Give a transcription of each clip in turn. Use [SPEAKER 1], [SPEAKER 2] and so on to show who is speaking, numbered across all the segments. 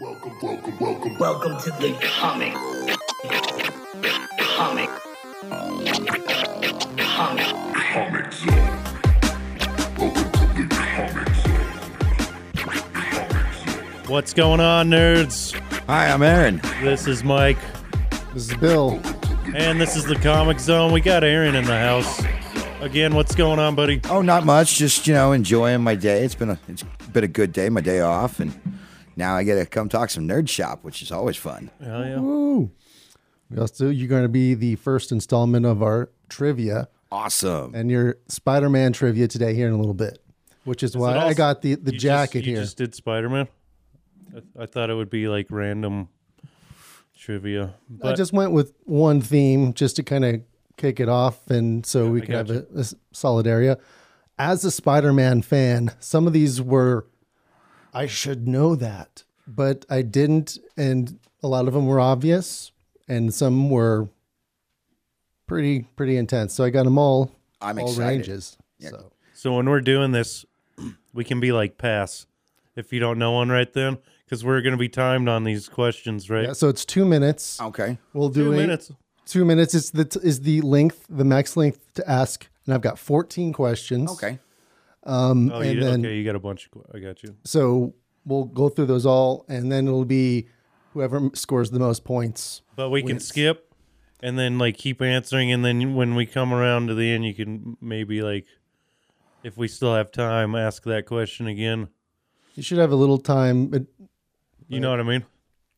[SPEAKER 1] Welcome, welcome, welcome, welcome to the comic, comic, comic, comic zone. Welcome to the comic zone. Comic zone.
[SPEAKER 2] What's going on, nerds?
[SPEAKER 3] Hi, I'm Aaron.
[SPEAKER 2] This is Mike,
[SPEAKER 4] This is Bill.
[SPEAKER 2] and this is the Comic Zone. We got Aaron in the house again. What's going on, buddy?
[SPEAKER 3] Oh, not much. Just you know, enjoying my day. It's been a it's been a good day. My day off, and now I get to come talk some nerd shop, which is always fun.
[SPEAKER 2] Hell yeah!
[SPEAKER 4] Woo. We also, you're going to be the first installment of our trivia
[SPEAKER 3] Awesome.
[SPEAKER 4] and your Spider Man trivia today here in a little bit, which is, why
[SPEAKER 2] it all-
[SPEAKER 4] I got the, the
[SPEAKER 2] You
[SPEAKER 4] jacket
[SPEAKER 2] just,
[SPEAKER 4] here.
[SPEAKER 2] You just did Spider Man. I, I thought it would be like random trivia, but
[SPEAKER 4] I just went with one theme just to kind of kick it off, and so we could have a, a s- solid area. As a Spider-Man fan, some of these were I should know that, but I didn't, and a lot of them were obvious, and some were pretty pretty intense. So I got them all.
[SPEAKER 3] I'm
[SPEAKER 4] all
[SPEAKER 3] excited.
[SPEAKER 4] ranges. So
[SPEAKER 2] so when we're doing this, we can be like pass if you don't know one right then, because we're gonna be timed on these questions, right?
[SPEAKER 4] yeah, so it's two minutes.
[SPEAKER 3] Okay.
[SPEAKER 4] We'll do
[SPEAKER 2] Two
[SPEAKER 4] it.
[SPEAKER 2] minutes.
[SPEAKER 4] Two minutes is the is the length, the max length to ask, and I've got fourteen questions.
[SPEAKER 3] Okay.
[SPEAKER 2] Oh,
[SPEAKER 4] and
[SPEAKER 2] you,
[SPEAKER 4] then-
[SPEAKER 2] okay, you got a bunch. Of, que- I got you.
[SPEAKER 4] So we'll go through those all, and then it'll be whoever scores the most points.
[SPEAKER 2] But we can skip and then like keep answering and then when we come around to the end you can maybe like if we still have time ask that question again.
[SPEAKER 4] You should have a little time, but
[SPEAKER 2] You know what I mean?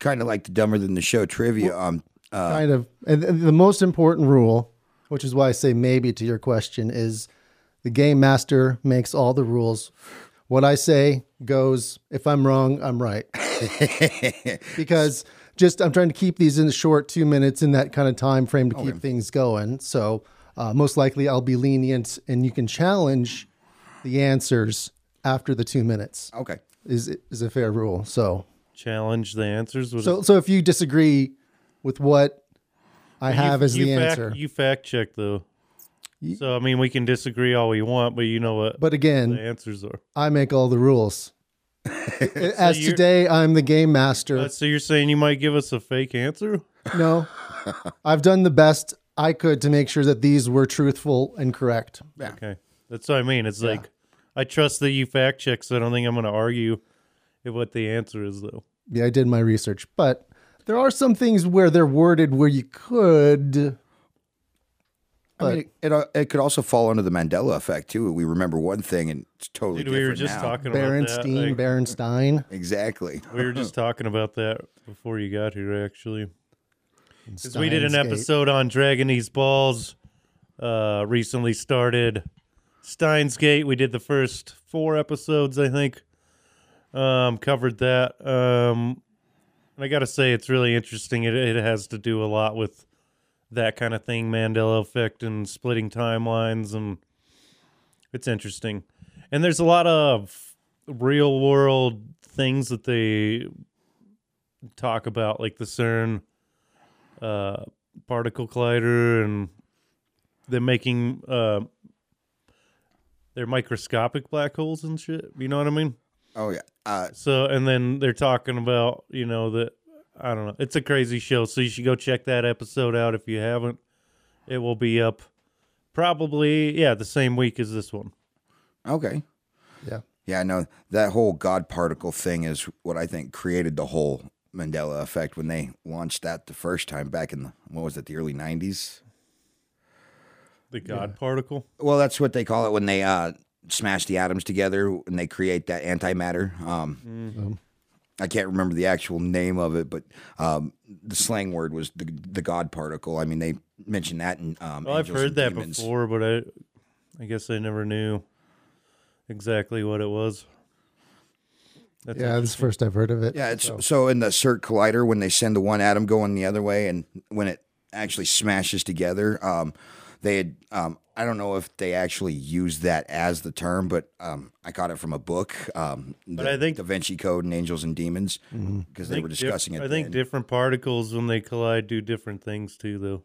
[SPEAKER 3] Kind of like the dumber than the show trivia. Um,
[SPEAKER 4] kind of. And th- the most important rule, which is why I say maybe to your question, is the game master makes all the rules. What I say goes. If I'm wrong, I'm right. because just I'm trying to keep these in the short two minutes in that kind of time frame to keep things going. So uh, most likely I'll be lenient, and you can challenge the answers after the two minutes
[SPEAKER 3] okay.
[SPEAKER 4] is is a fair rule. So
[SPEAKER 2] Challenge the answers with
[SPEAKER 4] so so if you disagree with what I have as the
[SPEAKER 2] fact,
[SPEAKER 4] answer,
[SPEAKER 2] You fact check though. So I mean we can disagree all we want, but you know what
[SPEAKER 4] but
[SPEAKER 2] the
[SPEAKER 4] again,
[SPEAKER 2] answers are.
[SPEAKER 4] I make all the rules. as
[SPEAKER 2] you're-
[SPEAKER 4] today, I'm the game master.
[SPEAKER 2] Uh, so you're saying you might give us a fake answer?
[SPEAKER 4] No, I've done the best I could to make sure that these were truthful and correct.
[SPEAKER 2] Okay. That's what I mean. It's like I trust that you fact check, so I don't think I'm gonna argue at what the answer is though.
[SPEAKER 4] Yeah, I did my research, but there are some things where they're worded where you could.
[SPEAKER 3] I mean, it, it it could also fall under the Mandela effect too. We remember one thing and it's totally
[SPEAKER 2] Dude,
[SPEAKER 3] different
[SPEAKER 2] we were just
[SPEAKER 3] now.
[SPEAKER 2] talking about that.
[SPEAKER 4] Berenstein,
[SPEAKER 2] like-
[SPEAKER 4] Berenstein.
[SPEAKER 3] Exactly.
[SPEAKER 2] We were just talking about that before you got here, actually. 'Cause we did an
[SPEAKER 4] Steins Gate.
[SPEAKER 2] episode on Dragon These Balls, uh, recently started Steins Gate. We did the first four episodes, I think. Um, covered that. Um, and I got to say, it's really interesting. It, it has to do a lot with that kind of thing, Mandela effect and splitting timelines, and it's interesting. And there's a lot of real world things that they talk about, like the CERN uh, particle collider, and they're making uh, they're microscopic black holes and shit. You know what I mean?
[SPEAKER 3] Oh yeah. Uh,
[SPEAKER 2] So, and then they're talking about, you know, that I don't know. It's a crazy show. So you should go check that episode out if you haven't. It will be up probably, yeah, the same week as this one.
[SPEAKER 3] okay.
[SPEAKER 4] Yeah.
[SPEAKER 3] Yeah, no, that whole God particle thing is what I think created the whole Mandela effect when they launched that the first time back in the, what was it, the early 90s?
[SPEAKER 2] The God particle.
[SPEAKER 3] Well, that's what they call it when they uh, smash the atoms together and they create that antimatter. Um, I can't remember the actual name of it, but um, the slang word was the, the God particle. I mean, they mentioned that in um,
[SPEAKER 2] Well, I've
[SPEAKER 3] Angels
[SPEAKER 2] heard
[SPEAKER 3] and
[SPEAKER 2] that
[SPEAKER 3] Demons.
[SPEAKER 2] before, but I, I guess I never knew exactly what it was. That's
[SPEAKER 4] Yeah, this is first I've heard of it.
[SPEAKER 3] Yeah, it's so, in the CERT collider when they send the one atom going the other way, and when it actually smashes together, um, they had um, I don't know if they actually used that as the term, but um, I got it from a book. Um, but
[SPEAKER 2] I think-
[SPEAKER 3] Da Vinci Code and Angels and Demons because they were
[SPEAKER 2] think diff-
[SPEAKER 3] discussing it.
[SPEAKER 2] I think
[SPEAKER 3] then.
[SPEAKER 2] different particles when they collide do different things too, though.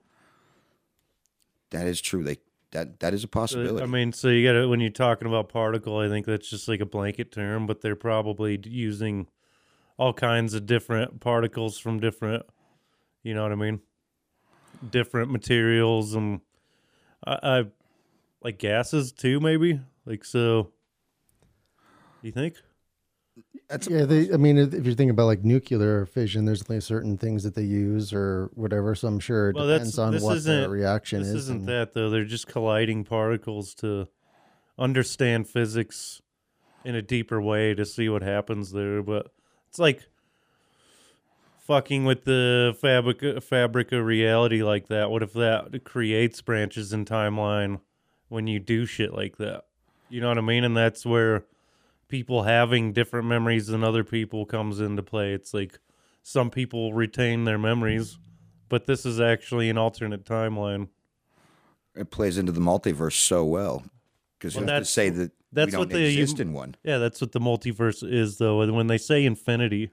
[SPEAKER 3] that is true. They that that is a
[SPEAKER 2] Uh,
[SPEAKER 3] possibility.
[SPEAKER 2] I mean, so you got to when you're talking about particle, I think that's just like a blanket term, but they're probably d- using all kinds of different particles from different, you know what I mean, different materials and I, I like gases too, maybe like so. You think?
[SPEAKER 4] Yeah, they, I mean, if if you're thinking about like nuclear fission, there's only certain things that they use or whatever. So I'm sure it
[SPEAKER 2] Well, that's-
[SPEAKER 4] depends on
[SPEAKER 2] this
[SPEAKER 4] what the
[SPEAKER 2] isn't-
[SPEAKER 4] reaction
[SPEAKER 2] This
[SPEAKER 4] is.
[SPEAKER 2] isn't
[SPEAKER 4] and-
[SPEAKER 2] that though. They're just colliding particles to understand physics in a deeper way to see what happens there. But it's like fucking with the fabric fabric of reality like that. What if that creates branches in timeline when you do shit like that? You know what I mean? And that's where people having different memories than other people comes into play. It's like some people retain their memories, but this is actually an alternate timeline.
[SPEAKER 3] It plays into the multiverse so well because
[SPEAKER 2] Well,
[SPEAKER 3] you have to
[SPEAKER 2] that's-
[SPEAKER 3] say that
[SPEAKER 2] that's
[SPEAKER 3] we don't
[SPEAKER 2] what they- um,
[SPEAKER 3] exist in one.
[SPEAKER 2] Yeah, that's what the multiverse is, though. And when they say infinity,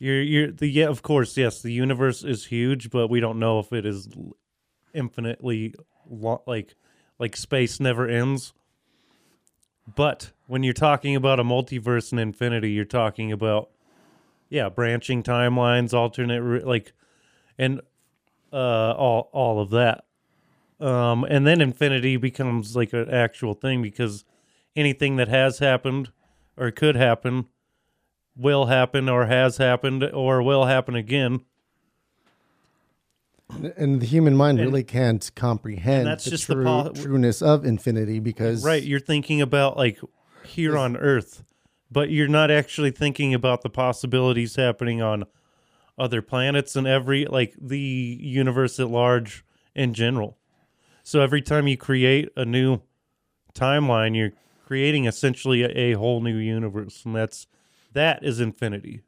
[SPEAKER 2] you're you're the yeah, of course, yes, the universe is huge, but we don't know if it is l- infinitely lo- like like space never ends. But when you're talking about a multiverse and infinity, you're talking about yeah, branching timelines, alternate re- like, and uh, all all of that. Um, and then infinity becomes like an actual thing because anything that has happened or could happen will happen or has happened or will happen again.
[SPEAKER 4] and the human mind really can't comprehend
[SPEAKER 2] that's
[SPEAKER 4] the
[SPEAKER 2] just the
[SPEAKER 4] true,
[SPEAKER 2] po-
[SPEAKER 4] trueness of infinity because
[SPEAKER 2] Right, you're thinking about like here on earth, but you're not actually thinking about the possibilities happening on other planets and every like the universe at large in general. So every time you create a new timeline, you're creating essentially a, a whole new universe and that's that is infinity.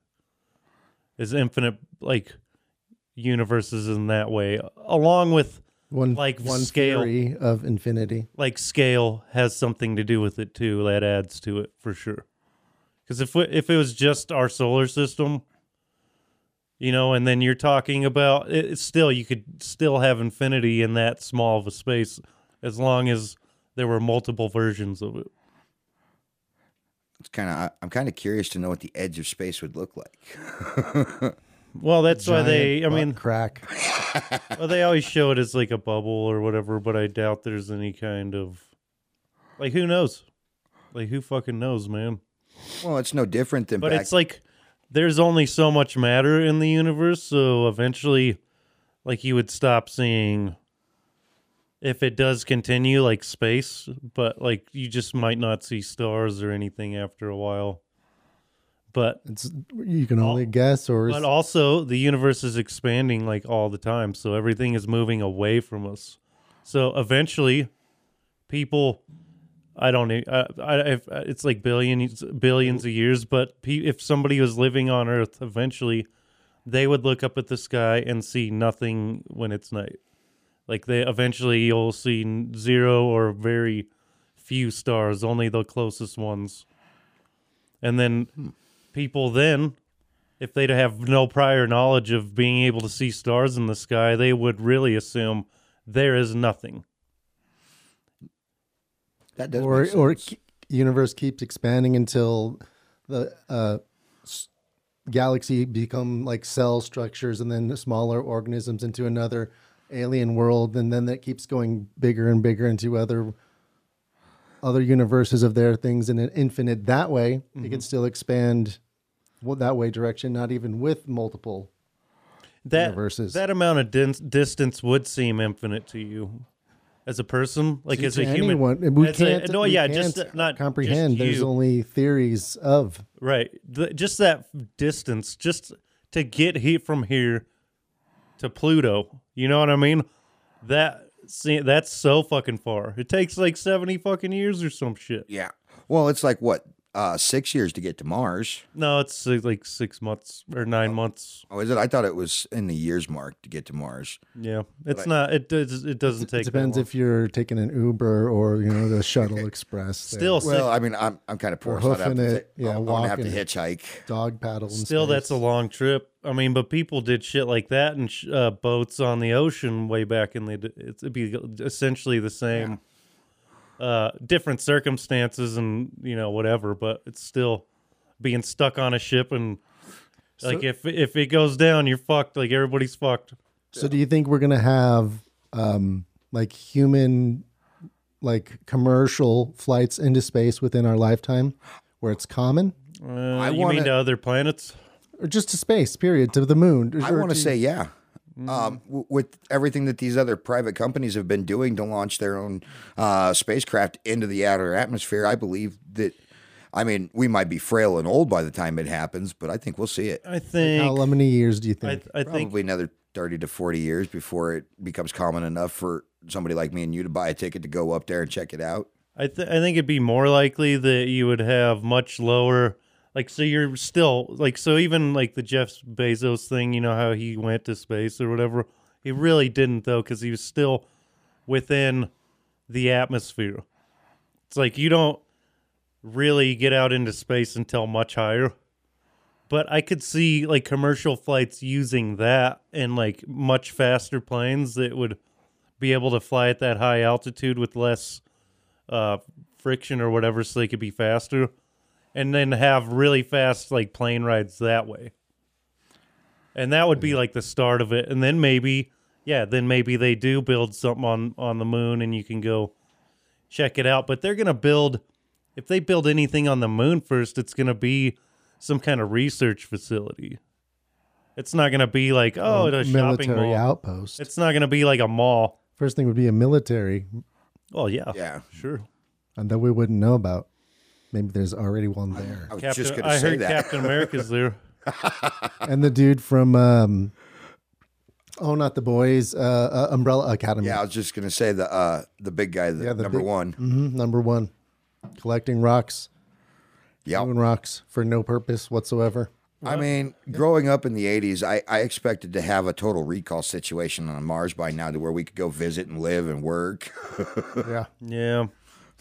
[SPEAKER 2] Is infinite like universes in that way along with
[SPEAKER 4] one
[SPEAKER 2] like
[SPEAKER 4] one
[SPEAKER 2] scale.
[SPEAKER 4] theory of infinity.
[SPEAKER 2] like scale has something to do with it too. That adds to it for sure. Because if we, if it was just our solar system, you know, and then you're talking about it, it's still you could still have infinity in that small of a space as long as there were multiple versions of it.
[SPEAKER 3] It's kind of I'm kind of curious to know what the edge of space would look like.
[SPEAKER 2] Well, that's why they. I
[SPEAKER 4] Giant
[SPEAKER 2] mean,
[SPEAKER 4] butt crack.
[SPEAKER 2] well, they always show it as like a bubble or whatever, but I doubt there's any kind of like who knows, like who fucking knows, man.
[SPEAKER 3] Well, it's no different than
[SPEAKER 2] But
[SPEAKER 3] back.
[SPEAKER 2] it's like there's only so much matter in the universe, so eventually, like you would stop seeing if it does continue, like space. But like you just might not see stars or anything after a while. But
[SPEAKER 4] It's you can only guess or
[SPEAKER 2] but also the universe is expanding like all the time, so everything is moving away from us. So eventually, people. I don't. e- I, I, if, it's like billions, billions of years. But pe- if somebody was living on Earth, eventually, they would look up at the sky and see nothing when it's night. Like they eventually, you'll see n- zero or very few stars, only the closest ones. And then people then if they'd have no prior knowledge of being able to see stars in the sky, they would really assume there is nothing.
[SPEAKER 3] that does
[SPEAKER 4] or
[SPEAKER 3] make
[SPEAKER 4] or
[SPEAKER 3] sense.
[SPEAKER 4] ke- universe keeps expanding until the uh, s- galaxy become like cell structures and then smaller organisms into another alien world and then that keeps going bigger and bigger into other other universes of their things in an infinite that way it
[SPEAKER 3] Mm-hmm.
[SPEAKER 4] can still expand well, that way direction not even with multiple
[SPEAKER 2] That
[SPEAKER 4] Universes.
[SPEAKER 2] that amount of din- distance would seem infinite to you as a person, like as a
[SPEAKER 4] To
[SPEAKER 2] human.
[SPEAKER 4] anyone, we
[SPEAKER 2] as a-
[SPEAKER 4] can't,
[SPEAKER 2] no,
[SPEAKER 4] we
[SPEAKER 2] yeah,
[SPEAKER 4] can't
[SPEAKER 2] just uh, not just
[SPEAKER 4] comprehend there's
[SPEAKER 2] you.
[SPEAKER 4] only theories of
[SPEAKER 2] Right. The, just that distance, just to get here from here to Pluto. You know what I mean? That see, that's so fucking far. It takes like seventy fucking years or some shit.
[SPEAKER 3] yeah. Well, it's like what uh, six years to get to Mars.
[SPEAKER 2] No, it's uh, like six months or nine months.
[SPEAKER 3] Oh, is it? I thought it was in the years mark to get to Mars.
[SPEAKER 2] Yeah, it's not. It does. It doesn't take.
[SPEAKER 4] It depends if you're taking an Uber or you know the shuttle express.
[SPEAKER 2] still. six-
[SPEAKER 3] Well, I mean, I'm I'm kind of poor.
[SPEAKER 4] Or
[SPEAKER 3] so I'd have
[SPEAKER 4] hoofing
[SPEAKER 3] to
[SPEAKER 4] it,
[SPEAKER 3] ta-
[SPEAKER 4] yeah,
[SPEAKER 3] I'm, I'm gonna have to
[SPEAKER 4] walking it.
[SPEAKER 3] hitchhike.
[SPEAKER 4] dog paddle. in
[SPEAKER 2] still, that's a
[SPEAKER 4] space.
[SPEAKER 2] long trip. I mean, but people did shit like that and sh- uh, boats on the ocean way back in the. d- It's, it'd be essentially the same. Uh, different circumstances and you know whatever, but it's still being stuck on a ship and Like if if it goes down, you're fucked. Like everybody's fucked.
[SPEAKER 4] So do you think we're gonna have um, like human, like commercial flights into space within our lifetime, where it's common,
[SPEAKER 2] Uh, you mean
[SPEAKER 3] wanna-
[SPEAKER 2] to other planets?
[SPEAKER 4] or just to space? Period. To the moon.
[SPEAKER 3] I want to say, yeah.
[SPEAKER 4] Mm-hmm.
[SPEAKER 3] Um, w- with everything that these other private companies have been doing to launch their own uh, spacecraft into the outer atmosphere, I believe that. I mean, we might be frail and old by the time it happens, but I think we'll see it.
[SPEAKER 2] I
[SPEAKER 4] How
[SPEAKER 2] think.
[SPEAKER 4] how many years do you
[SPEAKER 2] I,
[SPEAKER 4] think?
[SPEAKER 2] I think.
[SPEAKER 3] Probably another thirty to forty years before it becomes common enough for somebody like me and you to buy a ticket to go up there and check it out.
[SPEAKER 2] I, th- I think it'd be more likely that you would have much lower like so you're still like so even like the jeff bezos thing you know how he went to space or whatever he really didn't though because he was still within the atmosphere it's like you don't really get out into space until much higher but i could see like commercial flights using that and like much faster planes that would be able to fly at that high altitude with less uh, friction or whatever so they could be faster and then have really fast like plane rides that way and that would be like the start of it and then maybe yeah then maybe they do build something on on the moon and you can go check it out but they're gonna build if they build anything on the moon first it's gonna be some kind of research facility it's not gonna be like oh a shopping
[SPEAKER 4] military
[SPEAKER 2] mall
[SPEAKER 4] outpost.
[SPEAKER 2] it's not gonna be like a mall
[SPEAKER 4] First thing would be a military,
[SPEAKER 2] oh yeah
[SPEAKER 3] Yeah,
[SPEAKER 2] sure
[SPEAKER 4] and that we wouldn't know about. Maybe there's already one there.
[SPEAKER 3] I was
[SPEAKER 2] Captain,
[SPEAKER 3] just going
[SPEAKER 2] I
[SPEAKER 3] to say
[SPEAKER 2] heard
[SPEAKER 3] that.
[SPEAKER 2] Captain America's there.
[SPEAKER 4] and the dude from um oh not the boys uh, uh umbrella academy
[SPEAKER 3] yeah, I was just going to say the uh, the big guy, the,
[SPEAKER 4] Yeah, the
[SPEAKER 3] number
[SPEAKER 4] big-
[SPEAKER 3] one.
[SPEAKER 4] hmm number one collecting rocks
[SPEAKER 3] Yeah,
[SPEAKER 4] moon rocks for no purpose whatsoever
[SPEAKER 3] I mean, growing up in the 80s, I, I expected to have a total recall situation on Mars by now to where we could go visit and live and work.
[SPEAKER 4] yeah
[SPEAKER 2] Yeah,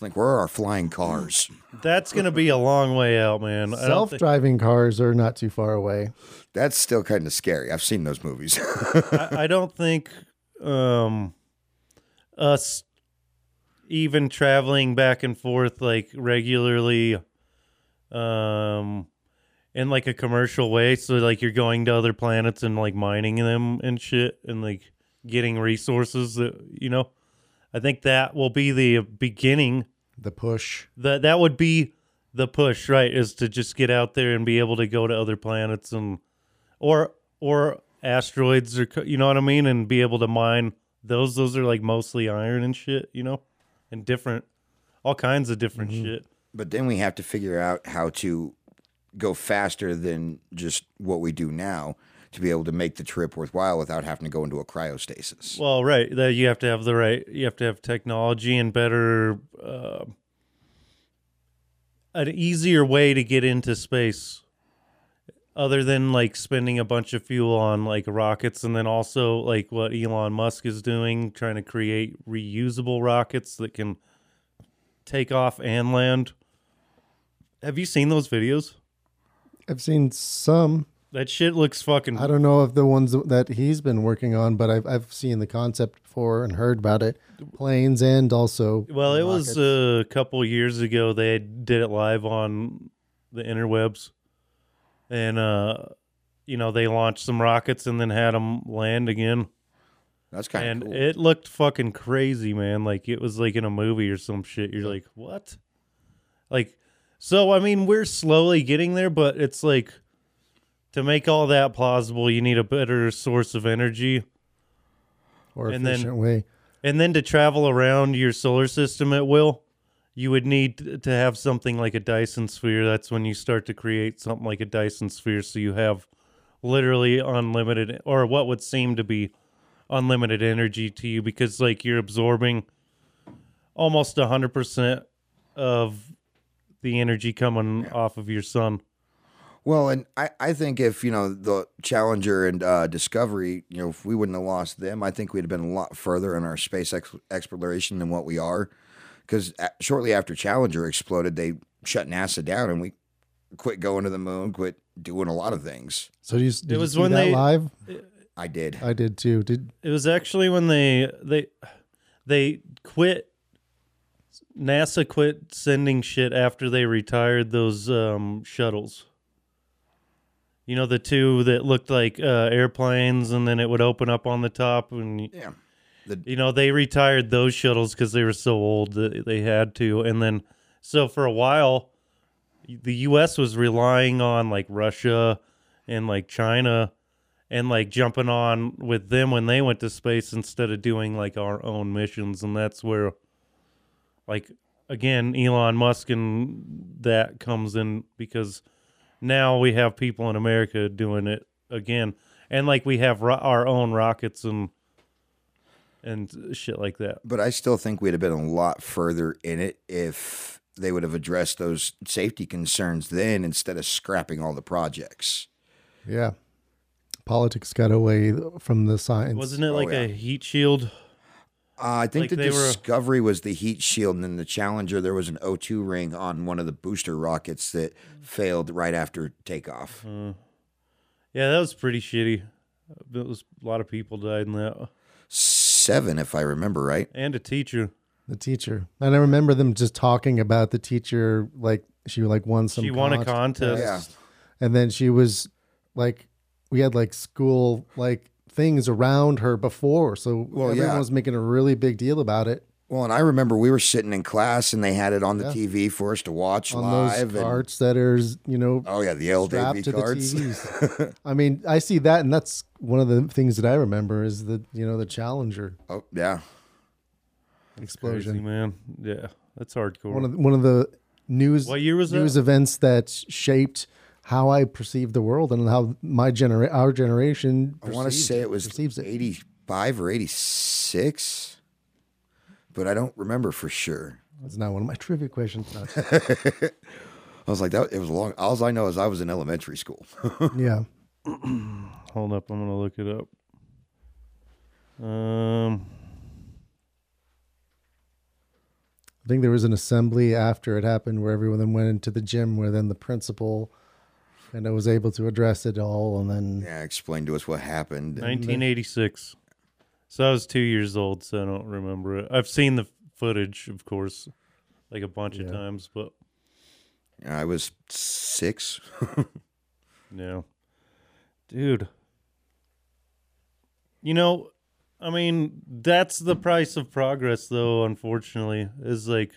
[SPEAKER 3] like, where are our flying cars?
[SPEAKER 2] Mm. that's gonna be a long way out, man. I don't, think,
[SPEAKER 4] self-driving cars are not too far away
[SPEAKER 3] That's still kind of scary. I've seen those movies.
[SPEAKER 2] I, I don't think um, us even traveling back and forth like regularly, um, in like a commercial way. So like you're going to other planets and like mining them and shit, and like getting resources that you know. I think that will be the beginning
[SPEAKER 4] the push
[SPEAKER 2] that that would be the push, right? Is to just get out there and be able to go to other planets and or or asteroids or co- you know what I mean, and be able to mine those. Those are like mostly iron and shit, you know, and different, all kinds of different shit.
[SPEAKER 3] but then we have to figure out how to go faster than just what we do now to be able to make the trip worthwhile without having to go into a cryostasis.
[SPEAKER 2] Well, right, that you have to have the right, you have to have technology and better, uh, an easier way to get into space, other than like spending a bunch of fuel on like rockets, and then also like what Elon Musk is doing, trying to create reusable rockets that can take off and land. Have you seen those videos?
[SPEAKER 4] i've seen some
[SPEAKER 2] That shit looks fucking.
[SPEAKER 4] i don't know if the ones that he's been working on but i've, I've seen the concept before and heard about it planes and also
[SPEAKER 2] Well, it was uh, a couple years ago. They did it live on the interwebs, and uh, you know they launched some rockets and then had them land again,
[SPEAKER 3] That's kind
[SPEAKER 2] and
[SPEAKER 3] of Ah, cool.
[SPEAKER 2] it looked fucking crazy, man. Like it was like in a movie or some shit. You're like, what? Like, so I mean, we're slowly getting there, but it's like to make all that plausible, you need a better source of energy.
[SPEAKER 4] or
[SPEAKER 2] and then-
[SPEAKER 4] efficient way
[SPEAKER 2] And then to travel around your solar system at will, you would need t- to have something like a Dyson sphere. That's when you start to create something like a Dyson sphere. So you have literally unlimited, or what would seem to be unlimited energy to you because, like, you're absorbing almost 100% of the energy coming off of your sun.
[SPEAKER 3] Well, and I, I think if, you know, the Challenger and uh, Discovery, you know, if we wouldn't have lost them, I think we'd have been a lot further in our space ex- exploration than what we are. Because shortly after Challenger exploded, they shut NASA down and we quit going to the moon, quit doing a lot of things.
[SPEAKER 4] so you, s- did it
[SPEAKER 2] was
[SPEAKER 4] was you see
[SPEAKER 2] when
[SPEAKER 4] that
[SPEAKER 2] they-
[SPEAKER 4] live
[SPEAKER 3] I did.
[SPEAKER 4] i did too did
[SPEAKER 2] It was actually when they they they quit NASA quit sending shit after they retired those um, shuttles. You know the two that looked like uh, airplanes, and then it would open up on the top, and
[SPEAKER 3] Yeah. The-
[SPEAKER 2] you know they retired those shuttles because they were so old that they had to. And then so for a while, the U.S. was relying on like Russia and like China, and like jumping on with them when they went to space instead of doing like our own missions, and that's where, like again, Elon Musk and that comes in because now we have people in America doing it again, and like we have ro- our own rockets and and shit like that.
[SPEAKER 3] But I still think we'd have been a lot further in it if they would have addressed those safety concerns then instead of scrapping all the projects.
[SPEAKER 4] Yeah. Politics got away from the science.
[SPEAKER 2] Wasn't it like a heat shield?
[SPEAKER 3] Uh, I think
[SPEAKER 2] Like
[SPEAKER 3] the
[SPEAKER 2] they were-
[SPEAKER 3] Discovery was the heat shield, and then the Challenger, there was an O2 ring on one of the booster rockets that failed right after takeoff.
[SPEAKER 2] Yeah, that was pretty shitty. It was a lot of people died in that,
[SPEAKER 3] Seven, if I remember right.
[SPEAKER 2] and a teacher.
[SPEAKER 4] the teacher. And I remember them just talking about the teacher like she like won some
[SPEAKER 2] she won a
[SPEAKER 4] contest.
[SPEAKER 2] contest.
[SPEAKER 3] Yeah.
[SPEAKER 4] and then she was like we had like school like things around her before so
[SPEAKER 3] Well, yeah.
[SPEAKER 4] everyone was making a really big deal about it
[SPEAKER 3] Well, and I remember we were sitting in class, and they had it on the TV for us to watch
[SPEAKER 4] on
[SPEAKER 3] live.
[SPEAKER 4] those
[SPEAKER 3] and-
[SPEAKER 4] carts that are you know
[SPEAKER 3] oh yeah, the
[SPEAKER 4] strapped to
[SPEAKER 3] LDV cards.
[SPEAKER 4] the TVs. I mean, I see that, and that's one of the things that I remember is the you know the Challenger
[SPEAKER 3] oh yeah,
[SPEAKER 4] explosion.
[SPEAKER 2] Crazy, man. Yeah, that's hardcore.
[SPEAKER 4] One of the, one of the news
[SPEAKER 2] What year was
[SPEAKER 4] news
[SPEAKER 2] that?
[SPEAKER 4] events that shaped how I perceived the world and how my genera- our generation.
[SPEAKER 3] I want to
[SPEAKER 4] perceived-
[SPEAKER 3] say it was
[SPEAKER 4] perceives it.
[SPEAKER 3] eighty-five or eighty-six, but I don't remember for sure.
[SPEAKER 4] It's not one of my trivia questions. No.
[SPEAKER 3] I was like, that it was a long. All I know is I was in elementary school.
[SPEAKER 4] yeah,
[SPEAKER 2] Hold up, I'm gonna look it up. Um,
[SPEAKER 4] I think there was an assembly after it happened where everyone then went into the gym, where then the principal and I was able to address it all, and then
[SPEAKER 3] yeah, explain to us what happened.
[SPEAKER 2] 1986. So I was two years old, so I don't remember it. I've seen the footage, of course, like a bunch of times, but
[SPEAKER 3] I was six.
[SPEAKER 2] no, dude. You know, I mean, that's the price of progress, though. Unfortunately, is like,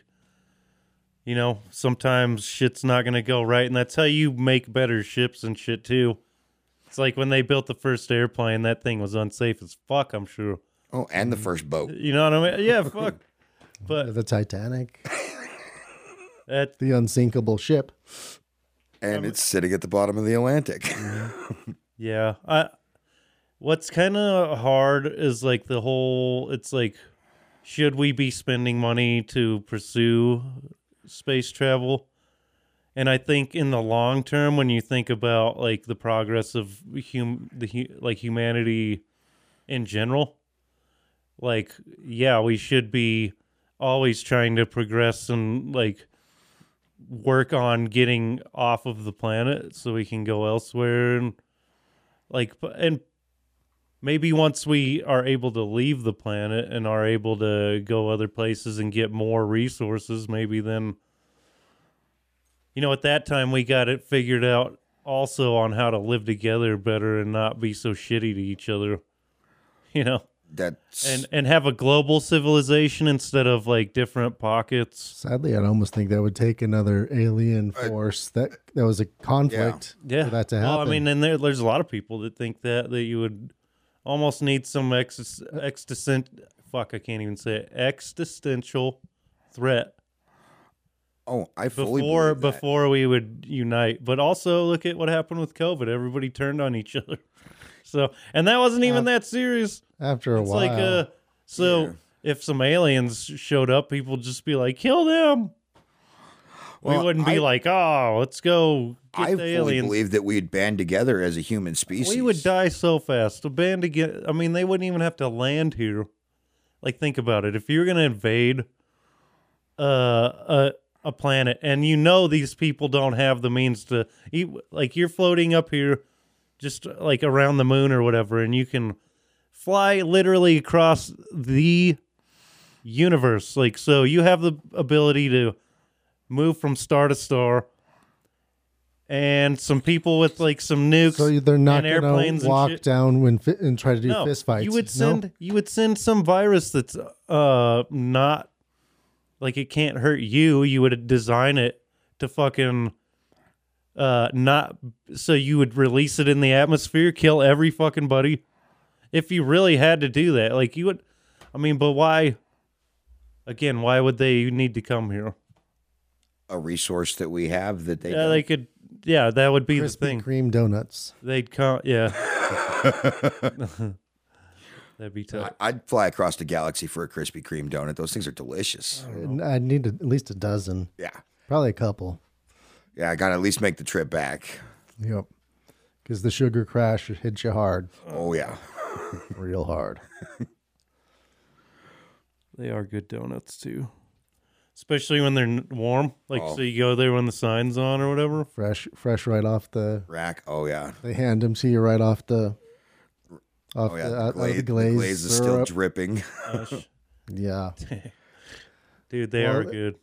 [SPEAKER 2] you know, sometimes shit's not gonna go right, and that's how you make better ships and shit too. It's like when they built the first airplane, that thing was unsafe as fuck. I'm sure.
[SPEAKER 3] Oh, and the first boat.
[SPEAKER 2] You know what I mean? Yeah, fuck. But
[SPEAKER 4] the Titanic,
[SPEAKER 2] that
[SPEAKER 4] the unsinkable ship.
[SPEAKER 3] and it's sitting at the bottom of the Atlantic.
[SPEAKER 2] yeah. I what's kind of hard is like the whole it's like should we be spending money to pursue space travel? And I think in the long term when you think about like the progress of hum the hu- like humanity in general, like yeah, we should be always trying to progress and like work on getting off of the planet so we can go elsewhere and like b- and maybe once we are able to leave the planet and are able to go other places and get more resources maybe then you know at that time we got it figured out also on how to live together better and not be so shitty to each other you know
[SPEAKER 3] That's
[SPEAKER 2] and and have a global civilization instead of like different pockets
[SPEAKER 4] Sadly, I'd almost think that would take another alien force that that was a conflict
[SPEAKER 2] yeah
[SPEAKER 4] for that to happen.
[SPEAKER 2] well, i mean and there, there's a lot of people that think that that you would almost need some ex existent fuck i can't even say it existential threat
[SPEAKER 3] oh, I fully
[SPEAKER 2] before
[SPEAKER 3] believe that.
[SPEAKER 2] before we would unite but also look at what happened with covid everybody turned on each other so and that wasn't even that serious
[SPEAKER 4] after a
[SPEAKER 2] it's
[SPEAKER 4] while,
[SPEAKER 2] like uh so if some aliens showed up people would just be like kill them we
[SPEAKER 3] Well,
[SPEAKER 2] wouldn't be
[SPEAKER 3] I-
[SPEAKER 2] like oh let's go get
[SPEAKER 3] I
[SPEAKER 2] the
[SPEAKER 3] fully
[SPEAKER 2] aliens
[SPEAKER 3] believe that we'd band together as a human species.
[SPEAKER 2] We would die so fast. A band to get. I mean, they wouldn't even have to land here. Like, think about it. If you're gonna invade uh, a a planet, and you know these people don't have the means to eat, like you're floating up here, just like around the moon or whatever, and you can fly literally across the universe. Like, so you have the ability to move from star to star and some people with like some nukes.
[SPEAKER 4] So they're not
[SPEAKER 2] and
[SPEAKER 4] going
[SPEAKER 2] airplanes
[SPEAKER 4] to
[SPEAKER 2] and
[SPEAKER 4] walk
[SPEAKER 2] shit.
[SPEAKER 4] down when fi- and try to do
[SPEAKER 2] no,
[SPEAKER 4] fistfights. fist fights.
[SPEAKER 2] You would send you would send some virus that's uh not like it can't hurt you. You would design it to fucking uh not so you would release it in the atmosphere, kill every fucking buddy. If you really had to do that, like you would I mean, but why again, why would they need to come here?
[SPEAKER 3] a resource that we have that they
[SPEAKER 2] Yeah,
[SPEAKER 3] don't.
[SPEAKER 2] they could yeah, that would be the
[SPEAKER 4] Krispy
[SPEAKER 2] thing.
[SPEAKER 4] Kreme donuts.
[SPEAKER 2] They'd come yeah. That'd be tough.
[SPEAKER 3] I- I'd fly across the galaxy for a Krispy Kreme donut. Those things are delicious.
[SPEAKER 4] I need at least a dozen,
[SPEAKER 3] Yeah.
[SPEAKER 4] probably a couple.
[SPEAKER 3] Yeah, I got to at least make the trip back.
[SPEAKER 4] Yep. Because the sugar crash hits you hard,
[SPEAKER 3] Oh, yeah.
[SPEAKER 4] real hard.
[SPEAKER 2] They are good donuts too. Especially when they're n- warm. Like,
[SPEAKER 4] Oh.
[SPEAKER 2] so you go there when the sign's on or whatever.
[SPEAKER 4] Fresh, fresh right off the.
[SPEAKER 3] Rack. Oh, yeah.
[SPEAKER 4] They hand them to you right off the. Off
[SPEAKER 3] Oh, yeah.
[SPEAKER 4] the,
[SPEAKER 3] The,
[SPEAKER 4] out- out of
[SPEAKER 3] gla-
[SPEAKER 4] the
[SPEAKER 3] the
[SPEAKER 4] glaze,
[SPEAKER 3] glaze is still
[SPEAKER 4] syrup.
[SPEAKER 3] dripping.
[SPEAKER 2] Gosh.
[SPEAKER 4] yeah.
[SPEAKER 2] Dude, they are good.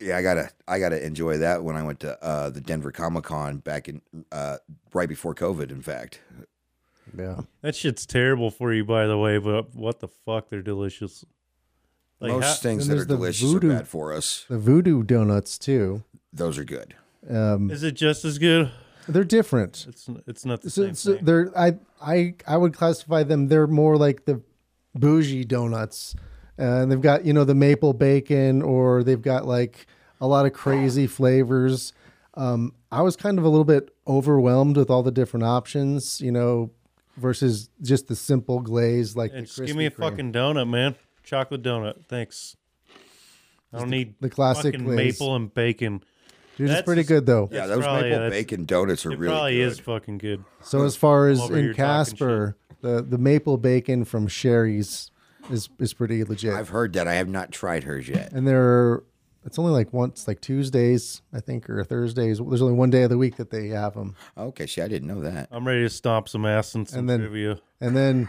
[SPEAKER 3] yeah, I got to I gotta enjoy that when I went to uh, the Denver Comic Con back in uh, right before COVID, in fact.
[SPEAKER 4] Yeah.
[SPEAKER 2] That shit's terrible for you, by the way, but what the fuck? They're delicious. Like,
[SPEAKER 3] Most
[SPEAKER 2] how-
[SPEAKER 3] things that
[SPEAKER 4] Then there's
[SPEAKER 3] are
[SPEAKER 4] the
[SPEAKER 3] delicious
[SPEAKER 4] voodoo.
[SPEAKER 3] are bad for us.
[SPEAKER 4] The voodoo donuts too.
[SPEAKER 3] Those are good.
[SPEAKER 4] Um,
[SPEAKER 2] is it just as good?
[SPEAKER 4] they're different.
[SPEAKER 2] It's it's not the
[SPEAKER 4] So,
[SPEAKER 2] same
[SPEAKER 4] so
[SPEAKER 2] thing.
[SPEAKER 4] they're I I I would classify them. They're more like the bougie donuts, and they've got you know the maple bacon, or they've got like a lot of crazy flavors. Um, I was kind of a little bit overwhelmed with all the different options, you know, versus just the simple glaze like
[SPEAKER 2] And
[SPEAKER 4] the
[SPEAKER 2] just give me a
[SPEAKER 4] Krispy Kreme.
[SPEAKER 2] fucking donut, man. Chocolate donut. Thanks. I don't need
[SPEAKER 4] the classic
[SPEAKER 2] fucking
[SPEAKER 4] glaze.
[SPEAKER 2] maple and bacon.
[SPEAKER 4] Dude, it's
[SPEAKER 2] that's
[SPEAKER 4] pretty
[SPEAKER 2] just-
[SPEAKER 4] good though.
[SPEAKER 3] Yeah,
[SPEAKER 2] It's
[SPEAKER 3] those
[SPEAKER 2] probably-
[SPEAKER 3] maple
[SPEAKER 2] that's-
[SPEAKER 3] bacon donuts are
[SPEAKER 2] It
[SPEAKER 3] really
[SPEAKER 2] probably
[SPEAKER 3] good.
[SPEAKER 2] is fucking good.
[SPEAKER 4] So as far as
[SPEAKER 2] Over
[SPEAKER 4] in
[SPEAKER 2] here talking
[SPEAKER 4] Casper, the the maple bacon from Sherry's is is pretty legit.
[SPEAKER 3] I've heard that. I have not tried hers yet.
[SPEAKER 4] and there are, it's only like once like tuesdays i think or thursdays there's only one day of the week that they have them
[SPEAKER 3] Okay, see, I didn't know that.
[SPEAKER 2] I'm ready to stomp some ass and some
[SPEAKER 4] And then-
[SPEAKER 2] trivia.
[SPEAKER 4] and then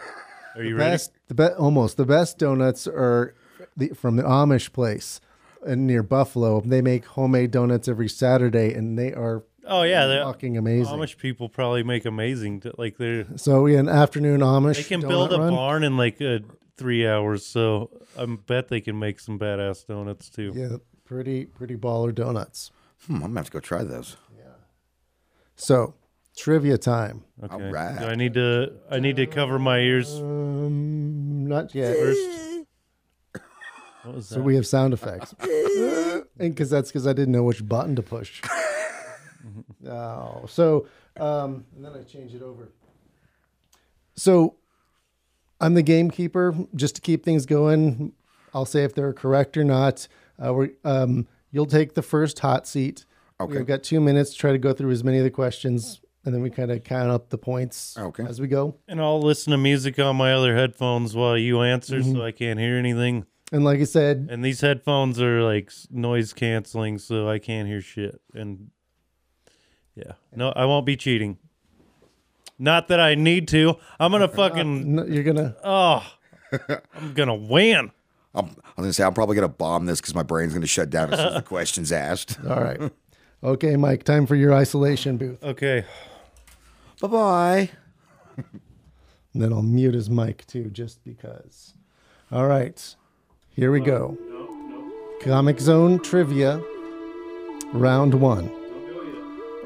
[SPEAKER 2] Are you ready?
[SPEAKER 4] best the best almost the best donuts are the, from the amish place and near buffalo they make homemade donuts every saturday and they are
[SPEAKER 2] Oh yeah, they're-
[SPEAKER 4] fucking amazing
[SPEAKER 2] Amish people probably make amazing. d- Like they're
[SPEAKER 4] so yeah an afternoon amish
[SPEAKER 2] they can
[SPEAKER 4] donut
[SPEAKER 2] build a
[SPEAKER 4] run.
[SPEAKER 2] barn in like uh, three hours, so I bet they can make some badass donuts too.
[SPEAKER 4] yeah pretty pretty baller donuts
[SPEAKER 3] Hmm, I'm gonna have to go try those.
[SPEAKER 4] so trivia time
[SPEAKER 2] Okay.
[SPEAKER 3] All right.
[SPEAKER 2] Do I need to I need to cover my ears
[SPEAKER 4] um not yet
[SPEAKER 2] first. What was that?
[SPEAKER 4] So we have sound effects. and because that's because I didn't know which button to push. oh, so um, and then I change it over. So I'm the gamekeeper. Just to keep things going, I'll say if they're correct or not. Uh, we're, um, you'll take the first hot seat.
[SPEAKER 3] Okay.
[SPEAKER 4] We've got two minutes to try to go through as many of the questions, and then we kind of count up the points
[SPEAKER 3] Okay.
[SPEAKER 4] as we go.
[SPEAKER 2] and I'll listen to music on my other headphones while you answer,
[SPEAKER 4] Mm-hmm.
[SPEAKER 2] so I can't hear anything.
[SPEAKER 4] And like I said,
[SPEAKER 2] And these headphones are like s- noise canceling, so I can't hear shit. And yeah, no, I won't be cheating. Not that I need to. I'm gonna fucking
[SPEAKER 4] n- you're gonna
[SPEAKER 2] oh, I'm gonna win.
[SPEAKER 3] I'm, I'm gonna say I'm probably gonna bomb this because my brain's gonna shut down as soon as the question's asked.
[SPEAKER 4] all right. Okay, Mike. Time for your isolation booth.
[SPEAKER 2] Okay,
[SPEAKER 3] Bye bye.
[SPEAKER 4] And then I'll mute his mic too, just because. All right, here we go. Comic Zone trivia, round one.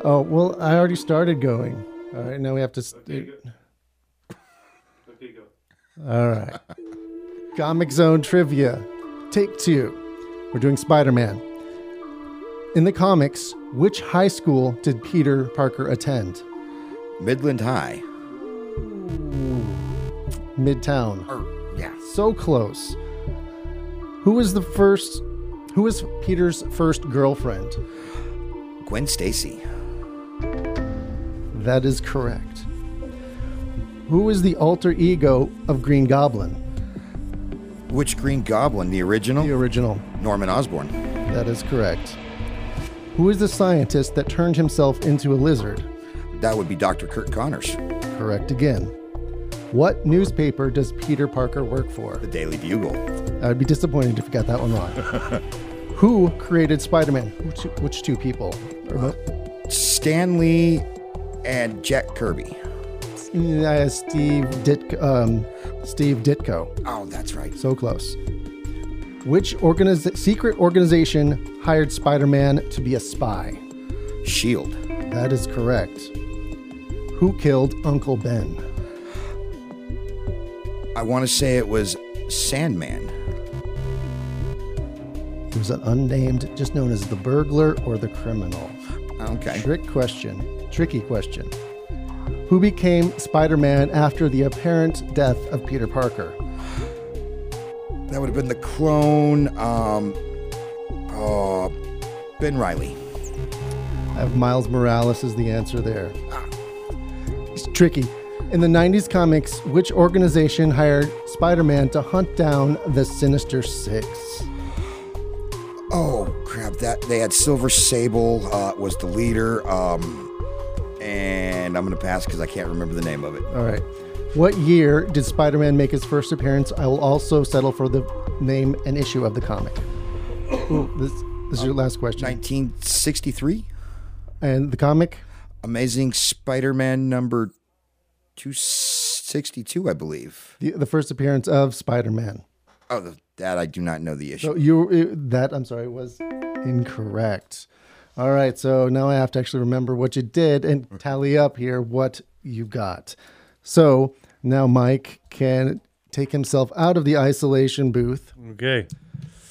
[SPEAKER 4] Oh, well, I already started going. All right, now we have to. St- All right. Comic Zone trivia, take two. We're doing Spider Man. In the comics, which high school did Peter Parker attend?
[SPEAKER 3] Midland High.
[SPEAKER 4] Midtown.
[SPEAKER 3] Or, yeah.
[SPEAKER 4] so close. Who was the first? Who was Peter's first girlfriend?
[SPEAKER 3] Gwen Stacy.
[SPEAKER 4] That is correct. Who was the alter ego of Green Goblin?
[SPEAKER 3] Which Green Goblin? The original?
[SPEAKER 4] The original.
[SPEAKER 3] Norman Osborn.
[SPEAKER 4] That is correct. Who is the scientist that turned himself into a lizard?
[SPEAKER 3] That would be Dr. Kurt Connors.
[SPEAKER 4] Correct again. What newspaper does Peter Parker work for?
[SPEAKER 3] The Daily Bugle.
[SPEAKER 4] I would be disappointed if you got that one wrong. Who created Spider Man? Which, which two people? Or what-
[SPEAKER 3] Stan Lee and Jack Kirby.
[SPEAKER 4] Yeah, Steve Ditko. Um, Steve Ditko.
[SPEAKER 3] Oh, that's right.
[SPEAKER 4] So close. Which organiz- secret organization hired Spider Man to be a spy?
[SPEAKER 3] Shield.
[SPEAKER 4] That is correct. Who killed Uncle Ben?
[SPEAKER 3] I want to say it was Sandman.
[SPEAKER 4] He was an unnamed, just known as the burglar or the criminal.
[SPEAKER 3] Okay.
[SPEAKER 4] Trick question. Tricky question. Who became Spider Man after the apparent death of Peter Parker?
[SPEAKER 3] That would have been the clone. Um, uh, ben Riley.
[SPEAKER 4] I have Miles Morales is the answer there. It's tricky. In the 90s comics, which organization hired Spider Man to hunt down the Sinister Six?
[SPEAKER 3] Oh crap! That they had Silver Sable uh, was the leader. Um, and I'm gonna pass because I can't remember the name of it.
[SPEAKER 4] All right. What year did Spider Man make his first appearance? I will also settle for the name and issue of the comic. Ooh, this, this is your last question.
[SPEAKER 3] 1963,
[SPEAKER 4] And the comic?
[SPEAKER 3] Amazing Spider-Man number 262, I believe.
[SPEAKER 4] The, the first appearance of Spider Man.
[SPEAKER 3] Oh, the, that I do not know the issue.
[SPEAKER 4] So you it- that I'm sorry was incorrect. All right, so now I have to actually remember what you did and tally up here what you got. So now Mike can take himself out of the isolation booth.
[SPEAKER 2] Okay.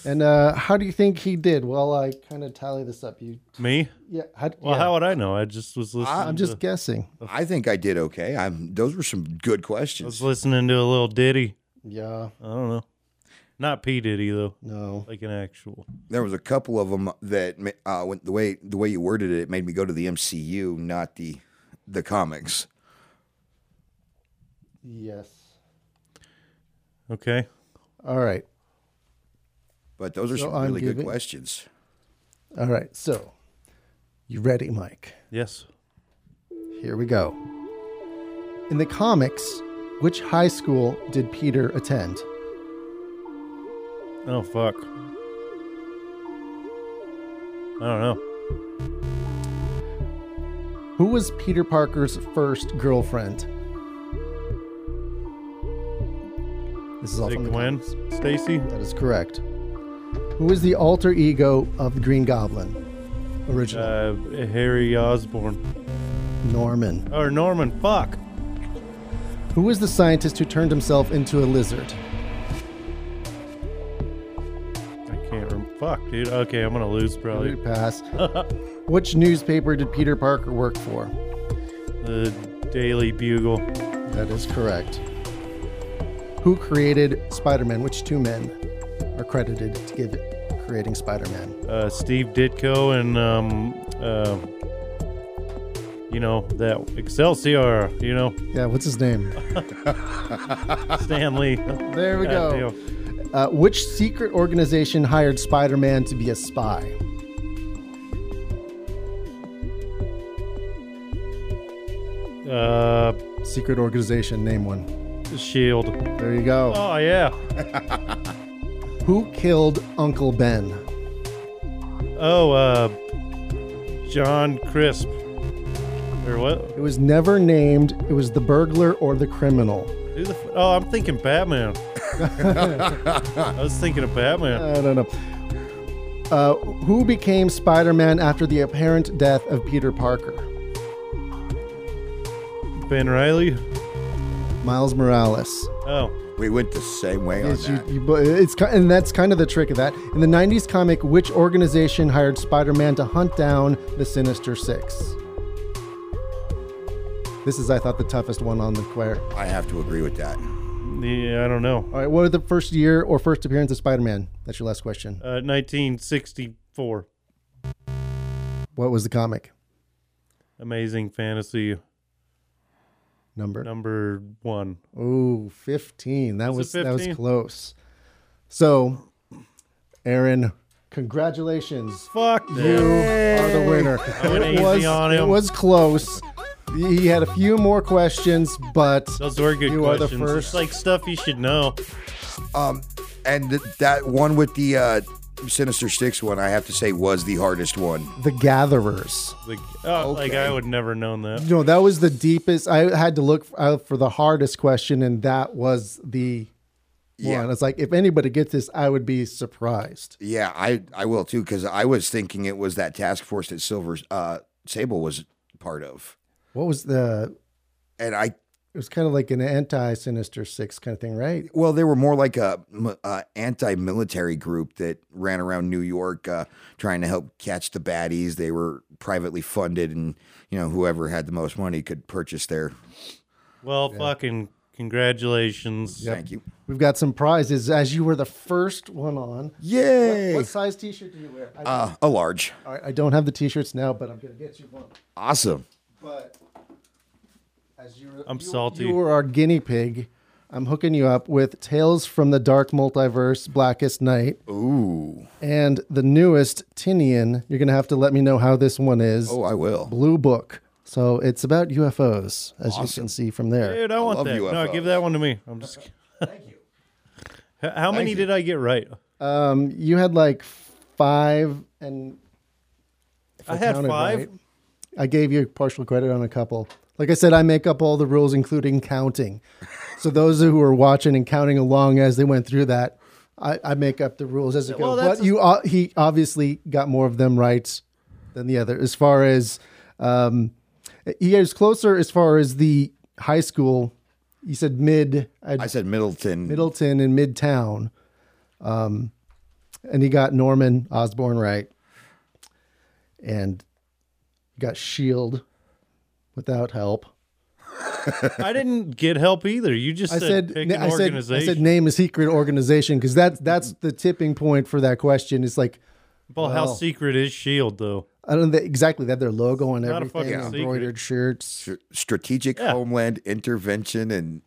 [SPEAKER 4] And uh, how do you think he did? Well, I kind of tally this up. You,
[SPEAKER 2] Me?
[SPEAKER 4] yeah, how,
[SPEAKER 2] Well,
[SPEAKER 4] yeah.
[SPEAKER 2] how would I know? I just was listening.
[SPEAKER 4] I'm
[SPEAKER 2] to-
[SPEAKER 4] just guessing.
[SPEAKER 3] I think I did okay. I'm. Those were some good
[SPEAKER 2] I was
[SPEAKER 3] questions.
[SPEAKER 2] listening to a little ditty.
[SPEAKER 4] Yeah,
[SPEAKER 2] I don't know. Not P Diddy though.
[SPEAKER 4] no.
[SPEAKER 2] Like an actual.
[SPEAKER 3] There was a couple of them that ma- uh, when, the way the way you worded it, it made me go to the MCU, not the the comics.
[SPEAKER 4] Yes.
[SPEAKER 2] Okay.
[SPEAKER 4] All right.
[SPEAKER 3] But those are
[SPEAKER 4] So
[SPEAKER 3] some
[SPEAKER 4] I'm
[SPEAKER 3] really good
[SPEAKER 4] giving-
[SPEAKER 3] questions.
[SPEAKER 4] All right. So, you ready, Mike?
[SPEAKER 2] Yes.
[SPEAKER 4] Here we go. In the comics, which high school did Peter attend?
[SPEAKER 2] Oh fuck. I don't know.
[SPEAKER 4] Who was Peter Parker's first girlfriend? This is all
[SPEAKER 2] Is it
[SPEAKER 4] from the
[SPEAKER 2] Gwen?
[SPEAKER 4] comics.
[SPEAKER 2] Stacy?
[SPEAKER 4] That is correct. Who is the alter ego of the Green Goblin? Original
[SPEAKER 2] Uh, Harry Osborne.
[SPEAKER 4] Norman.
[SPEAKER 2] Or Norman. Fuck.
[SPEAKER 4] Who is the scientist who turned himself into a lizard?
[SPEAKER 2] I can't remember. Fuck, dude. Okay, I'm gonna lose probably.
[SPEAKER 4] Pass. Which newspaper did Peter Parker work for?
[SPEAKER 2] The Daily Bugle.
[SPEAKER 4] That is correct. Who created Spider Man? Which two men are credited to give creating Spider Man?
[SPEAKER 2] Uh, Steve Ditko and um, uh, you know that Excelsior. You know
[SPEAKER 4] Yeah, what's his name?
[SPEAKER 2] Stan Lee.
[SPEAKER 4] There we go.
[SPEAKER 2] Goddamn.
[SPEAKER 4] Uh, which secret organization hired Spider Man to be a spy?
[SPEAKER 2] Uh,
[SPEAKER 4] Secret organization, name one.
[SPEAKER 2] Shield.
[SPEAKER 4] There you go.
[SPEAKER 2] E Oh yeah.
[SPEAKER 4] Who killed Uncle Ben?
[SPEAKER 2] Oh, uh, John Crisp. Or what?
[SPEAKER 4] It was never named, it was the burglar or the criminal.
[SPEAKER 2] Who the? F- oh, I'm thinking Batman. I was thinking of Batman.
[SPEAKER 4] I don't know. Uh, who became Spider Man after the apparent death of Peter Parker?
[SPEAKER 2] Ben Riley.
[SPEAKER 4] Miles Morales.
[SPEAKER 2] Oh,
[SPEAKER 3] We went the same way on
[SPEAKER 4] Yes, you,
[SPEAKER 3] that.
[SPEAKER 4] you, but it's ki- and that's kind of the trick of that. In the '90s comic, which organization hired Spider-Man to hunt down the Sinister Six? This is, I thought, the toughest one on the quire.
[SPEAKER 3] I have to agree with that.
[SPEAKER 2] yeah. I don't know.
[SPEAKER 4] All right, what was the first year or first appearance of Spider-Man? That's your last question.
[SPEAKER 2] Uh, 1964.
[SPEAKER 4] What was the comic
[SPEAKER 2] Amazing Fantasy
[SPEAKER 4] number?
[SPEAKER 2] number one.
[SPEAKER 4] Oh, 15. That was,
[SPEAKER 2] Was it
[SPEAKER 4] that was
[SPEAKER 2] 15?
[SPEAKER 4] close. So, Aaron, congratulations.
[SPEAKER 2] Fuck
[SPEAKER 4] You
[SPEAKER 2] you.
[SPEAKER 4] are the winner.
[SPEAKER 2] went
[SPEAKER 4] It
[SPEAKER 2] easy
[SPEAKER 4] was,
[SPEAKER 2] on
[SPEAKER 4] it
[SPEAKER 2] him.
[SPEAKER 4] was close. He had a few more questions, but
[SPEAKER 2] Those were good
[SPEAKER 4] You are the
[SPEAKER 2] questions.
[SPEAKER 4] first.
[SPEAKER 2] It's like stuff you should know.
[SPEAKER 3] Um, and th- that one with the uh, Sinister Six one, I have to say, was the hardest one.
[SPEAKER 4] The Gatherers.
[SPEAKER 2] Like, oh, like
[SPEAKER 3] Okay.
[SPEAKER 2] I would never known that.
[SPEAKER 4] No, that was the deepest. I had to look out for the hardest question, and that was the
[SPEAKER 3] Yeah.
[SPEAKER 4] one. It's like if anybody gets this, I would be surprised.
[SPEAKER 3] Yeah, I I will too because I was thinking it was that task force that Silver's uh, Sable was part of,
[SPEAKER 4] What was the?
[SPEAKER 3] and I
[SPEAKER 4] It was kind of like an anti-sinister six kind of thing, right?
[SPEAKER 3] well they were more like a, m- uh anti-military group that ran around New York uh, trying to help catch the baddies. They were privately funded, and you know whoever had the most money could purchase their.
[SPEAKER 2] Well, fucking congratulations.
[SPEAKER 3] Thank you.
[SPEAKER 4] We've got some prizes as you were the first one on.
[SPEAKER 3] Yay!
[SPEAKER 4] What size T-shirt do you wear? I,
[SPEAKER 3] uh, a large.
[SPEAKER 4] all right, I don't have the T-shirts now, but I'm gonna get you one.
[SPEAKER 3] Awesome.
[SPEAKER 4] But as you were,
[SPEAKER 2] I'm
[SPEAKER 4] you-
[SPEAKER 2] salty.
[SPEAKER 4] You were our guinea pig. I'm hooking you up with Tales from the Dark Multiverse, Blackest Night.
[SPEAKER 3] Ooh.
[SPEAKER 4] And the newest Tinian, you're going to have to let me know how this one is.
[SPEAKER 3] Oh, I will.
[SPEAKER 4] Blue Book. So it's about UFOs, as you can see from there.
[SPEAKER 2] Dude, I, want
[SPEAKER 3] love
[SPEAKER 2] that. No,
[SPEAKER 3] UFOs.
[SPEAKER 2] give that one to me. I'm just. Thank you. How many did I get right?
[SPEAKER 4] Um, you had like five, and if
[SPEAKER 2] I had
[SPEAKER 4] counted
[SPEAKER 2] five?
[SPEAKER 4] right, I gave you partial credit on a couple. Like I said, I make up all the rules, including counting. So those who are watching and counting along as they went through that, I, I make up the rules as it
[SPEAKER 2] Well,
[SPEAKER 4] goes.
[SPEAKER 2] that's
[SPEAKER 4] but you, o- he obviously got more of them right than the other. As far as um, he is closer, as far as the high school, you said mid. I'd
[SPEAKER 3] I said Middleton.
[SPEAKER 4] Middleton in Midtown. Um, and he got Norman Osborn right. And he got Shield without help.
[SPEAKER 2] I didn't get help either. You just
[SPEAKER 4] I
[SPEAKER 2] said,
[SPEAKER 4] said,
[SPEAKER 2] pick an
[SPEAKER 4] I said, I
[SPEAKER 2] organization.
[SPEAKER 4] said, name a secret organization because that's that's the tipping point for that question. It's like
[SPEAKER 2] well, how secret is Shield E though?
[SPEAKER 4] I don't know exactly that their logo and
[SPEAKER 2] Not a
[SPEAKER 4] everything,
[SPEAKER 2] fucking secret.
[SPEAKER 4] embroidered shirts.
[SPEAKER 3] Str- Strategic Homeland Intervention and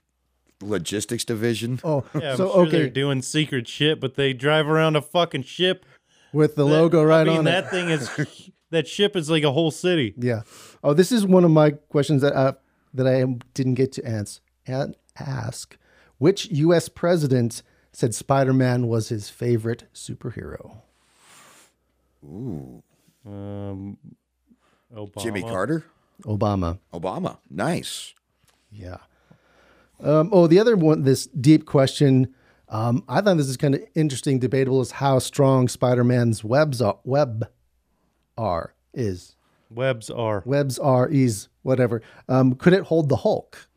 [SPEAKER 3] Logistics Division.
[SPEAKER 4] Oh,
[SPEAKER 2] Yeah, I'm
[SPEAKER 4] so
[SPEAKER 2] sure they're
[SPEAKER 4] okay,
[SPEAKER 2] doing secret shit, but they drive around a fucking ship.
[SPEAKER 4] with the logo
[SPEAKER 2] I
[SPEAKER 4] right
[SPEAKER 2] mean,
[SPEAKER 4] on it.
[SPEAKER 2] that thing is that ship is like a whole city.
[SPEAKER 4] Yeah. Oh, this is one of my questions that uh, that I am- didn't get to ans- an- ask. Which U.S. president said Spider-Man was his favorite superhero?
[SPEAKER 2] Um, Obama.
[SPEAKER 3] Jimmy Carter,
[SPEAKER 4] Obama.
[SPEAKER 3] Obama. Nice.
[SPEAKER 4] Yeah. Um, oh, the other one, this deep question. Um, I thought this is kind of interesting, debatable, is how strong Spider-Man's webs are, web are is
[SPEAKER 2] Webs are.
[SPEAKER 4] webs are is whatever. Um, could it hold the Hulk?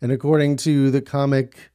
[SPEAKER 4] And according to the comic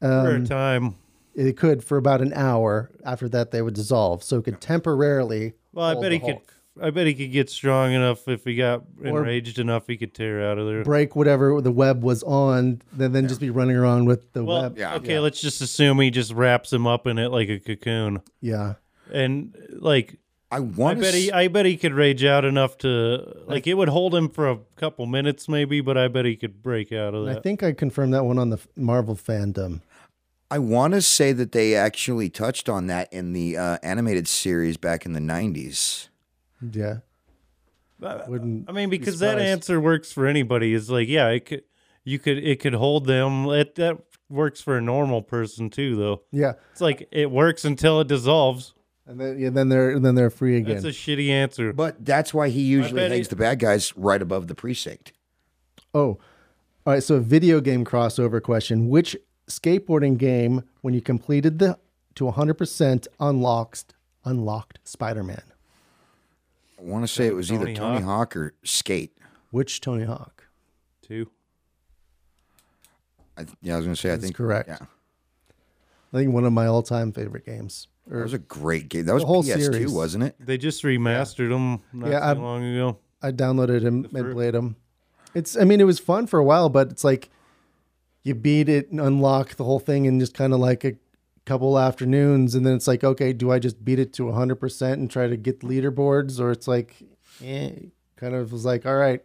[SPEAKER 4] Um,
[SPEAKER 2] for a time.
[SPEAKER 4] it could for about an hour. After that, they would dissolve, so it could temporarily.
[SPEAKER 2] Well, I
[SPEAKER 4] hold
[SPEAKER 2] bet
[SPEAKER 4] the
[SPEAKER 2] he could.
[SPEAKER 4] Hulk.
[SPEAKER 2] I bet he could get strong enough if he got enraged enough, he could tear out of there.
[SPEAKER 4] break whatever the web was on, then then just be running around with the
[SPEAKER 2] Well,
[SPEAKER 4] web.
[SPEAKER 3] Yeah.
[SPEAKER 2] okay, let's just assume he just wraps him up in it like a cocoon,
[SPEAKER 4] Yeah,
[SPEAKER 2] and like
[SPEAKER 3] I
[SPEAKER 2] I
[SPEAKER 3] want
[SPEAKER 2] bet he, uh,
[SPEAKER 3] to.
[SPEAKER 2] I bet he could rage out enough to like it would hold him for a couple minutes maybe, but I bet he could break out of
[SPEAKER 4] I
[SPEAKER 2] that.
[SPEAKER 4] think I confirmed that one on the f- Marvel fandom.
[SPEAKER 3] I want to say that they actually touched on that in the uh, animated series back in the '90s.
[SPEAKER 4] Yeah,
[SPEAKER 2] I,
[SPEAKER 4] wouldn't.
[SPEAKER 2] I mean, because that
[SPEAKER 4] surprised.
[SPEAKER 2] answer works for anybody. Is like, yeah, it could, you could, it could hold them. It, that works for a normal person too, though.
[SPEAKER 4] Yeah,
[SPEAKER 2] It's like it works until it dissolves.
[SPEAKER 4] and then yeah, then they're then they're free
[SPEAKER 2] That's
[SPEAKER 4] again.
[SPEAKER 2] a shitty answer.
[SPEAKER 3] But that's why he usually
[SPEAKER 2] bet he-
[SPEAKER 3] hangs the bad guys right above the precinct.
[SPEAKER 4] oh, all right. So video game crossover question: Which skateboarding game, when you completed the to 100%, unlocked unlocked Spider-Man?
[SPEAKER 3] I want to say it was either
[SPEAKER 2] Tony
[SPEAKER 3] Tony Hawk or Skate.
[SPEAKER 4] Which Tony Hawk?
[SPEAKER 2] Two.
[SPEAKER 3] I th- yeah, I was going to say. I think
[SPEAKER 4] correct.
[SPEAKER 3] Yeah,
[SPEAKER 4] I think one of my all-time favorite games.
[SPEAKER 3] that was a great game. That was
[SPEAKER 4] whole
[SPEAKER 3] PS2,
[SPEAKER 4] series.
[SPEAKER 3] wasn't it?
[SPEAKER 2] They just remastered them not
[SPEAKER 4] Yeah,
[SPEAKER 2] too
[SPEAKER 4] I'm-
[SPEAKER 2] long ago.
[SPEAKER 4] I downloaded him and played him. It's I mean it was fun for a while, but it's like you beat it and unlock the whole thing in just kind of like a couple afternoons, and then it's like okay, do I just beat it to hundred percent and try to get leaderboards, or it's like eh, kind of was like all right,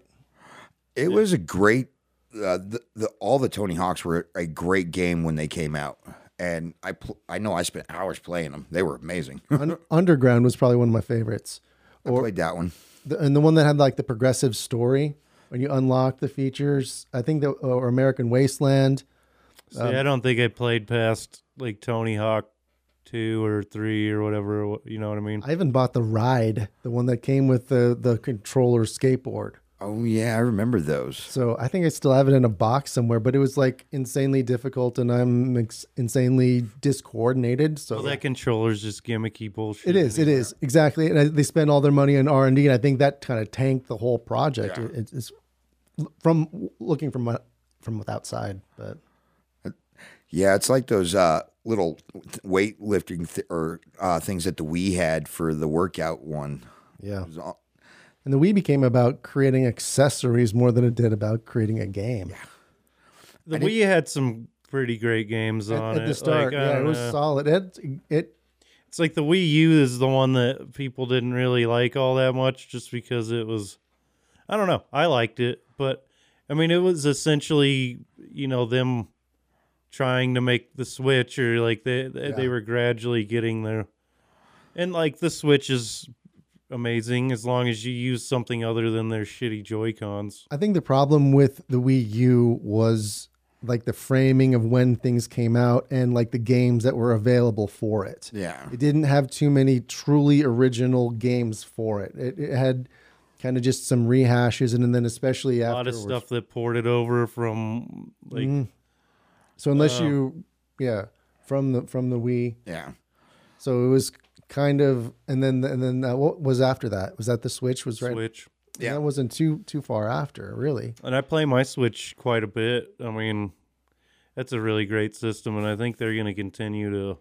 [SPEAKER 3] It was a great. Uh, the, the all the Tony Hawks were a great game when they came out, and I pl- I know I spent hours playing them. They were amazing. I
[SPEAKER 4] Un- Underground was probably one of my favorites,
[SPEAKER 3] played that one.
[SPEAKER 4] the, and the one that had like the progressive story when you unlock the features. I think that or American Wasteland.
[SPEAKER 2] See, I don't think I played past like Tony Hawk two or three or whatever. You know what I mean?
[SPEAKER 4] I even bought the ride, the one that came with the the controller skateboard.
[SPEAKER 3] Oh yeah, I remember those.
[SPEAKER 4] So I think I still have it in a box somewhere, but it was like insanely difficult, and I'm ex- insanely discoordinated. So
[SPEAKER 2] Well, that controller's just gimmicky bullshit.
[SPEAKER 4] it is, it is exactly, and I, they spend all their money on R and D, and I think that kind of tanked the whole project. It- it's, it's from looking from my- from outside, but
[SPEAKER 3] Yeah, it's like those uh, little weightlifting th- or uh, things that the Wii had for the workout one.
[SPEAKER 4] yeah.
[SPEAKER 3] It was all-
[SPEAKER 4] And the Wii became about creating accessories more than it did about creating a game.
[SPEAKER 2] The Wii had some pretty great games on
[SPEAKER 4] At,
[SPEAKER 2] it.
[SPEAKER 4] the
[SPEAKER 2] Like,
[SPEAKER 4] start,
[SPEAKER 2] uh, I
[SPEAKER 4] yeah, it
[SPEAKER 2] don't
[SPEAKER 4] was
[SPEAKER 2] know.
[SPEAKER 4] solid. It it
[SPEAKER 2] It's like the Wii U is the one that people didn't really like all that much just because it was I don't know. I liked it, but I mean it was essentially, you know, them trying to make the Switch or like they they, they were gradually getting there. And like the Switch is amazing as long as you use something other than their shitty Joy-Cons.
[SPEAKER 4] I think the problem with the Wii U was like the framing of when things came out and like the games that were available for it.
[SPEAKER 3] Yeah.
[SPEAKER 4] It didn't have too many truly original games for it. It, it had kind of just some rehashes and then especially
[SPEAKER 2] A lot
[SPEAKER 4] after
[SPEAKER 2] of stuff that ported over from like
[SPEAKER 4] Mm, Mm-hmm. So unless you yeah, from the from the Wii.
[SPEAKER 3] Yeah.
[SPEAKER 4] So it was kind of and then and then uh, what was after that? Was that the Switch was right?
[SPEAKER 2] Switch.
[SPEAKER 3] Yeah.
[SPEAKER 4] That wasn't too too far after, really.
[SPEAKER 2] And I play my Switch quite a bit. I mean, that's a really great system, and I think they're going to continue to.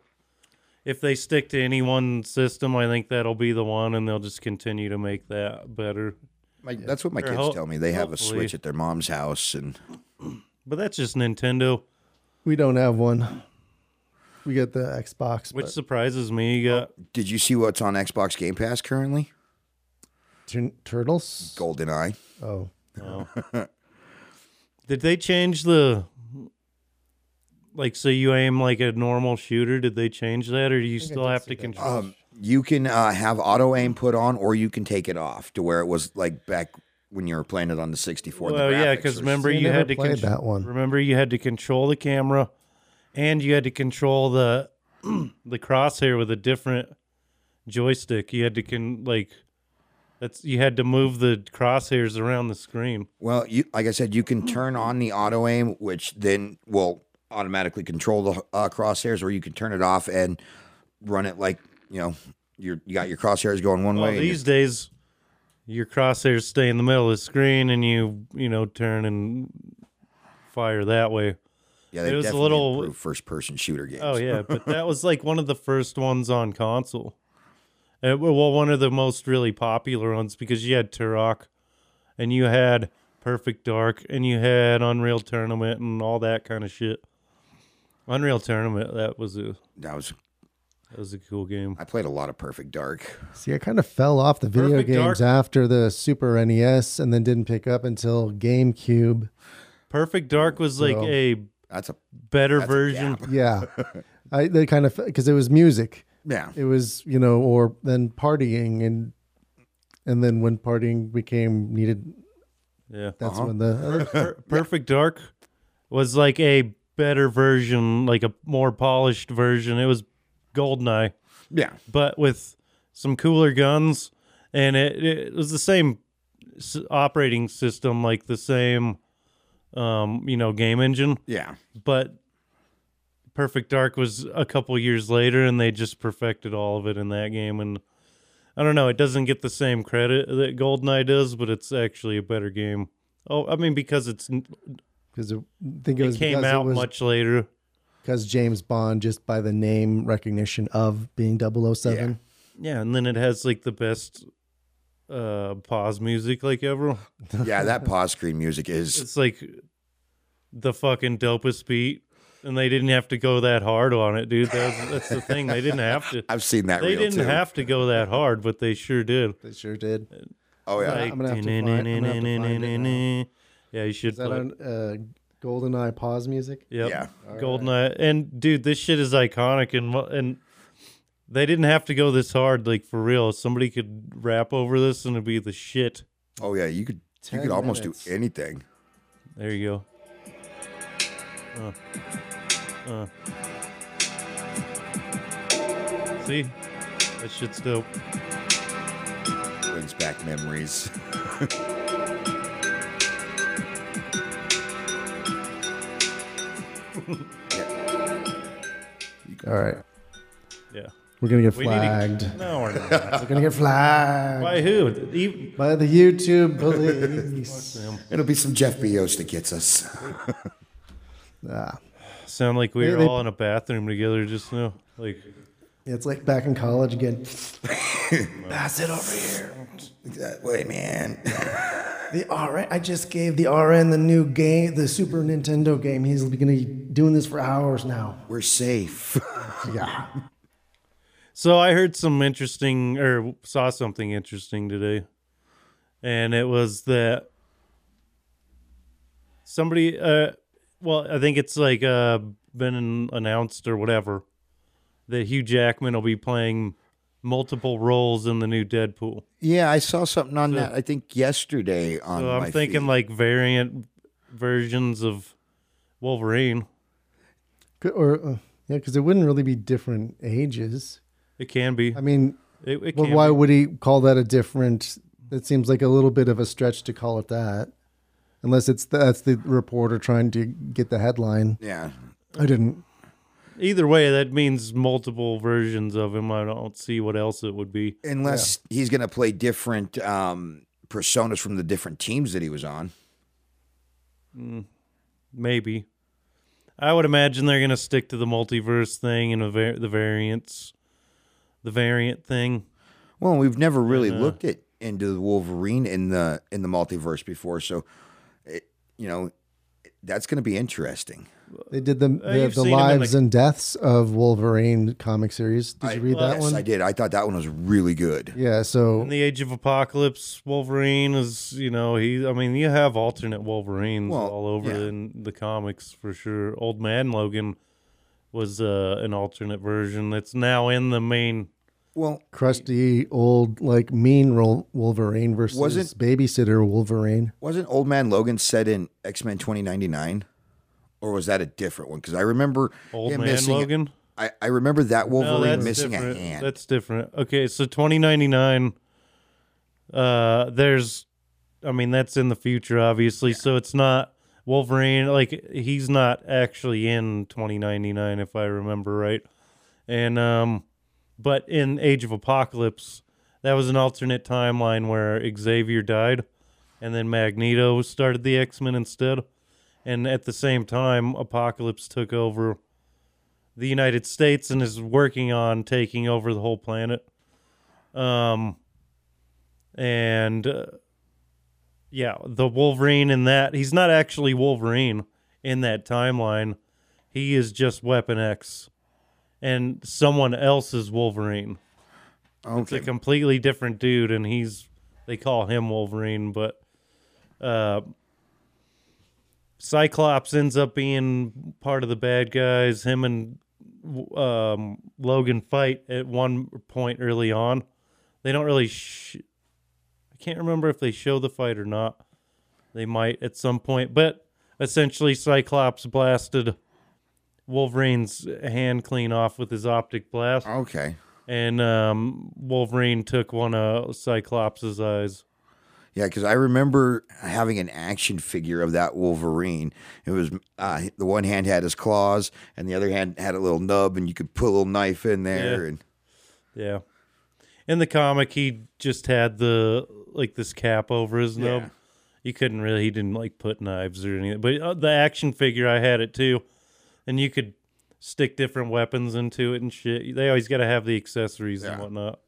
[SPEAKER 2] If they stick to any one system, I think that'll be the one, and they'll just continue to make that better.
[SPEAKER 3] My, That's what my
[SPEAKER 2] Or
[SPEAKER 3] kids
[SPEAKER 2] ho-
[SPEAKER 3] tell me. They have a
[SPEAKER 2] hopefully.
[SPEAKER 3] Switch at their mom's house, and
[SPEAKER 2] But that's just Nintendo,
[SPEAKER 4] We don't have one. We got the Xbox,
[SPEAKER 2] which
[SPEAKER 4] but
[SPEAKER 2] surprises me. You got
[SPEAKER 3] Did you see what's on Xbox Game Pass currently?
[SPEAKER 4] Tur- Turtles.
[SPEAKER 3] GoldenEye.
[SPEAKER 4] Oh,
[SPEAKER 2] Did they change the like so you aim like a normal shooter? Did they change that, or do you still have to control?
[SPEAKER 3] Um, you can uh, have auto aim put on, or you can take it off to where it was like back when you were playing it on the 64. the
[SPEAKER 2] well, yeah,
[SPEAKER 3] graphics
[SPEAKER 2] because
[SPEAKER 3] are-
[SPEAKER 2] remember
[SPEAKER 4] See, I
[SPEAKER 2] you
[SPEAKER 4] never
[SPEAKER 2] had to
[SPEAKER 4] played
[SPEAKER 2] contr-
[SPEAKER 4] that one.
[SPEAKER 2] Remember you had to control the camera, and you had to control the the crosshair with a different joystick. You had to can like that's you had to move the crosshairs around the screen.
[SPEAKER 3] Well, you like I said, you can turn on the auto aim, which then will automatically control the uh, crosshairs, or you can turn it off and run it like you know you're, you got your crosshairs going one
[SPEAKER 2] Well,
[SPEAKER 3] way. and
[SPEAKER 2] these days your crosshairs stay in the middle of the screen, and you you know turn and fire that way.
[SPEAKER 3] your- yeah, they
[SPEAKER 2] it was a
[SPEAKER 3] definitely
[SPEAKER 2] little-
[SPEAKER 3] improved first-person shooter games.
[SPEAKER 2] Oh yeah, but that was like one of the first ones on console. Uh, well, one of the most really popular ones because you had Turok, and you had Perfect Dark, and you had Unreal Tournament, and all that kind of shit. Unreal Tournament that was a
[SPEAKER 3] that was.
[SPEAKER 2] that was a cool game.
[SPEAKER 3] I played a lot of Perfect Dark.
[SPEAKER 4] see, I kind of fell off the video
[SPEAKER 2] Perfect
[SPEAKER 4] games
[SPEAKER 2] Dark.
[SPEAKER 4] after the Super NES, and then didn't pick up until GameCube.
[SPEAKER 2] Perfect Dark was like
[SPEAKER 4] Well,
[SPEAKER 2] a
[SPEAKER 3] That's a
[SPEAKER 2] better
[SPEAKER 3] that's a
[SPEAKER 2] version.
[SPEAKER 3] gap.
[SPEAKER 4] Yeah, I they kind of because it was music.
[SPEAKER 3] Yeah,
[SPEAKER 4] It was you know, or then partying and and then when partying became needed,
[SPEAKER 2] Yeah,
[SPEAKER 4] that's when the
[SPEAKER 2] Per- Perfect Dark was like a better version, like a more polished version. It was Goldeneye.
[SPEAKER 3] yeah.
[SPEAKER 2] but with some cooler guns, and it, it was the same s- operating system, like the same, um, you know, game engine.
[SPEAKER 3] Yeah.
[SPEAKER 2] But Perfect Dark was a couple years later, and they just perfected all of it in that game. And I don't know, it doesn't get the same credit that Goldeneye does, but it's actually a better game. Oh, I mean, because it's n-
[SPEAKER 4] because it, I think it,
[SPEAKER 2] it
[SPEAKER 4] was
[SPEAKER 2] came
[SPEAKER 4] because it
[SPEAKER 2] out
[SPEAKER 4] was
[SPEAKER 2] much later.
[SPEAKER 4] because James Bond just by the name recognition of being 007.
[SPEAKER 2] Yeah, and then it has like the best uh pause music like ever.
[SPEAKER 3] Yeah, that pause screen music is
[SPEAKER 2] it's like the fucking dopest beat, and they didn't have to go that hard on it, dude. That was, that's the thing; they didn't have to.
[SPEAKER 3] I've seen that
[SPEAKER 2] They
[SPEAKER 3] reel
[SPEAKER 2] didn't
[SPEAKER 3] too.
[SPEAKER 2] have to go that hard, but they sure did.
[SPEAKER 4] They sure did.
[SPEAKER 3] oh yeah.
[SPEAKER 2] Like,
[SPEAKER 4] I'm gonna have to find- I'm gonna have to find it now.
[SPEAKER 2] yeah, you should.
[SPEAKER 4] Is that
[SPEAKER 2] put-
[SPEAKER 4] on uh, GoldenEye pause music?
[SPEAKER 2] Yep.
[SPEAKER 3] Yeah.
[SPEAKER 2] Goldeneye. And dude, this shit is iconic and mo- and they didn't have to go this hard like for real. Somebody could rap over this and it'd be the shit.
[SPEAKER 3] Oh yeah, you could you
[SPEAKER 4] 10
[SPEAKER 3] could almost
[SPEAKER 4] minutes.
[SPEAKER 3] do anything.
[SPEAKER 2] There you go. Uh. See, that shit's dope.
[SPEAKER 3] Brings back memories.
[SPEAKER 4] All right.
[SPEAKER 2] Yeah.
[SPEAKER 4] We're going to get
[SPEAKER 2] We need to-
[SPEAKER 4] flagged.
[SPEAKER 2] No, we're not.
[SPEAKER 4] We're going to get flagged
[SPEAKER 2] By who? E-
[SPEAKER 4] by the YouTube police.
[SPEAKER 3] It'll be some Jeff Bezos that gets us.
[SPEAKER 4] ah,
[SPEAKER 2] Sound like we
[SPEAKER 4] They-
[SPEAKER 2] were
[SPEAKER 4] they-
[SPEAKER 2] all in a bathroom together just now. Like,
[SPEAKER 4] it's like back in college again.
[SPEAKER 3] Pass it over here. That way, man.
[SPEAKER 4] The RN, I just gave the RN the new game, the Super Nintendo game. He's going to be doing this for hours now.
[SPEAKER 3] We're safe.
[SPEAKER 4] Yeah.
[SPEAKER 2] so I heard some interesting, or saw something interesting today, and it was that somebody, uh, well, I think it's like uh, been an- announced or whatever that Hugh Jackman will be playing multiple roles in the new Deadpool.
[SPEAKER 3] Yeah, I saw something on that. I think yesterday on.
[SPEAKER 2] So
[SPEAKER 3] my
[SPEAKER 2] I'm thinking
[SPEAKER 3] feed.
[SPEAKER 2] like variant versions of Wolverine.
[SPEAKER 4] Or, uh, yeah, because it wouldn't really be different ages.
[SPEAKER 2] It can be.
[SPEAKER 4] I mean,
[SPEAKER 2] It, it
[SPEAKER 4] Well,
[SPEAKER 2] can
[SPEAKER 4] why
[SPEAKER 2] be.
[SPEAKER 4] would he call that a different? That seems like a little bit of a stretch to call it that, unless it's that's the reporter trying to get the headline.
[SPEAKER 3] Yeah.
[SPEAKER 4] I didn't.
[SPEAKER 2] Either way, that means multiple versions of him. I don't see what else it would be.
[SPEAKER 3] Unless he's going to play different um, personas from the different teams that he was on.
[SPEAKER 2] Maybe. I would imagine they're going to stick to the multiverse thing and the var- the variants, the variant thing.
[SPEAKER 3] Well, we've never really looked at into the Wolverine in the in the multiverse before, so it, you know that's going to be interesting.
[SPEAKER 4] They did the the,
[SPEAKER 2] Uh, you've
[SPEAKER 4] the
[SPEAKER 2] seen him in
[SPEAKER 4] lives
[SPEAKER 2] the-
[SPEAKER 4] and deaths of Wolverine comic series. Did you read that
[SPEAKER 3] yes,
[SPEAKER 4] one?
[SPEAKER 3] I did. I thought that one was really good.
[SPEAKER 4] yeah. So
[SPEAKER 2] In the Age of Apocalypse, Wolverine is you know he. I mean, you have alternate Wolverines
[SPEAKER 3] Well,
[SPEAKER 2] all over
[SPEAKER 3] yeah.
[SPEAKER 2] in the comics for sure. Old Man Logan was uh, an alternate version that's now in the main.
[SPEAKER 3] Well,
[SPEAKER 4] crusty old like mean role Wolverine versus
[SPEAKER 3] Wasn't-
[SPEAKER 4] babysitter Wolverine.
[SPEAKER 3] wasn't Old Man Logan set in X Men twenty ninety nine, or was that a different one? Because I remember
[SPEAKER 2] Old
[SPEAKER 3] him
[SPEAKER 2] Man
[SPEAKER 3] missing.
[SPEAKER 2] Logan.
[SPEAKER 3] I, I remember that
[SPEAKER 2] No,
[SPEAKER 3] Wolverine
[SPEAKER 2] that's
[SPEAKER 3] missing
[SPEAKER 2] different.
[SPEAKER 3] a hand.
[SPEAKER 2] That's different. Okay, so 2099 uh there's I mean that's in the future obviously, so it's not Wolverine like he's not actually in 2099 if I remember right. And um but in Age of Apocalypse, that was an alternate timeline where Xavier died and then Magneto started the X-Men instead. And at the same time, Apocalypse took over the United States and is working on taking over the whole planet. Um, and uh, yeah, the Wolverine in that he's not actually Wolverine in that timeline. He is just Weapon X, and someone else is Wolverine. It's
[SPEAKER 3] okay,
[SPEAKER 2] a completely different dude, and he's they call him Wolverine, but uh, Cyclops ends up being part of the bad guys. Him and um, Logan fight at one point early on. They don't really. Sh- I can't remember if they show the fight or not. They might at some point, but essentially, Cyclops blasted Wolverine's hand clean off with his optic blast
[SPEAKER 3] okay,
[SPEAKER 2] and um, Wolverine took one of Cyclops' eyes.
[SPEAKER 3] yeah, because I remember having an action figure of that Wolverine. It was uh, the one hand had his claws, and the other hand had a little nub, and you could put a little knife in there.
[SPEAKER 2] Yeah.
[SPEAKER 3] And
[SPEAKER 2] Yeah. In the comic, he just had the like this cap over his nub.
[SPEAKER 3] Yeah.
[SPEAKER 2] You couldn't really. He didn't like put knives or anything. But uh, the action figure, I had it too, and you could stick different weapons into it and shit. They always got to have the accessories and whatnot.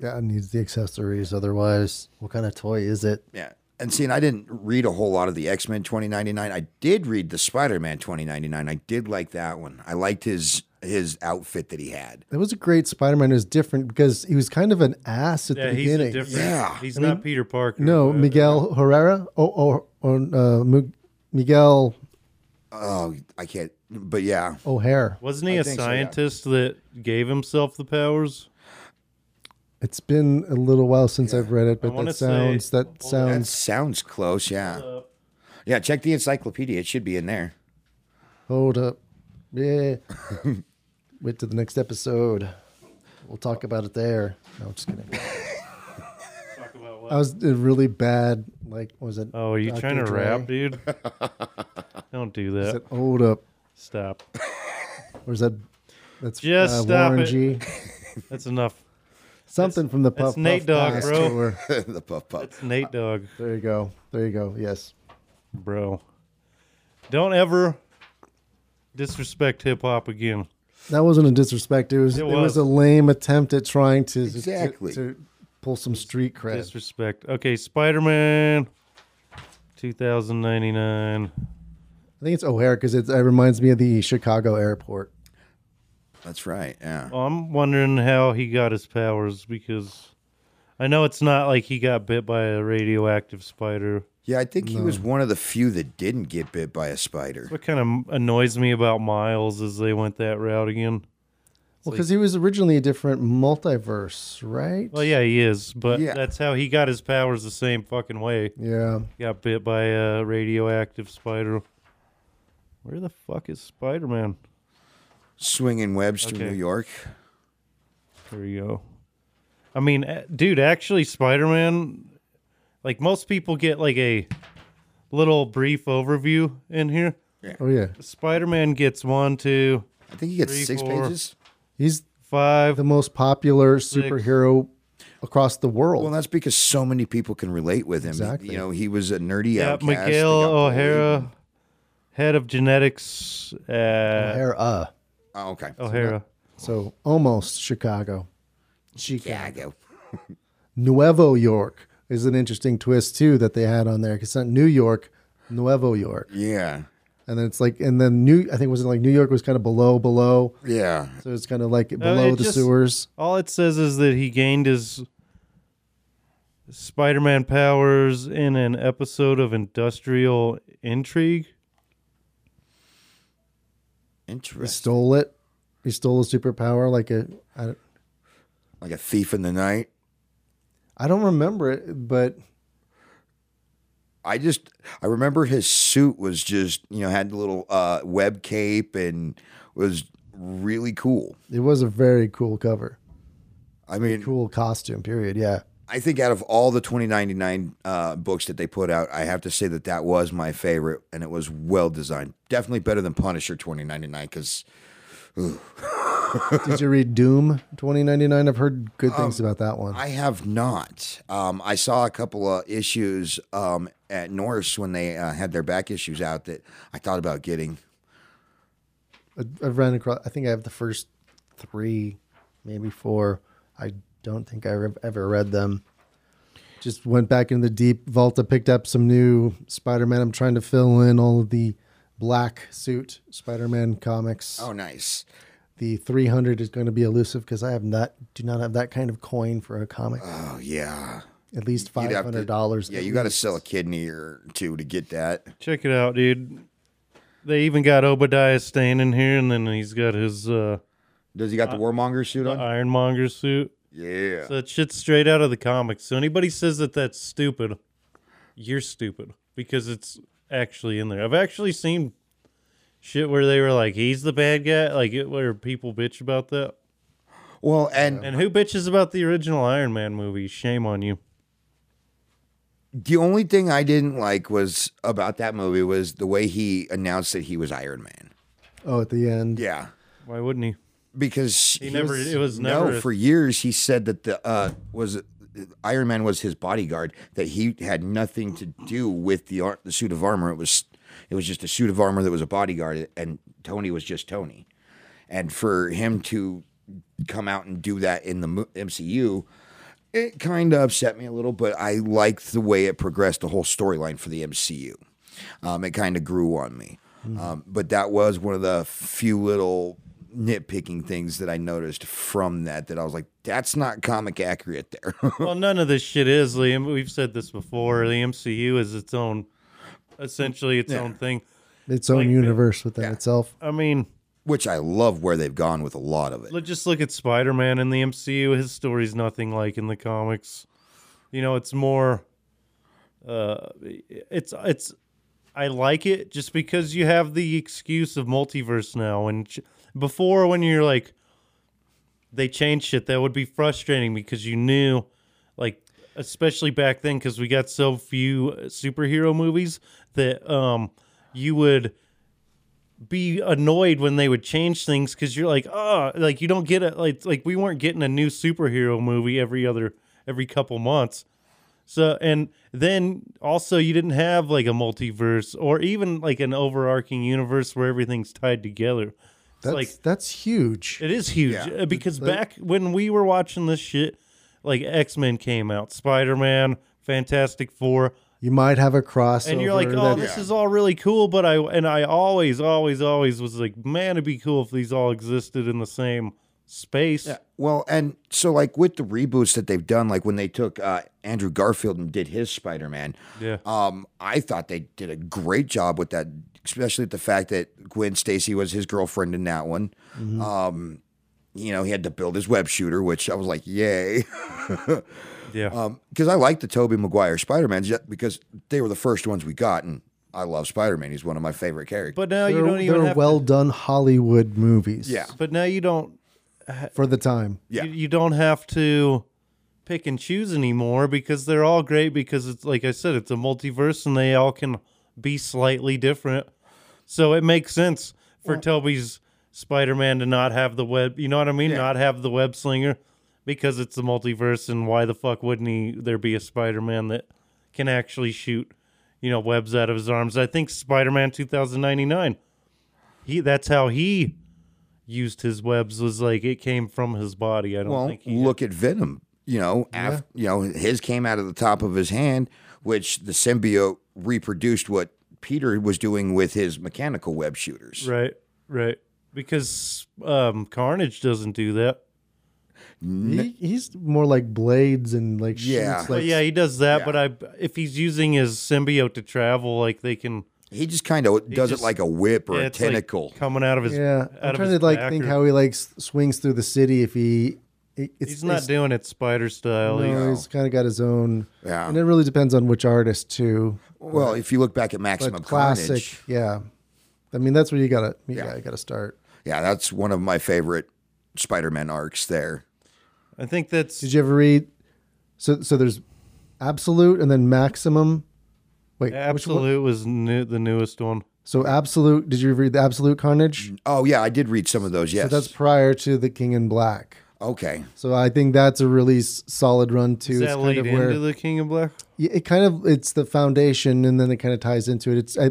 [SPEAKER 4] Yeah, it needs the accessories. Otherwise, what kind of toy is it?
[SPEAKER 3] Yeah. And see, and I didn't read a whole lot of the X Men 2099. I did read the Spider Man 2099. I did like that one. I liked his his outfit that he had.
[SPEAKER 4] It was a great Spider-Man. It was different because he was kind of an ass at
[SPEAKER 2] Yeah,
[SPEAKER 4] the
[SPEAKER 2] he's
[SPEAKER 4] beginning.
[SPEAKER 2] a different.
[SPEAKER 3] Yeah.
[SPEAKER 2] he's not Peter Parker.
[SPEAKER 4] No,
[SPEAKER 2] but-
[SPEAKER 4] Miguel Herrera or or, or uh, Mu- Miguel
[SPEAKER 3] Oh, I can't. But yeah,
[SPEAKER 4] O'Hare.
[SPEAKER 2] wasn't he a
[SPEAKER 3] think so, yeah.
[SPEAKER 2] scientist that gave himself the powers?
[SPEAKER 4] It's been a little while since I've read it, but
[SPEAKER 2] wanna
[SPEAKER 4] that sounds
[SPEAKER 2] say-
[SPEAKER 4] that
[SPEAKER 3] that
[SPEAKER 4] sounds.
[SPEAKER 3] sounds close. Yeah. Yeah, check the encyclopedia. It should be in there.
[SPEAKER 4] Hold up, yeah. Wait to the next episode. We'll talk about it there. No, I'm just kidding.
[SPEAKER 2] Talk about
[SPEAKER 4] I
[SPEAKER 2] what?
[SPEAKER 4] was a really bad. Like, what was it?
[SPEAKER 2] Oh, are you
[SPEAKER 4] Dr.
[SPEAKER 2] trying to
[SPEAKER 4] Dre?
[SPEAKER 2] rap, dude? Don't do
[SPEAKER 4] Is
[SPEAKER 2] that.
[SPEAKER 4] it Hold up.
[SPEAKER 2] Stop.
[SPEAKER 4] Or is that? That's uh,
[SPEAKER 2] Just stop
[SPEAKER 4] Warren
[SPEAKER 2] it.
[SPEAKER 4] G.
[SPEAKER 2] That's enough.
[SPEAKER 4] Something from the Puff
[SPEAKER 2] that's Nate
[SPEAKER 4] Puff
[SPEAKER 2] Dogg,
[SPEAKER 4] Pass
[SPEAKER 2] bro.
[SPEAKER 4] tour.
[SPEAKER 3] the puff puff.
[SPEAKER 2] It's Nate Dogg,
[SPEAKER 4] There you go. There you go. Yes.
[SPEAKER 2] bro. Don't ever disrespect hip hop again.
[SPEAKER 4] That wasn't a disrespect. It was it,
[SPEAKER 2] It
[SPEAKER 4] was.
[SPEAKER 2] was.
[SPEAKER 4] a lame attempt at trying to
[SPEAKER 3] Exactly.
[SPEAKER 4] to, to pull some street cred.
[SPEAKER 2] Disrespect. Okay, Spider Man, 2099.
[SPEAKER 4] I think it's O'Hare because it, it reminds me of the Chicago airport.
[SPEAKER 3] That's right. Yeah.
[SPEAKER 2] Oh, I'm wondering how he got his powers because I know it's not like he got bit by a radioactive spider.
[SPEAKER 3] Yeah, I think he was one of the few that didn't get bit by a spider.
[SPEAKER 2] What kind of annoys me about Miles is they went that route again.
[SPEAKER 4] Well, because he was originally a different multiverse, right?
[SPEAKER 2] Well, yeah, he is, but
[SPEAKER 3] Yeah.
[SPEAKER 2] that's how he got his powers the same fucking way.
[SPEAKER 4] Yeah.
[SPEAKER 2] Got bit by a radioactive spider. Where the fuck is Spider Man?
[SPEAKER 3] Swinging webs through
[SPEAKER 2] Okay.
[SPEAKER 3] New York.
[SPEAKER 2] There you go. I mean, a- dude, actually, Spider Man, like most people get like a little brief overview in here.
[SPEAKER 4] Oh yeah.
[SPEAKER 2] Spider Man gets one, two,
[SPEAKER 3] I think he gets
[SPEAKER 2] Three,
[SPEAKER 3] six
[SPEAKER 2] four.
[SPEAKER 3] pages.
[SPEAKER 4] He's
[SPEAKER 2] five.
[SPEAKER 4] the most popular superhero across the world.
[SPEAKER 3] Well, that's because so many people can relate with him.
[SPEAKER 4] Exactly.
[SPEAKER 3] You know, he was a nerdy
[SPEAKER 2] Yeah,
[SPEAKER 3] outcast. that
[SPEAKER 2] Miguel
[SPEAKER 3] got bullied.
[SPEAKER 2] O'Hara, head of genetics at O'Hara.
[SPEAKER 4] O'Hare, uh.
[SPEAKER 3] Oh, okay.
[SPEAKER 4] So almost Chicago.
[SPEAKER 3] Chicago.
[SPEAKER 4] Nuevo York is an interesting twist too that they had on there because it's not New York, Nuevo York,
[SPEAKER 3] Yeah.
[SPEAKER 4] and then it's like and then New I think it was like New York was kind of below below,
[SPEAKER 3] Yeah.
[SPEAKER 4] so it's kind of like below
[SPEAKER 2] Uh, it
[SPEAKER 4] the
[SPEAKER 2] just-
[SPEAKER 4] sewers.
[SPEAKER 2] All it says is that he gained his Spider Man powers in an episode of Industrial Intrigue.
[SPEAKER 4] He
[SPEAKER 3] Interesting.
[SPEAKER 4] stole it. He stole a superpower like a I don't,
[SPEAKER 3] Like a thief in the night.
[SPEAKER 4] I don't remember it, but
[SPEAKER 3] I just I remember his suit was just you know had the little uh, web cape and was really cool.
[SPEAKER 4] it was a very cool cover,
[SPEAKER 3] I mean,
[SPEAKER 4] cool costume. Period. Yeah.
[SPEAKER 3] I think out of all the 2099 uh, books that they put out, I have to say that that was my favorite, and it was well designed. Definitely better than Punisher 2099 because
[SPEAKER 4] Did you read Doom 2099? I've heard good
[SPEAKER 2] Um,
[SPEAKER 4] things about that one.
[SPEAKER 3] I have not. Um, I saw a couple of issues um, at Norse when they uh, had their back issues out that I thought about getting.
[SPEAKER 4] I- I've ran across. I think I have the first three, maybe four. I don't think I have ever read them. Just went back in the deep vault. I picked up some new Spider-Man. I'm trying to fill in all of the black suit Spider-Man comics.
[SPEAKER 3] Oh, nice.
[SPEAKER 4] The 300 is going to be elusive because I have not do not have that kind of coin for a comic.
[SPEAKER 3] Oh yeah.
[SPEAKER 4] At least
[SPEAKER 3] You'd have to-
[SPEAKER 4] $500.
[SPEAKER 3] Yeah,
[SPEAKER 4] at
[SPEAKER 3] you got to
[SPEAKER 4] least.
[SPEAKER 3] sell a kidney or two to get that.
[SPEAKER 2] Check it out, dude. They even got Obadiah Stane in here, and then he's got his uh,
[SPEAKER 3] Does he got the warmonger suit on?
[SPEAKER 2] Ironmonger suit.
[SPEAKER 3] yeah.
[SPEAKER 2] So that shit's straight out of the comics. So anybody says that that's stupid, you're stupid because it's actually in there. I've actually seen shit where they were like, "He's the bad guy," like it, where people bitch about that.
[SPEAKER 3] well, and
[SPEAKER 2] And who bitches about the original Iron Man movie? Shame on you.
[SPEAKER 3] The only thing I didn't like was about that movie was the way he announced that he was Iron Man.
[SPEAKER 4] Oh, at the end.
[SPEAKER 3] Yeah,
[SPEAKER 2] Why wouldn't he?
[SPEAKER 3] because
[SPEAKER 2] He never. it was
[SPEAKER 3] no
[SPEAKER 2] never.
[SPEAKER 3] for years he said that the uh, was Iron Man was his bodyguard that he had nothing to do with the ar- the suit of armor. It was it was just a suit of armor that was a bodyguard, and Tony was just Tony. And for him to come out and do that in the mo- MCU. It kind of upset me a little, but I liked the way it progressed the whole storyline for the MCU. Um, it kind of grew on me. Um, but that was one of the few little nitpicking things that I noticed from that that I was like, that's not comic accurate there.
[SPEAKER 2] well, none of this shit is Liam. We've said this before. The MCU is its own, essentially its own thing.
[SPEAKER 4] Its own universe within itself.
[SPEAKER 2] I mean,
[SPEAKER 3] Which I love where they've gone with a lot of it.
[SPEAKER 2] let just look at Spider-Man in the MCU. His story's nothing like in the comics. You know, it's more. Uh, it's it's. I like it just because you have the excuse of multiverse now, and j- before when you're like, they changed shit, that would be frustrating because you knew, like, especially back then, because we got so few superhero movies that um, you would be annoyed when they would change things because you're like, oh, like you don't get it. Like, like we weren't getting a new superhero movie every other every couple months. So and then also you didn't have like a multiverse or even like an overarching universe where everything's tied together. It's
[SPEAKER 4] That's
[SPEAKER 2] like
[SPEAKER 4] that's huge.
[SPEAKER 2] it is huge
[SPEAKER 3] Yeah.
[SPEAKER 2] uh, because back when we were watching this shit, like X Men came out, Spider Man, Fantastic Four,
[SPEAKER 4] you might have a crossover.
[SPEAKER 2] and you're like, oh,
[SPEAKER 4] that-
[SPEAKER 2] this is all really cool. But I and I always, always, always was like, man, it'd be cool if these all existed in the same space.
[SPEAKER 3] Well, and so like with the reboots that they've done, like when they took uh, Andrew Garfield and did his Spider Man,
[SPEAKER 2] Yeah.
[SPEAKER 3] um, I thought they did a great job with that, especially with the fact that Gwen Stacy was his girlfriend in that one.
[SPEAKER 2] Mm-hmm.
[SPEAKER 3] Um, you know, he had to build his web shooter, which I was like, yay.
[SPEAKER 2] Yeah.
[SPEAKER 3] because I like the Toby Maguire Spider Man because they were the first ones we got, and I love Spider Man. He's one of my favorite characters.
[SPEAKER 2] but now
[SPEAKER 4] they're,
[SPEAKER 2] you don't even
[SPEAKER 4] they're
[SPEAKER 2] have.
[SPEAKER 4] well done Hollywood movies.
[SPEAKER 3] Yeah.
[SPEAKER 2] but now you don't.
[SPEAKER 4] For the time.
[SPEAKER 3] Yeah.
[SPEAKER 2] You, you don't have to pick and choose anymore because they're all great because it's like I said, it's a multiverse and they all can be slightly different. So it makes sense for Toby's Spider-Man to not have the web, you know what I mean? Not have the web slinger because it's the multiverse and why the fuck wouldn't he there be a Spider-Man that can actually shoot, you know, webs out of his arms. I think Spider-Man 2099 he that's how he used his webs was like it came from his body. I don't
[SPEAKER 3] well,
[SPEAKER 2] think he
[SPEAKER 3] look at Venom. You know, af- you know, his came out of the top of his hand, which the symbiote reproduced what Peter was doing with his mechanical web shooters.
[SPEAKER 2] Right, right. Because um, Carnage doesn't do that.
[SPEAKER 4] He, he's more like blades and like shoots
[SPEAKER 3] Yeah.
[SPEAKER 4] like
[SPEAKER 2] But yeah, he does that. But I, if he's using his symbiote to travel, like they can
[SPEAKER 3] He just kind of does
[SPEAKER 2] just-
[SPEAKER 3] it like a whip or
[SPEAKER 2] yeah,
[SPEAKER 3] a
[SPEAKER 2] it's like
[SPEAKER 3] tentacle.
[SPEAKER 2] coming out of his.
[SPEAKER 4] Yeah,
[SPEAKER 2] out
[SPEAKER 4] I'm
[SPEAKER 2] of
[SPEAKER 4] trying
[SPEAKER 2] his
[SPEAKER 4] to like
[SPEAKER 2] back
[SPEAKER 4] think
[SPEAKER 2] or-
[SPEAKER 4] how he like s- swings through the city if he. it- It's,
[SPEAKER 2] he's not doing it spider style.
[SPEAKER 4] No,
[SPEAKER 2] He's-
[SPEAKER 4] he's kind of got his own.
[SPEAKER 3] Yeah.
[SPEAKER 4] and it really depends on which artist too.
[SPEAKER 3] well, if you look back at
[SPEAKER 4] But
[SPEAKER 3] Maximum
[SPEAKER 4] classic,
[SPEAKER 3] Carnage,
[SPEAKER 4] yeah. I mean, that's where you gotta, you gotta, gotta start.
[SPEAKER 3] yeah, that's one of my favorite Spider-Man arcs. There,
[SPEAKER 2] I think that's
[SPEAKER 4] Did you ever read? So, so there's absolute and then maximum. Wait, which one?
[SPEAKER 2] absolute was new, the newest one.
[SPEAKER 4] So absolute. Did you read the absolute carnage?
[SPEAKER 3] oh yeah, I did read some of those. Yes,
[SPEAKER 4] So that's prior to the King in Black.
[SPEAKER 3] okay.
[SPEAKER 4] So I think that's a really s- solid run too.
[SPEAKER 2] Does
[SPEAKER 4] It's
[SPEAKER 2] that
[SPEAKER 4] kind
[SPEAKER 2] lead
[SPEAKER 4] of
[SPEAKER 2] into
[SPEAKER 4] where-
[SPEAKER 2] the King of Black?
[SPEAKER 4] Yeah, it kind of it's the foundation and then it kind of ties into it it's I,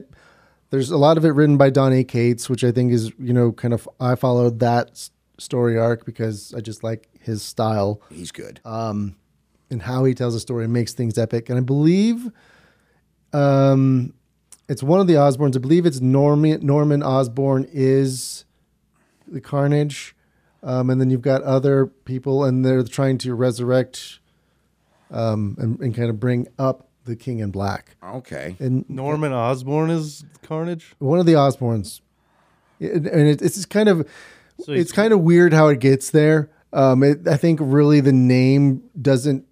[SPEAKER 4] there's a lot of it written by don a cates which i think is you know kind of i followed that s- story arc because i just like his style
[SPEAKER 3] He's good.
[SPEAKER 4] and how he tells a story and makes things epic and i believe um it's one of the osborns i believe it's norman norman osborn is the carnage um, and then you've got other people and they're trying to resurrect um, and, and kind of bring up the king in black
[SPEAKER 3] okay.
[SPEAKER 4] and
[SPEAKER 2] Norman Osborn is Carnage.
[SPEAKER 4] one of the Osborns. And it, it's just kind of,
[SPEAKER 2] he's-
[SPEAKER 4] it's kind of weird how it gets there. Um, it, I think really the name doesn't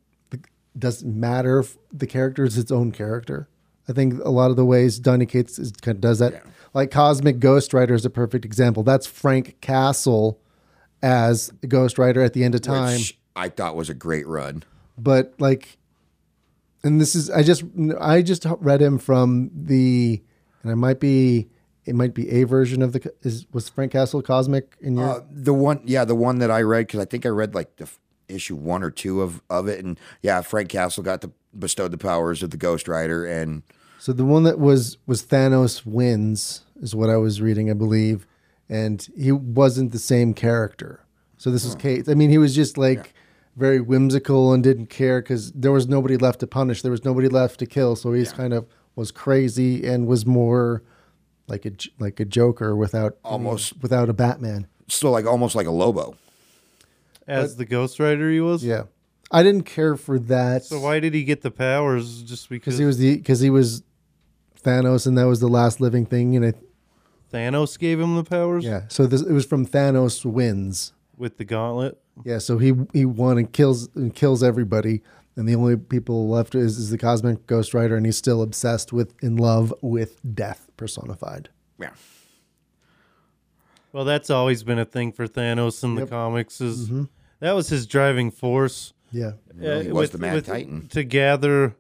[SPEAKER 4] doesn't matter. If the character is its own character. I think a lot of the ways Donny Cates is, kind of does that, like Cosmic Ghost Rider is a perfect example. That's Frank Castle as Ghost Rider at the end of time
[SPEAKER 3] Which I thought was a great run.
[SPEAKER 4] but like and this is i just i just read him from the and i might be it might be a version of the is was frank castle cosmic in your
[SPEAKER 3] Uh, the one, yeah, the one that I read because I think I read like the f- issue one or two of of it, and yeah, Frank Castle got the bestowed the powers of the Ghost Rider, and
[SPEAKER 4] so the one that was was thanos wins is what i was reading i believe and he wasn't the same character so this
[SPEAKER 2] Hmm.
[SPEAKER 4] was kate i mean he was just like very whimsical and didn't care because there was nobody left to punish there was nobody left to kill so he's kind of was crazy and was more like a j- like a joker without
[SPEAKER 3] almost
[SPEAKER 4] without a Batman.
[SPEAKER 3] still like almost like a Lobo.
[SPEAKER 2] As the Ghost Rider, he was.
[SPEAKER 4] Yeah, I didn't care for that.
[SPEAKER 2] So why did he get the powers? Just because
[SPEAKER 4] Because he was the because he was Thanos, and that was the last living thing. And it,
[SPEAKER 2] Thanos gave him the powers
[SPEAKER 4] yeah, so this it was from Thanos wins.
[SPEAKER 2] with the gauntlet.
[SPEAKER 4] Yeah, so he he won and kills and kills everybody, and the only people left is, is the Cosmic Ghost Rider, and he's still obsessed with in love with death personified.
[SPEAKER 3] Yeah,
[SPEAKER 2] Well, that's always been a thing for Thanos in the comics. Is that was his driving force?
[SPEAKER 4] Yeah.
[SPEAKER 2] Uh,
[SPEAKER 3] Really was the Mad Titan.
[SPEAKER 2] to gather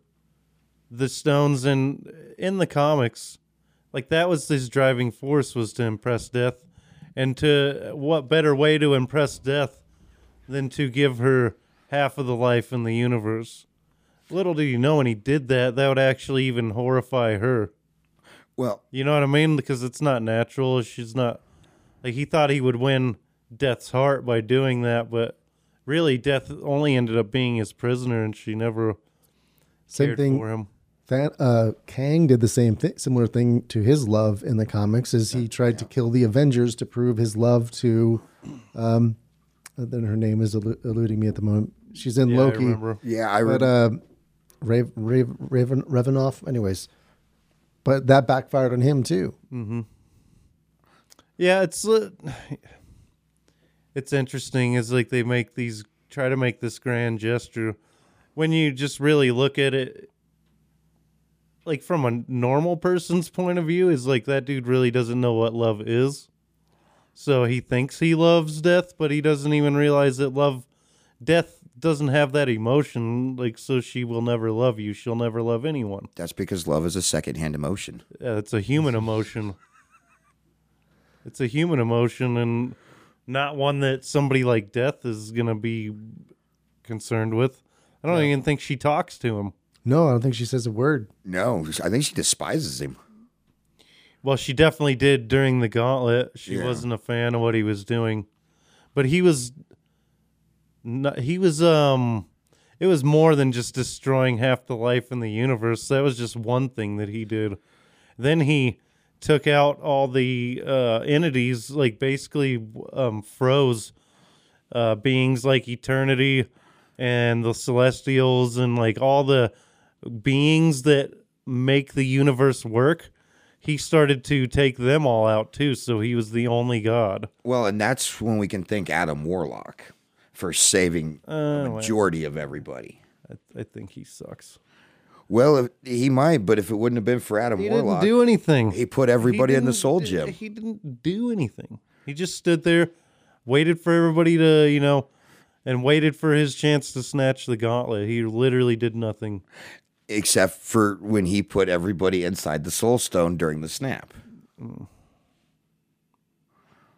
[SPEAKER 2] the stones in in the comics. Like that was his driving force was to impress death, and to what better way to impress death than to give her half of the life in the universe? Little did you know when he did that, that would actually even horrify her.
[SPEAKER 3] Well,
[SPEAKER 2] You know what I mean? Because it's not natural. She's not like he thought he would win Death's heart by doing that, but really, Death only ended up being his prisoner, and she never
[SPEAKER 4] Same
[SPEAKER 2] cared
[SPEAKER 4] thing.
[SPEAKER 2] for him.
[SPEAKER 4] That uh, Kang did the same thing, similar thing to his love in the comics, is he tried to kill the Avengers to prove his love to. Um, then her name is elu- eluding me at the moment. She's in
[SPEAKER 2] Yeah, I
[SPEAKER 4] Loki,
[SPEAKER 2] remember.
[SPEAKER 3] yeah, I
[SPEAKER 4] but
[SPEAKER 3] read.
[SPEAKER 4] uh, Rav, Rav, Raven, Revenoff. Anyways, but that backfired on him too.
[SPEAKER 2] Yeah, it's uh, it's interesting. Is like they make these try to make this grand gesture when you just really look at it. Like from a normal person's point of view, is like that dude really doesn't know what love is. So he thinks he loves death, but he doesn't even realize that love, death doesn't have that emotion. Like, so she will never love you. She'll never love anyone.
[SPEAKER 3] that's because love is a secondhand emotion.
[SPEAKER 2] Yeah, it's a human emotion. it's a human emotion and not one that somebody like death is going to be concerned with. I don't even think she talks to him.
[SPEAKER 4] No, I don't think she says a word.
[SPEAKER 3] No, I think she despises him.
[SPEAKER 2] Well, she definitely did during the gauntlet. She
[SPEAKER 3] Yeah.
[SPEAKER 2] wasn't a fan of what he was doing. But he was not, he was um it was more than just destroying half the life in the universe. That was just one thing that he did. Then he took out all the uh entities like basically um froze uh beings like eternity and the celestials and like all the beings that make the universe work he started to take them all out too, so he was the only god.
[SPEAKER 3] Well, and that's when we can thank Adam Warlock for saving
[SPEAKER 2] Oh,
[SPEAKER 3] the majority of everybody.
[SPEAKER 2] I, I think he sucks.
[SPEAKER 3] Well, if, he might, but if it wouldn't have been for Adam
[SPEAKER 2] He
[SPEAKER 3] Warlock,
[SPEAKER 2] didn't do anything.
[SPEAKER 3] he put everybody in the
[SPEAKER 2] didn't-
[SPEAKER 3] soul gym.
[SPEAKER 2] He didn't do anything. He just stood there, waited for everybody to, you know, and waited for his chance to snatch the gauntlet. He literally did nothing.
[SPEAKER 3] except for when he put everybody inside the soul stone during the snap.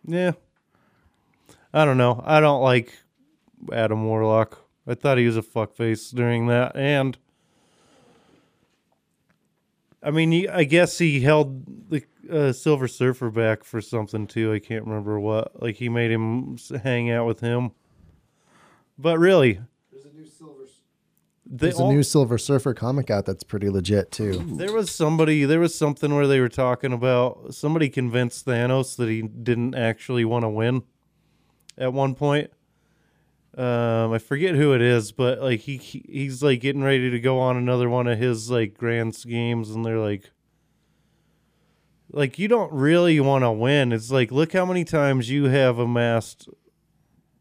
[SPEAKER 2] Yeah. I don't know. I don't like Adam Warlock. I thought he was a fuckface during that. And I mean, he, I guess he held the uh, Silver Surfer back for something too. I can't remember what. Like he made him s- hang out with him. But really, there's
[SPEAKER 4] There's a new Silver Surfer comic out that's pretty legit too.
[SPEAKER 2] There was somebody, there was something where they were talking about somebody convinced Thanos that he didn't actually want to win at one point. Um, I forget who it is, but like he he- he's like getting ready to go on another one of his like grand schemes, and they're like, like you don't really want to win. It's like look how many times you have amassed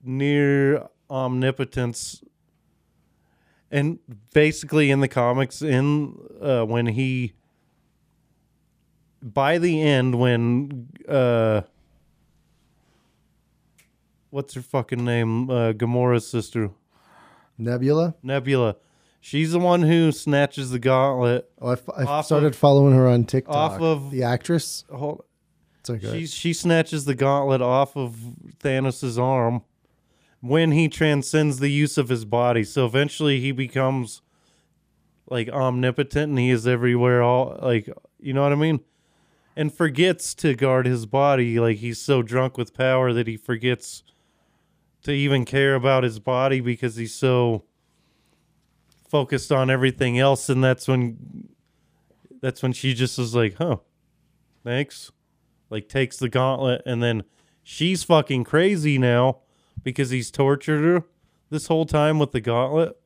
[SPEAKER 2] near omnipotence and basically in the comics in uh, when he by the end when uh what's her fucking name uh Gamora's sister
[SPEAKER 4] Nebula.
[SPEAKER 2] Nebula she's the one who snatches the gauntlet
[SPEAKER 4] Oh, I, f- I
[SPEAKER 2] Off
[SPEAKER 4] started
[SPEAKER 2] of-
[SPEAKER 4] following her on TikTok.
[SPEAKER 2] off of-
[SPEAKER 4] the actress.
[SPEAKER 2] Hold,
[SPEAKER 4] Sorry, go ahead.
[SPEAKER 2] she she snatches the gauntlet off of Thanos' arm when he transcends the use of his body. So eventually he becomes like omnipotent and he is everywhere all like you know what I mean? And forgets to guard his body like he's so drunk with power that he forgets to even care about his body because he's so focused on everything else and that's when that's when she just is like, "Huh. Thanks." like takes the gauntlet and then she's fucking crazy now because he's tortured her this whole time with the gauntlet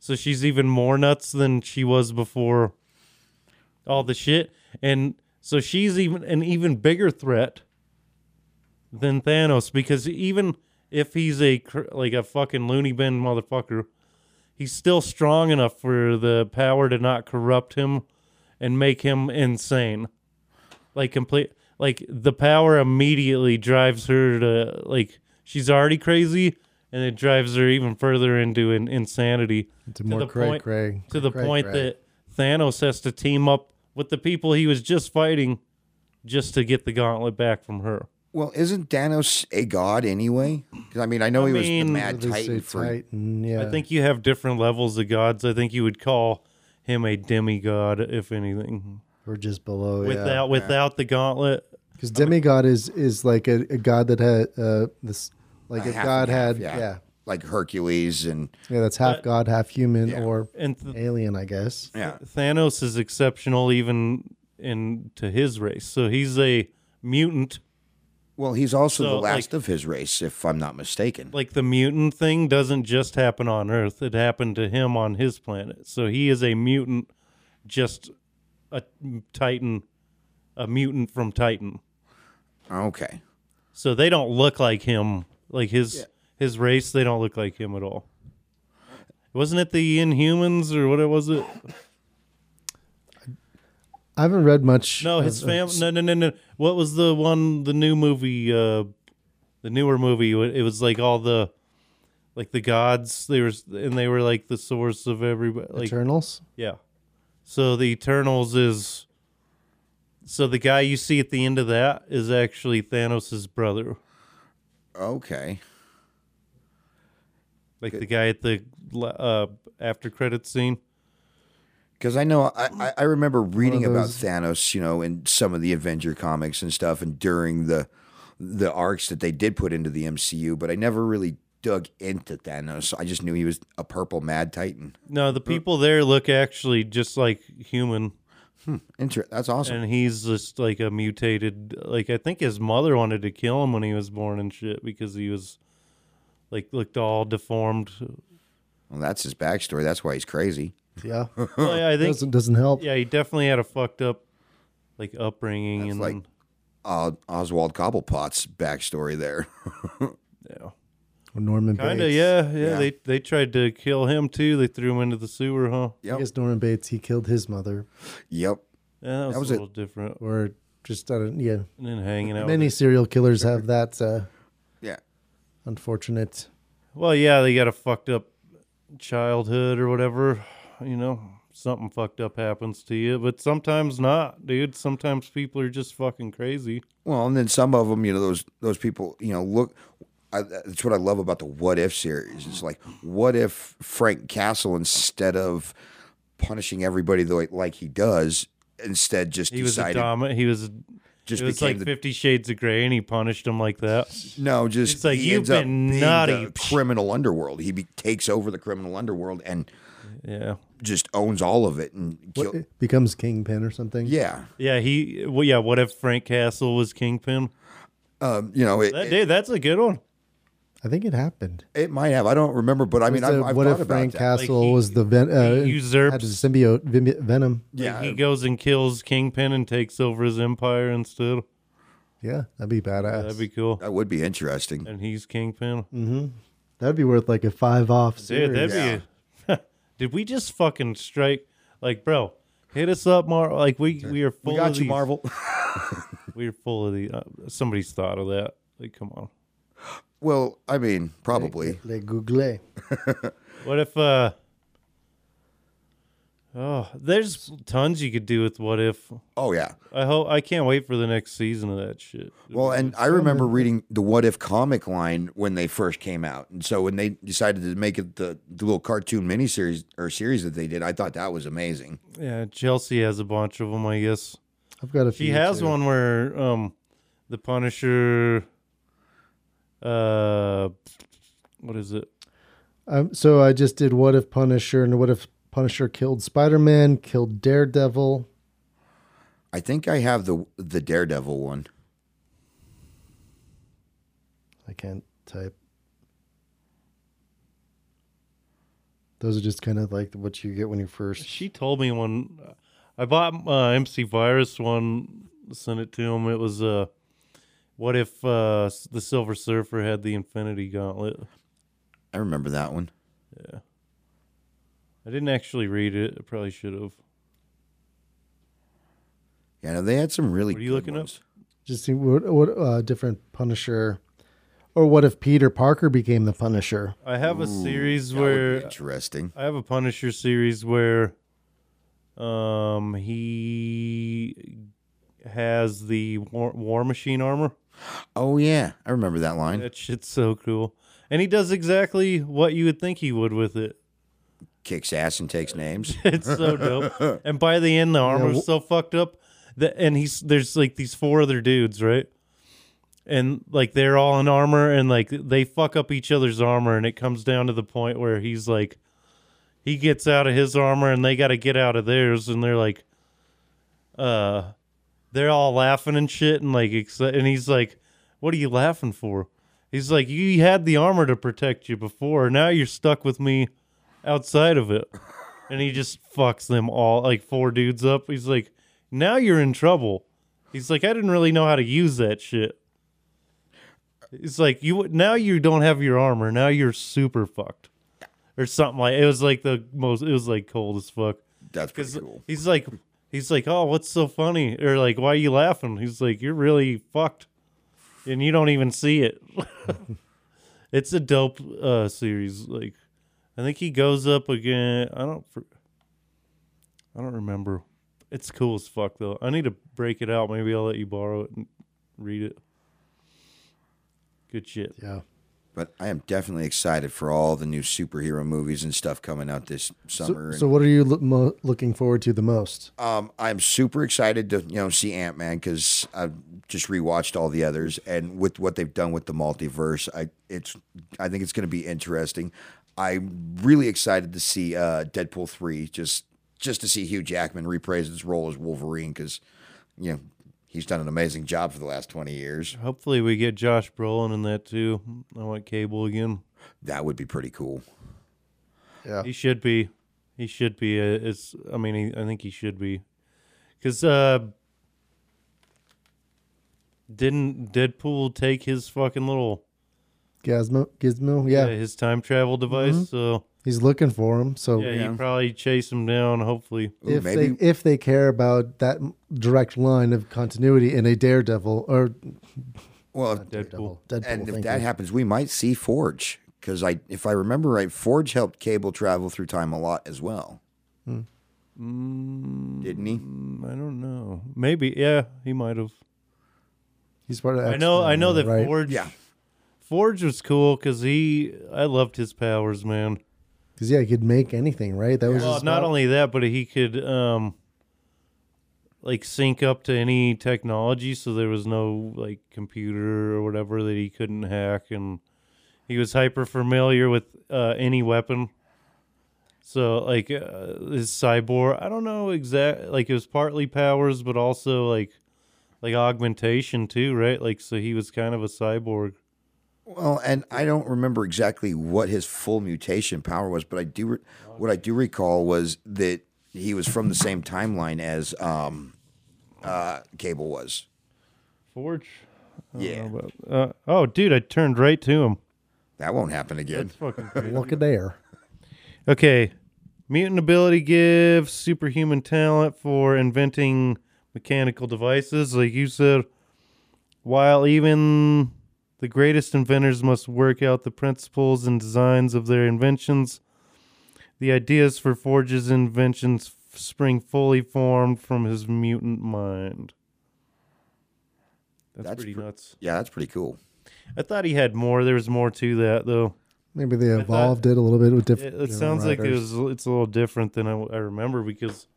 [SPEAKER 2] so she's even more nuts than she was before all the shit and so she's even an even bigger threat than Thanos because even if he's a cr- like a fucking loony bin motherfucker he's still strong enough for the power to not corrupt him and make him insane like complete like the power immediately drives her to like she's already crazy and it drives her even further into an insanity
[SPEAKER 4] To more cray
[SPEAKER 2] point
[SPEAKER 4] cray.
[SPEAKER 2] to the
[SPEAKER 4] cray
[SPEAKER 2] point
[SPEAKER 4] cray.
[SPEAKER 2] that Thanos has to team up with the people he was just fighting just to get the gauntlet back from her.
[SPEAKER 3] Well, isn't Thanos a god anyway? 'Cause, I mean, I know he was
[SPEAKER 2] mean,
[SPEAKER 3] the Mad
[SPEAKER 4] They say
[SPEAKER 3] Titan for
[SPEAKER 4] Titan, yeah.
[SPEAKER 2] I think you have different levels of gods. I think you would call him a demigod, if anything.
[SPEAKER 4] or just below.
[SPEAKER 2] Without
[SPEAKER 4] yeah.
[SPEAKER 2] without the gauntlet,
[SPEAKER 4] Because demigod is is like a, a god that had uh, this like
[SPEAKER 3] a
[SPEAKER 4] a
[SPEAKER 3] half
[SPEAKER 4] god
[SPEAKER 3] and half,
[SPEAKER 4] had yeah. yeah
[SPEAKER 3] like Hercules and
[SPEAKER 4] that's half god half human or
[SPEAKER 2] and th-
[SPEAKER 4] alien I guess
[SPEAKER 3] yeah,
[SPEAKER 2] Thanos is exceptional even in to his race. So he's a mutant.
[SPEAKER 3] Well, he's also
[SPEAKER 2] So,
[SPEAKER 3] the last
[SPEAKER 2] like-
[SPEAKER 3] of his race, if I'm not mistaken.
[SPEAKER 2] Like the mutant thing doesn't just happen on Earth; it happened to him on his planet. So he is a mutant, just a Titan, a mutant from Titan.
[SPEAKER 3] okay.
[SPEAKER 2] So they don't look like him. Like his his race, they don't look like him at all. Wasn't it the Inhumans or what it was it?
[SPEAKER 4] I haven't read much
[SPEAKER 2] No,
[SPEAKER 4] of-
[SPEAKER 2] his
[SPEAKER 4] of-
[SPEAKER 2] family. No, no, no, no. What was the one? The new movie, uh, the newer movie. wh- It was like all the, like the gods. They were and they were like the source of everybody. Like
[SPEAKER 4] Eternals
[SPEAKER 2] yeah. So the Eternals is. So the guy you see at the end of that is actually Thanos' brother.
[SPEAKER 3] Okay.
[SPEAKER 2] Like the guy at the la- uh, after credit scene.
[SPEAKER 3] Because I know I, I- I remember reading about
[SPEAKER 4] those-
[SPEAKER 3] Thanos, you know, in some of the Avenger comics and stuff, and during the the arcs that they did put into the MCU, but I never really dug into Thanos. I just knew he was a purple Mad Titan.
[SPEAKER 2] No, the people there look actually just like human,
[SPEAKER 3] Inter- that's awesome.
[SPEAKER 2] and he's just like a mutated. Like I think his mother wanted to kill him when he was born and shit because he was like looked all deformed.
[SPEAKER 3] well, that's his backstory. That's why he's crazy.
[SPEAKER 4] yeah
[SPEAKER 2] Well, yeah, I think
[SPEAKER 4] doesn't doesn't help
[SPEAKER 2] yeah, he definitely had a fucked up like upbringing
[SPEAKER 3] That's
[SPEAKER 2] and
[SPEAKER 3] like- Uh, Oswald Cobblepot's backstory there.
[SPEAKER 4] Or Norman
[SPEAKER 2] kind of
[SPEAKER 4] Bates
[SPEAKER 2] yeah, yeah
[SPEAKER 3] Yeah.
[SPEAKER 2] They they tried to kill him too. They threw him into the sewer, huh?
[SPEAKER 4] I guess Norman Bates he killed his mother
[SPEAKER 3] yep.
[SPEAKER 2] Yeah, that was,
[SPEAKER 3] was
[SPEAKER 2] a
[SPEAKER 3] it.
[SPEAKER 2] little different.
[SPEAKER 4] or just I don't, yeah
[SPEAKER 2] And then hanging out. with
[SPEAKER 4] many serial killers have that uh,
[SPEAKER 3] Yeah.
[SPEAKER 4] unfortunate
[SPEAKER 2] Well, yeah, they got a fucked up childhood or whatever. You know, something fucked up happens to you, but sometimes not, dude. Sometimes people are just fucking crazy.
[SPEAKER 3] Well, and then some of them, you know, those those people, you know, look. I, that's what I love about the What If series. It's like, what if Frank Castle, instead of punishing everybody the way like he does, instead just
[SPEAKER 2] He was a
[SPEAKER 3] decided
[SPEAKER 2] dominant. He was.
[SPEAKER 3] just
[SPEAKER 2] it was
[SPEAKER 3] became
[SPEAKER 2] like
[SPEAKER 3] the
[SPEAKER 2] Fifty Shades of Grey, and he punished him like that.
[SPEAKER 3] no, just
[SPEAKER 2] It's like,
[SPEAKER 3] he
[SPEAKER 2] you've
[SPEAKER 3] ends up
[SPEAKER 2] been
[SPEAKER 3] being
[SPEAKER 2] naughty.
[SPEAKER 3] the criminal underworld. He be, takes over the criminal underworld and
[SPEAKER 2] Yeah,
[SPEAKER 3] just owns all of it and kill,
[SPEAKER 4] what, becomes kingpin or something
[SPEAKER 3] yeah,
[SPEAKER 2] yeah. He. Well, yeah. What if Frank Castle was Kingpin?
[SPEAKER 3] um, you know, it,
[SPEAKER 2] That
[SPEAKER 3] it,
[SPEAKER 2] dude, that's a good one.
[SPEAKER 4] I think it happened
[SPEAKER 3] it might have. I don't remember, but I mean,
[SPEAKER 4] So
[SPEAKER 3] I've, I've
[SPEAKER 4] what
[SPEAKER 3] thought
[SPEAKER 4] if
[SPEAKER 3] about
[SPEAKER 4] Frank
[SPEAKER 3] that.
[SPEAKER 4] Castle
[SPEAKER 2] Like, he-
[SPEAKER 4] was the ven- uh,
[SPEAKER 2] he usurped-
[SPEAKER 4] had the symbiote ven- venom
[SPEAKER 3] yeah,
[SPEAKER 2] He goes and kills Kingpin and takes over his empire instead.
[SPEAKER 4] Yeah, that'd be badass.
[SPEAKER 2] That'd be cool.
[SPEAKER 3] that would be interesting.
[SPEAKER 2] And he's Kingpin.
[SPEAKER 3] Mm.
[SPEAKER 4] that'd be worth like a five off
[SPEAKER 2] Dude,
[SPEAKER 4] series.
[SPEAKER 2] that'd be. did we just fucking strike? Like, bro, hit us up, Marvel. Like, we we are full
[SPEAKER 3] We got
[SPEAKER 2] of
[SPEAKER 3] you,
[SPEAKER 2] these-
[SPEAKER 3] Marvel.
[SPEAKER 2] We are full of the. Uh, somebody's thought of that. Like, come on.
[SPEAKER 3] Well, I mean, probably.
[SPEAKER 4] Le Google.
[SPEAKER 2] What if? uh Oh, there's tons you could do with what if.
[SPEAKER 3] Oh yeah.
[SPEAKER 2] I hope I can't wait for the next season of that shit.
[SPEAKER 3] Well, and I remember reading the What If comic line when they first came out, and so when they decided to make it the, the little cartoon miniseries or series that they did, I thought that was amazing.
[SPEAKER 2] Yeah, Chelsea has a bunch of them, I guess.
[SPEAKER 4] I've got a few.
[SPEAKER 2] She has
[SPEAKER 4] too.
[SPEAKER 2] one where um the Punisher uh what is it?
[SPEAKER 4] Um, so I just did what if Punisher and what if Punisher killed Spider Man, killed Daredevil.
[SPEAKER 3] I think I have the the Daredevil one.
[SPEAKER 4] I can't type. Those are just kind of like what you get when you're first.
[SPEAKER 2] She told me when I bought uh, MC Virus one, sent it to him. It was uh, what if uh, s- the Silver Surfer had the Infinity Gauntlet?
[SPEAKER 3] I remember that one.
[SPEAKER 2] I didn't actually read it. I probably should have.
[SPEAKER 3] Yeah, no, they had some really.
[SPEAKER 2] What are you
[SPEAKER 3] good
[SPEAKER 2] looking up?
[SPEAKER 3] ones.
[SPEAKER 4] Just see what, what uh, different Punisher, or what if Peter Parker became the Punisher?
[SPEAKER 2] I have a series
[SPEAKER 3] That would be
[SPEAKER 2] where uh,
[SPEAKER 3] interesting.
[SPEAKER 2] I have a Punisher series where um he has the war, war machine armor.
[SPEAKER 3] Oh yeah, I remember that line.
[SPEAKER 2] That shit's so cool. And he does exactly what you would think he would with it.
[SPEAKER 3] Kicks ass and takes names.
[SPEAKER 2] It's so dope. And by the end, the armor's
[SPEAKER 4] wh-
[SPEAKER 2] so fucked up that, and he's there's like these four other dudes, right? And like they're all in armor, and like they fuck up each other's armor, and it comes down to the point where he's like, he gets out of his armor, and they got to get out of theirs, and they're like, uh, they're all laughing and shit, and like, exce- and he's like, what are you laughing for? He's like, you had the armor to protect you before, now you're stuck with me outside of it and he just fucks them all like four dudes up. He's like, "Now you're in trouble." He's like, "I didn't really know how to use that shit." He's like, "You now you don't have your armor. Now you're super fucked." Or something like it was like the most it was like cold as fuck.
[SPEAKER 3] That's pretty
[SPEAKER 2] Cuz
[SPEAKER 3] cool.
[SPEAKER 2] he's like he's like, "Oh, what's so funny?" Or like, "Why are you laughing?" He's like, "You're really fucked." And you don't even see it. it's a dope uh series like I think he goes up again. I don't. fr- I don't remember. It's cool as fuck though. I need to break it out. Maybe I'll let you borrow it and read it. Good shit.
[SPEAKER 4] Yeah,
[SPEAKER 3] But I am definitely excited for all the new superhero movies and stuff coming out this summer.
[SPEAKER 4] So,
[SPEAKER 3] and-
[SPEAKER 4] so what are you lo- mo- looking forward to the most?
[SPEAKER 3] Um, I'm super excited to you know see Ant Man because I've just rewatched all the others, and with what they've done with the multiverse, I it's I think it's going to be interesting. I'm really excited to see uh, Deadpool three just just to see Hugh Jackman reprise his role as Wolverine because you know he's done an amazing job for the last twenty years.
[SPEAKER 2] Hopefully we get Josh Brolin in that too. I want Cable again.
[SPEAKER 3] That would be pretty cool.
[SPEAKER 2] He should be. He should be. uh, It's. I mean, he, I think he should be. Because uh, didn't Deadpool take his fucking little
[SPEAKER 4] Gizmo, Gizmo, yeah, Mm-hmm.
[SPEAKER 2] uh, his time travel device? So.
[SPEAKER 4] he's looking for him. So
[SPEAKER 2] Yeah, you probably chase him down. Hopefully,
[SPEAKER 3] Ooh,
[SPEAKER 4] if
[SPEAKER 3] maybe
[SPEAKER 4] they if they care about that m- direct line of continuity in a Daredevil or
[SPEAKER 3] well
[SPEAKER 2] Deadpool.
[SPEAKER 4] Deadpool,
[SPEAKER 3] And if
[SPEAKER 4] thank
[SPEAKER 3] that
[SPEAKER 4] you.
[SPEAKER 3] happens, we might see Forge because I, if I remember right, Forge helped Cable travel through time a lot as well.
[SPEAKER 2] Hmm.
[SPEAKER 3] Didn't he?
[SPEAKER 2] Mm, I don't know. Maybe, yeah, he might have.
[SPEAKER 4] he's part of
[SPEAKER 2] I know. I
[SPEAKER 4] X-Men,
[SPEAKER 2] know that
[SPEAKER 4] right?
[SPEAKER 2] Forge.
[SPEAKER 3] Yeah.
[SPEAKER 2] Forge was cool because he. I loved his powers, man.
[SPEAKER 4] because yeah, he could make anything, right? That was
[SPEAKER 2] Well,
[SPEAKER 4] his
[SPEAKER 2] not
[SPEAKER 4] power.
[SPEAKER 2] only that, but he could um, like sync up to any technology, so there was no like computer or whatever that he couldn't hack, and he was hyper familiar with uh, any weapon. So like uh, his cyborg, I don't know exact. Like it was partly powers, but also like like augmentation too, right? Like so he was kind of a cyborg.
[SPEAKER 3] Well, and I don't remember exactly what his full mutation power was, but I do. Re- what I do recall was that he was from the same timeline as um, uh, Cable was.
[SPEAKER 2] Forge.
[SPEAKER 3] Yeah,
[SPEAKER 2] Uh, oh, dude, I turned right to him.
[SPEAKER 3] that won't happen again.
[SPEAKER 2] Fucking
[SPEAKER 4] look at there.
[SPEAKER 2] Okay. Mutant ability gives superhuman talent for inventing mechanical devices. Like you said, while even the greatest inventors must work out the principles and designs of their inventions, the ideas for Forge's inventions f- spring fully formed from his mutant mind. That's,
[SPEAKER 3] That's
[SPEAKER 2] pretty
[SPEAKER 3] pre-
[SPEAKER 2] nuts.
[SPEAKER 3] Yeah, that's pretty cool.
[SPEAKER 2] I thought he had more. There was more to that, though.
[SPEAKER 4] Maybe they evolved it a little bit with
[SPEAKER 2] It,
[SPEAKER 4] different.
[SPEAKER 2] it sounds like it was. It's a little different than I, I remember because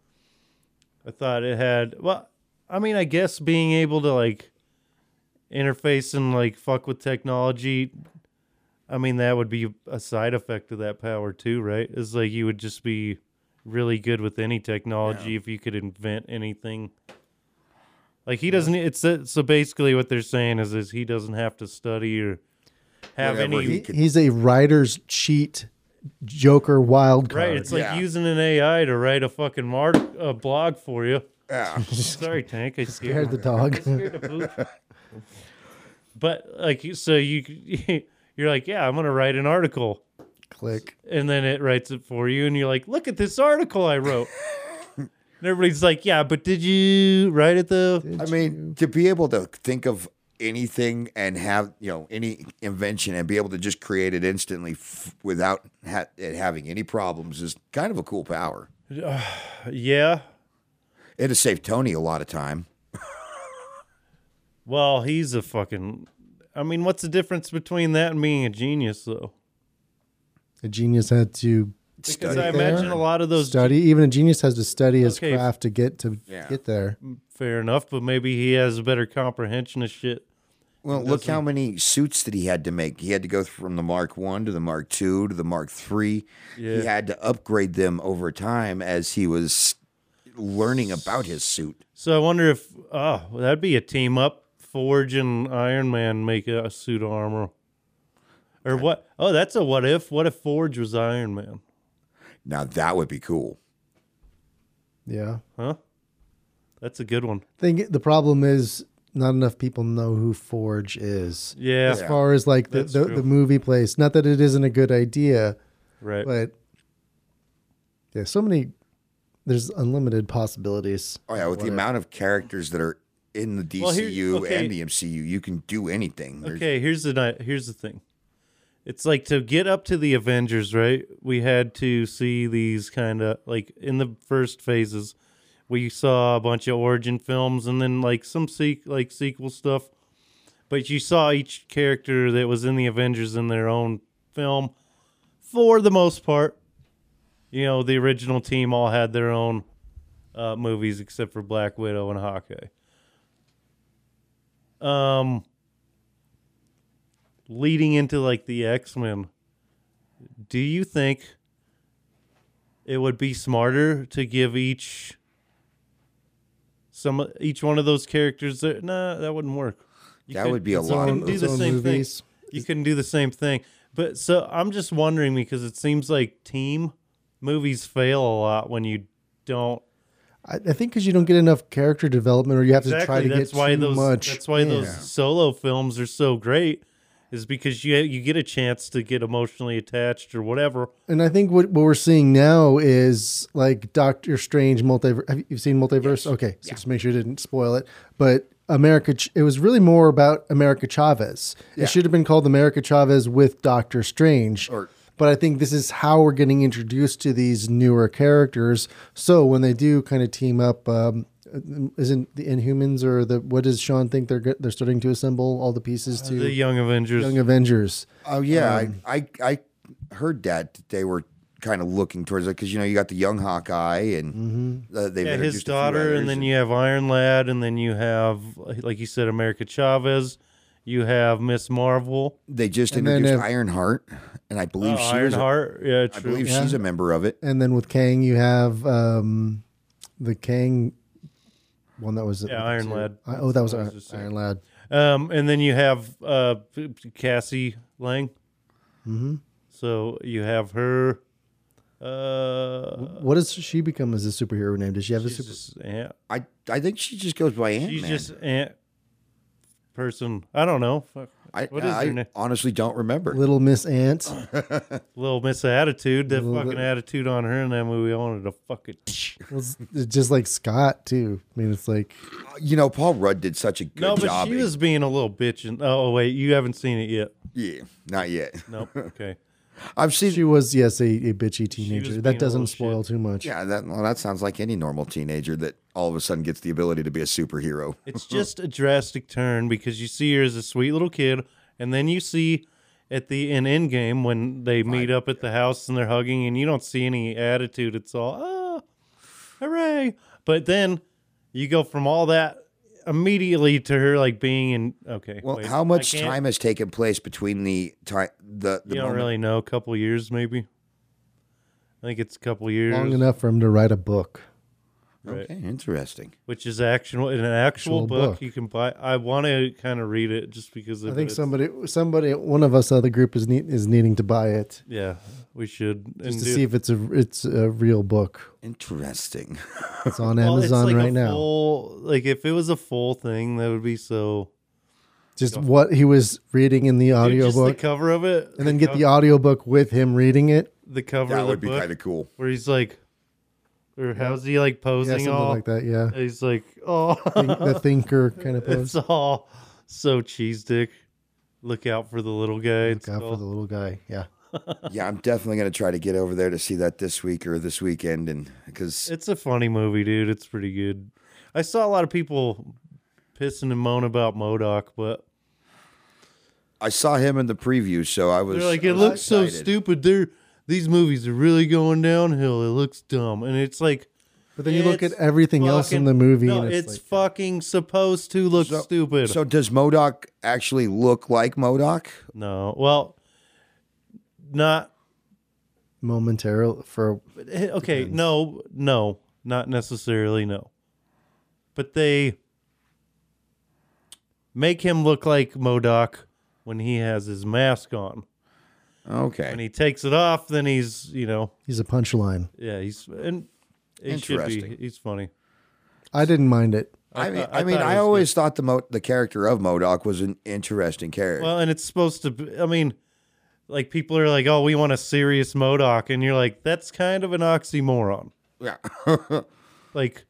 [SPEAKER 2] I thought it had. Well, I mean, I guess being able to like interface and like fuck with technology. I mean, that would be a side effect of that power too, right? Is like you would just be really good with any technology if you could invent anything. Like he doesn't. It's so basically what they're saying is is he doesn't have to study or have
[SPEAKER 3] Whatever
[SPEAKER 2] any
[SPEAKER 3] he
[SPEAKER 4] He- he's a writer's cheat, Joker wild card.
[SPEAKER 2] Right, it's like
[SPEAKER 3] Yeah.
[SPEAKER 2] using an AI to write a fucking mart a blog for you.
[SPEAKER 3] Yeah.
[SPEAKER 2] Sorry, Tank, I
[SPEAKER 4] Scared
[SPEAKER 2] scared
[SPEAKER 4] the dog.
[SPEAKER 2] the poop. But like, you- so you you're like, yeah, I'm gonna write an article,
[SPEAKER 4] Click.
[SPEAKER 2] and then it writes it for you, and you're like, look at this article I wrote. And everybody's like, yeah, but did you write it though?
[SPEAKER 3] I mean, to be able to think of anything and have you know any invention and be able to just create it instantly f- without ha- it having any problems is kind of a cool power.
[SPEAKER 2] Uh, Yeah.
[SPEAKER 3] It has saved Tony a lot of time.
[SPEAKER 2] Well, he's a fucking. I mean, what's the difference between that and being a genius, though?
[SPEAKER 4] A genius had to
[SPEAKER 2] Because
[SPEAKER 3] Study
[SPEAKER 2] I
[SPEAKER 4] there.
[SPEAKER 2] imagine a lot of those.
[SPEAKER 4] study. Even a genius has to study his
[SPEAKER 2] Okay.
[SPEAKER 4] craft to get to
[SPEAKER 3] Yeah.
[SPEAKER 4] get there.
[SPEAKER 2] Fair enough, but maybe he has a better comprehension of shit.
[SPEAKER 3] Well, look how many suits that he had to make. He had to go from the Mark One to the Mark Two to the Mark Three. He had to upgrade them over time as he was learning about his suit.
[SPEAKER 2] So I wonder if oh, that'd be a team up. Forge and Iron Man make a, a suit of armor. Or what? Oh, that's a what if. What if Forge was Iron Man?
[SPEAKER 3] Now that would be cool.
[SPEAKER 4] Yeah.
[SPEAKER 2] Huh? That's a good one.
[SPEAKER 4] I think the problem is not enough people know who Forge is.
[SPEAKER 2] Yeah.
[SPEAKER 4] As far as like the,
[SPEAKER 2] That's
[SPEAKER 4] the,
[SPEAKER 2] true.
[SPEAKER 4] the movie place. Not that it isn't a good idea,
[SPEAKER 2] Right.
[SPEAKER 4] but yeah, so many there's unlimited possibilities.
[SPEAKER 3] Oh yeah, with the amount of characters that are in the DCU
[SPEAKER 2] Well, here- okay.
[SPEAKER 3] and the MCU, you can do anything. There's-
[SPEAKER 2] Okay, here's the ni- here's the thing. It's like to get up to the Avengers, right? We had to see these kind of like in the first phases, we saw a bunch of origin films and then like some se- like sequel stuff. But you saw each character that was in the Avengers in their own film for the most part. You know, the original team all had their own uh, movies except for Black Widow and Hawkeye. Um leading into like the X Men, do you think it would be smarter to give each some each one of those characters? That, nah, that wouldn't work. You
[SPEAKER 3] That
[SPEAKER 2] could-
[SPEAKER 3] would be a
[SPEAKER 2] you
[SPEAKER 3] lot of
[SPEAKER 2] couldn't do
[SPEAKER 3] movies.
[SPEAKER 2] the
[SPEAKER 4] Its own
[SPEAKER 2] same
[SPEAKER 4] movies.
[SPEAKER 2] thing. You couldn't do the same thing. But so I'm just wondering because it seems like team movies fail a lot when you don't
[SPEAKER 4] I, I think because you don't get enough character development, or you have to try to
[SPEAKER 2] that's
[SPEAKER 4] get
[SPEAKER 2] why
[SPEAKER 4] too
[SPEAKER 2] those,
[SPEAKER 4] much.
[SPEAKER 2] That's why
[SPEAKER 4] in.
[SPEAKER 2] those solo films are so great, is because you you get a chance to get emotionally attached or whatever.
[SPEAKER 4] And I think what, what we're seeing now is like Doctor Strange multiverse. Have you you've seen Multiverse? Okay, so just make sure you didn't spoil it. But America, Ch- it was really more about America Chavez. It should have been called America Chavez with Doctor Strange.
[SPEAKER 3] Or-
[SPEAKER 4] but I think this is how we're getting introduced to these newer characters. So when they do kind of team up, um, isn't the Inhumans or the what does Sean think they're go- they're starting to assemble all the pieces to
[SPEAKER 2] The Young Avengers.
[SPEAKER 4] Young Avengers?
[SPEAKER 3] Oh yeah,
[SPEAKER 2] Um,
[SPEAKER 3] I, I I heard that that they were kind of looking towards it because you know you got the young Hawkeye and uh, they've
[SPEAKER 2] Mm-hmm. yeah,
[SPEAKER 3] introduced
[SPEAKER 2] his
[SPEAKER 3] a few
[SPEAKER 2] daughter,
[SPEAKER 3] others,
[SPEAKER 2] and then you have Iron Lad, and then you have, like you said, America Chavez. You have Miss Marvel,
[SPEAKER 3] they just
[SPEAKER 4] and then
[SPEAKER 3] introduced
[SPEAKER 4] if-
[SPEAKER 3] Ironheart, and I believe she was a,
[SPEAKER 2] Oh, Ironheart. Yeah,
[SPEAKER 3] I
[SPEAKER 2] true.
[SPEAKER 3] believe she's a member of it.
[SPEAKER 4] And then with Kang, you have um, the Kang one that was
[SPEAKER 2] Yeah, Iron Lad.
[SPEAKER 4] I- oh, that was
[SPEAKER 2] That's what
[SPEAKER 4] Iron,
[SPEAKER 2] I was just
[SPEAKER 4] Iron Lad.
[SPEAKER 2] Um, and then you have uh, Cassie Lang. Mm-hmm. So you have her. Uh,
[SPEAKER 4] What does she become as a superhero name? Does she have a super?
[SPEAKER 2] just Ant-
[SPEAKER 3] I I think she just goes by Ant
[SPEAKER 2] She's
[SPEAKER 3] Man.
[SPEAKER 2] just ant person. I don't know. Fuck.
[SPEAKER 3] I,
[SPEAKER 2] what is
[SPEAKER 3] I
[SPEAKER 2] her name?
[SPEAKER 3] honestly don't remember.
[SPEAKER 4] Little Miss Ant.
[SPEAKER 2] Little Miss Attitude. That
[SPEAKER 4] Little
[SPEAKER 2] fucking
[SPEAKER 4] bit.
[SPEAKER 2] attitude on her in that movie. I wanted to fucking.
[SPEAKER 4] Well, it's- it's just like Scott too. I mean, it's like
[SPEAKER 3] You know, Paul Rudd did such a good
[SPEAKER 2] No, but
[SPEAKER 3] job. eh?
[SPEAKER 2] she was being a little bitch. And oh wait, you haven't seen it yet.
[SPEAKER 3] yeah, not yet.
[SPEAKER 2] Nope. Okay.
[SPEAKER 3] I've seen.
[SPEAKER 4] she was yes a, a bitchy teenager.
[SPEAKER 2] being a
[SPEAKER 4] That doesn't
[SPEAKER 2] little
[SPEAKER 4] spoil too much.
[SPEAKER 3] yeah, that well, that sounds like any normal teenager that all of a sudden gets the ability to be a superhero.
[SPEAKER 2] It's just a drastic turn because you see her as a sweet little kid, and then you see at the in Endgame when they meet up at the house and they're hugging, and you don't see any attitude. It's all oh, hooray! But then you go from all that immediately to her like being in okay.
[SPEAKER 3] Well,
[SPEAKER 2] wait,
[SPEAKER 3] how much
[SPEAKER 2] I can't-
[SPEAKER 3] time has taken place between the time the, the
[SPEAKER 2] You don't
[SPEAKER 3] moment-
[SPEAKER 2] really know. A couple years maybe. I think it's a couple years,
[SPEAKER 4] Long enough for him to write a book.
[SPEAKER 2] right.
[SPEAKER 3] Okay, interesting.
[SPEAKER 2] which is actual in an actual,
[SPEAKER 4] Actual
[SPEAKER 2] book,
[SPEAKER 4] book.
[SPEAKER 2] you can buy. I want to kind of read it just because
[SPEAKER 4] I
[SPEAKER 2] of
[SPEAKER 4] think
[SPEAKER 2] its-
[SPEAKER 4] somebody, somebody, one of us out of the group is need, is needing to buy it
[SPEAKER 2] Yeah, we should.
[SPEAKER 4] just
[SPEAKER 2] and
[SPEAKER 4] to
[SPEAKER 2] do-
[SPEAKER 4] see if it's a it's a real book.
[SPEAKER 3] Interesting.
[SPEAKER 4] It's on
[SPEAKER 2] Well, it's
[SPEAKER 4] Amazon
[SPEAKER 2] like a
[SPEAKER 4] right now.
[SPEAKER 2] full- like if it was a full thing, that would be so.
[SPEAKER 4] just what he was reading in the
[SPEAKER 2] Dude, just the
[SPEAKER 4] audiobook
[SPEAKER 2] cover of it,
[SPEAKER 4] and then get the audiobook with him reading it
[SPEAKER 2] the cover
[SPEAKER 3] that
[SPEAKER 2] of the
[SPEAKER 3] would be
[SPEAKER 2] book,
[SPEAKER 3] kind of cool.
[SPEAKER 2] where he's like, Or how's he like
[SPEAKER 4] Yeah,
[SPEAKER 2] posing
[SPEAKER 4] something
[SPEAKER 2] all
[SPEAKER 4] like that. Yeah,
[SPEAKER 2] He's like, oh,
[SPEAKER 4] Think- the thinker kind of
[SPEAKER 2] it's
[SPEAKER 4] pose.
[SPEAKER 2] all so cheese dick. Look out for the little guy. it's
[SPEAKER 4] Look out for
[SPEAKER 2] called.
[SPEAKER 4] the little guy. Yeah,
[SPEAKER 3] Yeah, I'm definitely gonna try to get over there to see that this week or this weekend, and because
[SPEAKER 2] It's a funny movie, dude. It's pretty good. I saw a lot of people pissing and moan about Modoc, but
[SPEAKER 3] I saw him in the preview, so I was
[SPEAKER 2] they're like,
[SPEAKER 3] I
[SPEAKER 2] it
[SPEAKER 3] was
[SPEAKER 2] looks so
[SPEAKER 3] excited.
[SPEAKER 2] stupid. They're these movies are really going downhill. It looks dumb, and it's like
[SPEAKER 4] but then you look at
[SPEAKER 2] It's
[SPEAKER 4] everything else
[SPEAKER 2] fucking-
[SPEAKER 4] in the movie,
[SPEAKER 2] No,
[SPEAKER 4] and
[SPEAKER 2] it's,
[SPEAKER 4] it's,
[SPEAKER 2] fucking supposed to look stupid.
[SPEAKER 3] So does Modoc actually look like Modoc?
[SPEAKER 2] no, well, not
[SPEAKER 4] like momentarily for
[SPEAKER 2] Eh, okay no no not necessarily no but they make him look like modoc when he has his mask on when
[SPEAKER 3] Okay.
[SPEAKER 2] he takes it off then he's you know
[SPEAKER 4] he's a punchline.
[SPEAKER 2] yeah he's and he should be
[SPEAKER 3] Interesting.
[SPEAKER 2] he's funny
[SPEAKER 4] I didn't mind it.
[SPEAKER 3] I mean,
[SPEAKER 2] thought- I
[SPEAKER 3] I, mean,
[SPEAKER 2] thought it
[SPEAKER 3] I
[SPEAKER 2] was
[SPEAKER 3] always thought the Mo- the character of Modoc was an interesting character.
[SPEAKER 2] well and it's supposed to be, i mean like people are like oh we want a serious modoc and you're like that's kind of an oxymoron
[SPEAKER 3] yeah.
[SPEAKER 2] Like,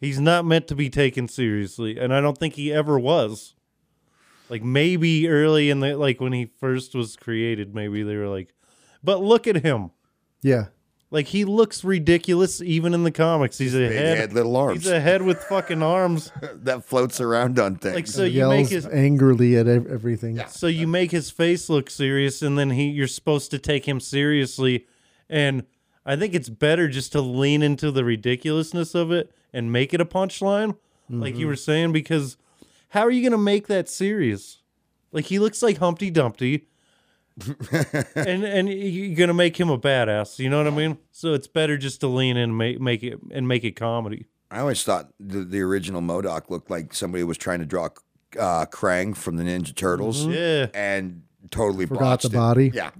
[SPEAKER 2] he's not meant to be taken seriously, and I don't think he ever was. Like maybe early in the like when he first was created, maybe they were like, but look at him.
[SPEAKER 4] Yeah,
[SPEAKER 2] Like he looks ridiculous even in the comics. He's a
[SPEAKER 3] Big
[SPEAKER 2] head,
[SPEAKER 3] head, little arms.
[SPEAKER 2] He's a head with fucking arms.
[SPEAKER 3] that floats around on things.
[SPEAKER 2] Like so you make
[SPEAKER 4] yells
[SPEAKER 2] his
[SPEAKER 4] angrily at ev- everything.
[SPEAKER 2] so you make his face look serious and then he you're supposed to take him seriously and i think it's better just to lean into the ridiculousness of it and make it a punchline like you were saying because how are you going to make that serious like he looks like humpty dumpty and and you're going to make him a badass you know what i mean so it's better just to lean in and make, make it and make it comedy
[SPEAKER 3] I always thought the, the original Modoc looked like somebody was trying to draw uh, Krang from the Ninja Turtles
[SPEAKER 2] Mm-hmm. yeah
[SPEAKER 3] and totally
[SPEAKER 4] Forgot the
[SPEAKER 3] botched it.
[SPEAKER 4] body.
[SPEAKER 3] Yeah.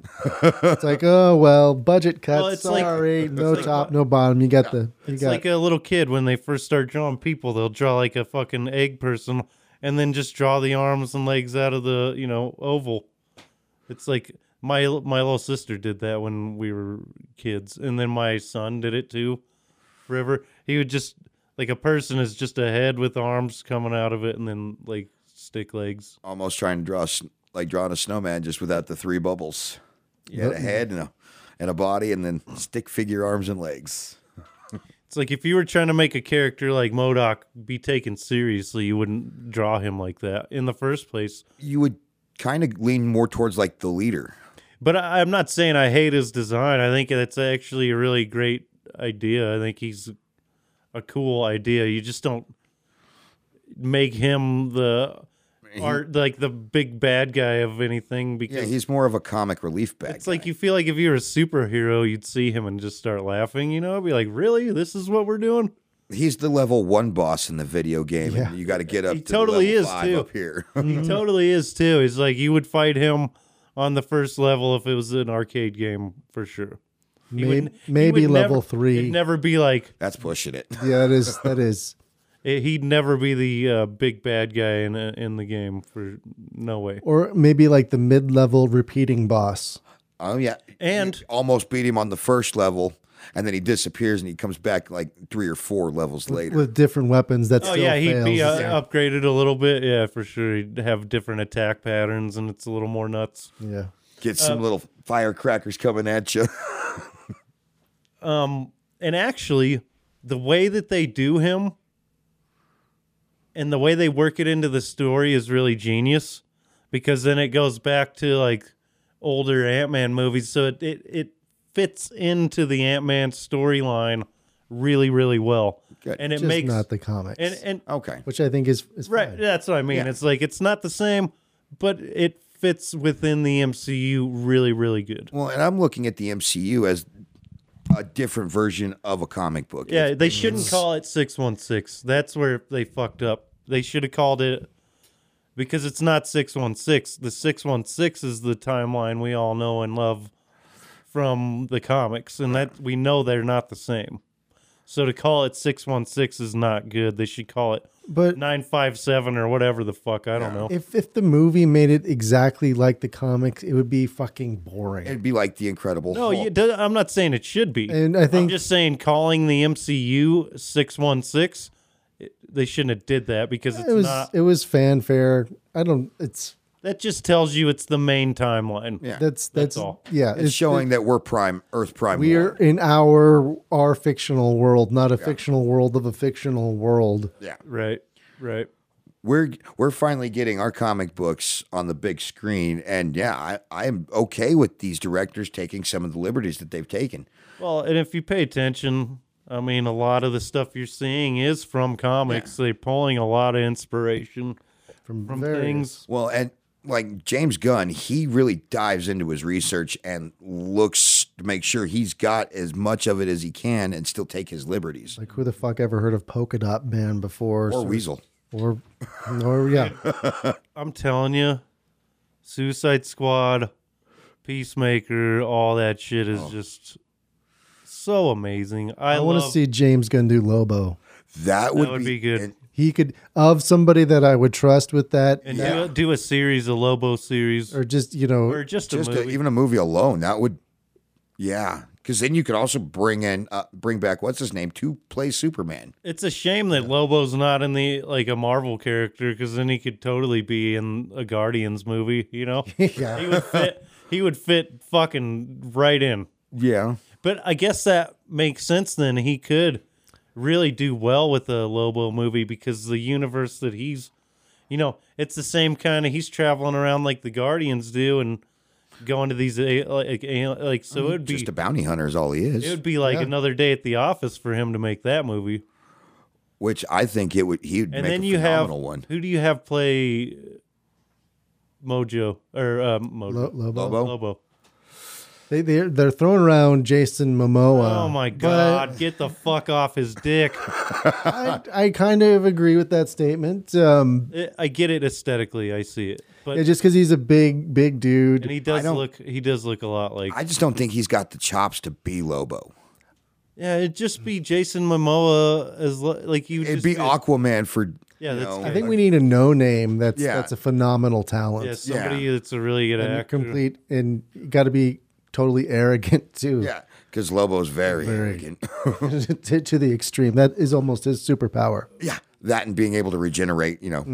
[SPEAKER 4] It's like, oh well, budget cut.
[SPEAKER 2] Well, it's like-
[SPEAKER 4] sorry, no
[SPEAKER 2] like
[SPEAKER 4] top,
[SPEAKER 2] what-
[SPEAKER 4] no bottom. You got the. You
[SPEAKER 2] It's
[SPEAKER 4] got
[SPEAKER 2] like a little kid when they first start drawing people, they'll draw like a fucking egg person and then just draw the arms and legs out of the, you know, oval. It's like my my little sister did that when we were kids and then my son did it too forever. He would just like a person is just a head with arms coming out of it and then like stick legs.
[SPEAKER 3] Almost trying to draw s- like drawing a snowman just without the three bubbles. You had a head and a and a body and then stick figure arms and legs.
[SPEAKER 2] It's like if you were trying to make a character like Modoc be taken seriously, you wouldn't draw him like that in the first place.
[SPEAKER 3] You would kind of lean more towards like the leader.
[SPEAKER 2] But I, I'm not saying I hate his design. I think that's actually a really great idea. I think he's a cool idea. You just don't make him the art like the big bad guy of anything
[SPEAKER 3] Yeah,
[SPEAKER 2] because
[SPEAKER 3] he's more of a comic relief bag.
[SPEAKER 2] it's like you feel like if you were a superhero, you'd see him and just start laughing. You know, be like, "Really? This is what we're doing?"
[SPEAKER 3] he's the level one boss in the video game,
[SPEAKER 4] Yeah.
[SPEAKER 3] and you got to get up.
[SPEAKER 2] He
[SPEAKER 3] to the
[SPEAKER 2] totally
[SPEAKER 3] level
[SPEAKER 2] is,
[SPEAKER 3] five
[SPEAKER 2] too.
[SPEAKER 3] up here.
[SPEAKER 2] He totally is too. He's like, you would fight him on the first level if it was an arcade game for sure. He
[SPEAKER 4] May-
[SPEAKER 2] wouldn't- he
[SPEAKER 4] maybe
[SPEAKER 2] would
[SPEAKER 4] level
[SPEAKER 2] never-
[SPEAKER 4] three.
[SPEAKER 2] It'd never be like
[SPEAKER 3] That's pushing it.
[SPEAKER 4] yeah, that is that is.
[SPEAKER 2] It, Eh, he'd never be the uh, big bad guy in uh, in the game for no way.
[SPEAKER 4] Or maybe like the mid-level repeating boss.
[SPEAKER 3] Oh yeah,
[SPEAKER 2] And-
[SPEAKER 3] You almost beat him on the first level, and then he disappears, and he comes back like three or four levels later.
[SPEAKER 4] with different weapons that
[SPEAKER 2] Oh
[SPEAKER 4] still
[SPEAKER 2] yeah, he'd be
[SPEAKER 4] fails.
[SPEAKER 2] uh, upgraded a little bit. Yeah, for sure. He'd have different attack patterns, and it's a little more nuts.
[SPEAKER 4] yeah.
[SPEAKER 3] Get some little firecrackers coming at you.
[SPEAKER 2] And actually, the way that they do him, and the way they work it into the story is really genius, because then it goes back to like older Ant Man movies, so it, it it fits into the Ant Man storyline really really well,
[SPEAKER 3] Good.
[SPEAKER 2] and it
[SPEAKER 4] Just
[SPEAKER 2] makes
[SPEAKER 4] not the comics.
[SPEAKER 2] and and
[SPEAKER 3] okay,
[SPEAKER 4] which I think is, is
[SPEAKER 2] Right,
[SPEAKER 4] fine.
[SPEAKER 2] that's what I mean.
[SPEAKER 3] Yeah.
[SPEAKER 2] It's like it's not the same, but it fits within the MCU really, really good.
[SPEAKER 3] well, and I'm looking at the MCU as a different version of a comic book.
[SPEAKER 2] Yeah, they shouldn't call it six one six. That's where they fucked up. They should have called it because it's not six one six. The six one six is the timeline we all know and love from the comics, and that we know they're not the same. So to call it 616 is not good. They should call it
[SPEAKER 4] But
[SPEAKER 2] 957 or whatever the fuck. I don't know.
[SPEAKER 4] if if the movie made it exactly like the comics, it would be fucking boring.
[SPEAKER 3] It'd be like the Incredible.
[SPEAKER 2] No,
[SPEAKER 3] Hulk.
[SPEAKER 2] you, do- I'm not saying it should be.
[SPEAKER 4] And I
[SPEAKER 2] I'm
[SPEAKER 4] think-
[SPEAKER 2] just saying calling the MCU 616, it, they shouldn't have did that because it's
[SPEAKER 4] it was
[SPEAKER 2] not.
[SPEAKER 4] it was fanfare. I don't. It's
[SPEAKER 2] that just tells you it's the main timeline.
[SPEAKER 3] Yeah.
[SPEAKER 4] that's that's,
[SPEAKER 2] all.
[SPEAKER 4] yeah.
[SPEAKER 3] It's, showing that we're prime Earth prime.
[SPEAKER 4] we are
[SPEAKER 3] one.
[SPEAKER 4] in our our fictional world, not a fictional world of a fictional world.
[SPEAKER 3] yeah.
[SPEAKER 2] Right, right.
[SPEAKER 3] We're we're finally getting our comic books on the big screen, and yeah, I I am okay with these directors taking some of the liberties that they've taken.
[SPEAKER 2] Well, and if you pay attention, I mean, a lot of the stuff you're seeing is from comics. They're pulling a lot of inspiration
[SPEAKER 4] From,
[SPEAKER 2] from
[SPEAKER 4] various-
[SPEAKER 2] things.
[SPEAKER 3] Well, and like James Gunn, he really dives into his research and looks to make sure he's got as much of it as he can and still take his liberties.
[SPEAKER 4] Like who the fuck ever heard of Polka Dot Man before?
[SPEAKER 3] Or Weasel.
[SPEAKER 4] Or, or yeah,
[SPEAKER 2] I'm telling you, Suicide Squad, Peacemaker, all that shit is just so amazing. I,
[SPEAKER 4] Oh. I
[SPEAKER 2] want
[SPEAKER 4] want to see James Gunn do Lobo.
[SPEAKER 3] That would,
[SPEAKER 2] That would be good.
[SPEAKER 3] and-
[SPEAKER 4] He could of somebody that I would trust with that,
[SPEAKER 2] and do, do a series, a Lobo series, or,
[SPEAKER 4] or just you know,
[SPEAKER 2] just a
[SPEAKER 3] just a, e-
[SPEAKER 2] movie.
[SPEAKER 3] even a movie alone that would yeah because then you could also bring in uh, bring back what's his name to play superman
[SPEAKER 2] it's a shame that Lobo's not in the like a Marvel character because then he could totally be in a Guardians movie. You know,
[SPEAKER 4] Yeah.
[SPEAKER 2] he would fit. He would fit fucking right in.
[SPEAKER 3] yeah
[SPEAKER 2] But I guess that makes sense then. He could really do well with a Lobo movie because the universe that he's, you know, it's the same kind of he's traveling around like the Guardians do and going to these a- like a- like so it would be
[SPEAKER 3] Mm-hmm. just a bounty hunter is all he is
[SPEAKER 2] it would be like another day at the office for him to make that movie.
[SPEAKER 3] which i think it would he would
[SPEAKER 2] And
[SPEAKER 3] make
[SPEAKER 2] then
[SPEAKER 3] a
[SPEAKER 2] you have
[SPEAKER 3] phenomenal one
[SPEAKER 2] who do you have play Mojo or um, Mojo
[SPEAKER 4] Lo- Lobo.
[SPEAKER 3] Lobo?
[SPEAKER 2] Lobo.
[SPEAKER 4] They they're, they're throwing around Jason Momoa.
[SPEAKER 2] Oh my
[SPEAKER 4] Uh, but
[SPEAKER 2] god, get the fuck off his dick.
[SPEAKER 4] I, I kind of agree with that statement. Um,
[SPEAKER 2] I- I get it aesthetically, I see it. But
[SPEAKER 4] yeah, just because he's a big big dude,
[SPEAKER 2] And he
[SPEAKER 3] I
[SPEAKER 2] does
[SPEAKER 3] don't-
[SPEAKER 2] look he does look a lot like
[SPEAKER 3] i just don't think he's got the chops to be lobo
[SPEAKER 2] yeah. It'd just be Jason Momoa as lo- like you. would
[SPEAKER 3] it'd
[SPEAKER 2] just
[SPEAKER 3] be aquaman for
[SPEAKER 2] Yeah,
[SPEAKER 3] you
[SPEAKER 2] that's
[SPEAKER 3] know,
[SPEAKER 4] I think we need a no name that's
[SPEAKER 3] Yeah.
[SPEAKER 4] that's a phenomenal talent.
[SPEAKER 2] Yeah, somebody that's a really good
[SPEAKER 4] and
[SPEAKER 2] actor.
[SPEAKER 4] complete and got to be totally arrogant too.
[SPEAKER 3] yeah because lobo's very, arrogant
[SPEAKER 4] to, to the extreme. That is almost his superpower.
[SPEAKER 3] yeah that and being able to regenerate you know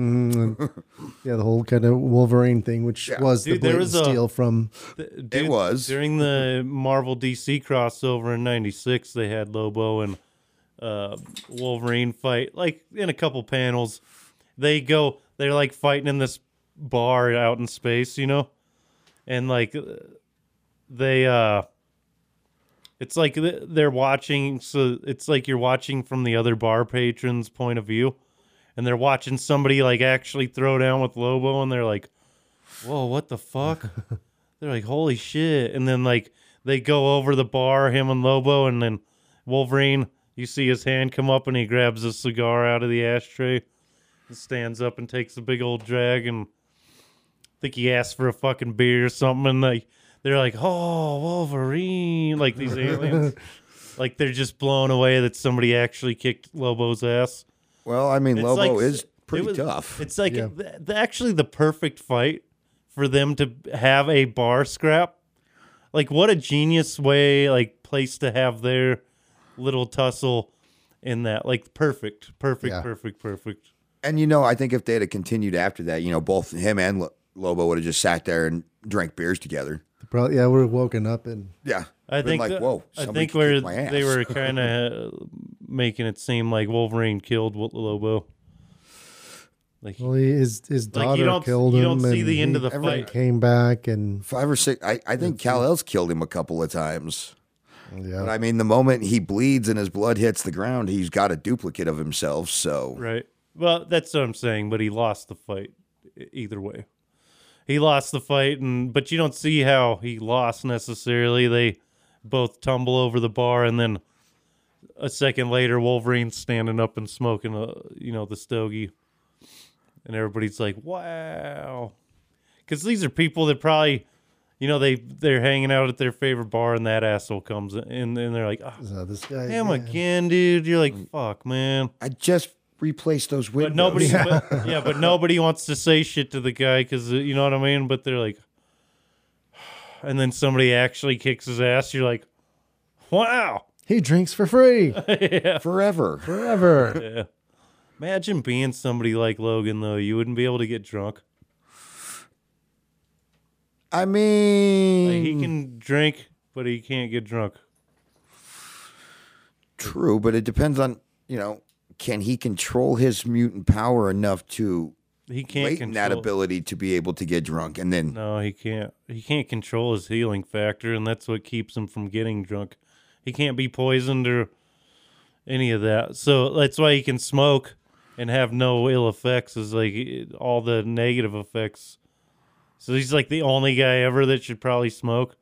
[SPEAKER 4] Yeah, the whole kind of Wolverine thing, which was
[SPEAKER 2] Dude,
[SPEAKER 4] the
[SPEAKER 2] there
[SPEAKER 4] blatant
[SPEAKER 2] was a-
[SPEAKER 4] steal from.
[SPEAKER 2] Dude,
[SPEAKER 3] it was
[SPEAKER 2] during the Marvel DC crossover in '96. They had Lobo and uh, Wolverine fight like in a couple panels. They go they're like fighting in this bar out in space, you know, and like uh, they uh, it's like th- they're watching. So it's like you're watching from the other bar patron's point of view, and they're watching somebody like actually throw down with Lobo, and they're like. Whoa, what the fuck? they're like, holy shit. And then like they go over the bar, him and Lobo, and then Wolverine, you see his hand come up and he grabs a cigar out of the ashtray and stands up and takes a big old drag and I think he asked for a fucking beer or something and like they're like, Oh, Wolverine like these aliens. like they're just blown away that somebody actually kicked Lobo's ass.
[SPEAKER 3] well i mean
[SPEAKER 2] It's
[SPEAKER 3] lobo
[SPEAKER 2] like-
[SPEAKER 3] is pretty
[SPEAKER 2] it was-
[SPEAKER 3] tough
[SPEAKER 2] It's like
[SPEAKER 4] Yeah.
[SPEAKER 2] th- th- actually the perfect fight for them to have a bar scrap. Like what a genius way, like place to have their little tussle in that. Like perfect, perfect,
[SPEAKER 4] Yeah.
[SPEAKER 2] perfect, perfect.
[SPEAKER 3] And you know, I think if they'd have continued after that, you know, both him and Lo- Lobo would have just sat there and drank beers together.
[SPEAKER 4] Probably, yeah, we're woken up and
[SPEAKER 3] Yeah,
[SPEAKER 2] I
[SPEAKER 3] Been
[SPEAKER 2] think
[SPEAKER 3] like,
[SPEAKER 2] the-
[SPEAKER 3] whoa,
[SPEAKER 2] I
[SPEAKER 3] somebody
[SPEAKER 2] think
[SPEAKER 3] could kick
[SPEAKER 2] where
[SPEAKER 3] my ass.
[SPEAKER 2] they were kind of making it seem like Wolverine killed Wo- Lobo. Like
[SPEAKER 4] well, he, his his daughter
[SPEAKER 2] Like, you don't-
[SPEAKER 4] killed
[SPEAKER 2] you
[SPEAKER 4] him.
[SPEAKER 2] don't see
[SPEAKER 4] and
[SPEAKER 2] the
[SPEAKER 4] he
[SPEAKER 2] end of the
[SPEAKER 4] everyone
[SPEAKER 2] fight.
[SPEAKER 4] Came back and
[SPEAKER 3] five or six. I, I think Cal El's killed him a couple of times. But
[SPEAKER 4] yeah,
[SPEAKER 3] I mean, the moment he bleeds and his blood hits the ground, he's got a duplicate of himself. So
[SPEAKER 2] Right. Well, that's what I'm saying, but he lost the fight e- either way. He lost the fight and but you don't see how he lost necessarily. They both tumble over the bar and then a second later Wolverine's standing up and smoking a, you know, the stogie. And everybody's like, "Wow." Cuz these are people that probably you know they they're hanging out at their favorite bar and that asshole comes in and they're like oh,
[SPEAKER 4] So this guy.
[SPEAKER 2] him
[SPEAKER 4] yeah.
[SPEAKER 2] again dude you're like fuck man
[SPEAKER 3] I just replaced those windows.
[SPEAKER 2] but nobody yeah. But, yeah but nobody wants to say shit to the guy because you know what i mean but they're like and then somebody actually kicks his ass you're like wow
[SPEAKER 4] He drinks for free
[SPEAKER 3] forever.
[SPEAKER 4] forever.
[SPEAKER 2] imagine being somebody like logan though you wouldn't be able to get drunk
[SPEAKER 3] I mean,
[SPEAKER 2] Like, he can drink but he can't get drunk
[SPEAKER 3] True, but it depends on you know can he control his mutant power enough to
[SPEAKER 2] he can't
[SPEAKER 3] latent that
[SPEAKER 2] control-
[SPEAKER 3] ability to be able to get drunk and then
[SPEAKER 2] No, he can't. He can't control his healing factor, and that's what keeps him from getting drunk. He can't be poisoned or any of that. So that's why he can smoke and have no ill effects. Is like it- all the negative effects. So he's like the only guy ever that should probably smoke,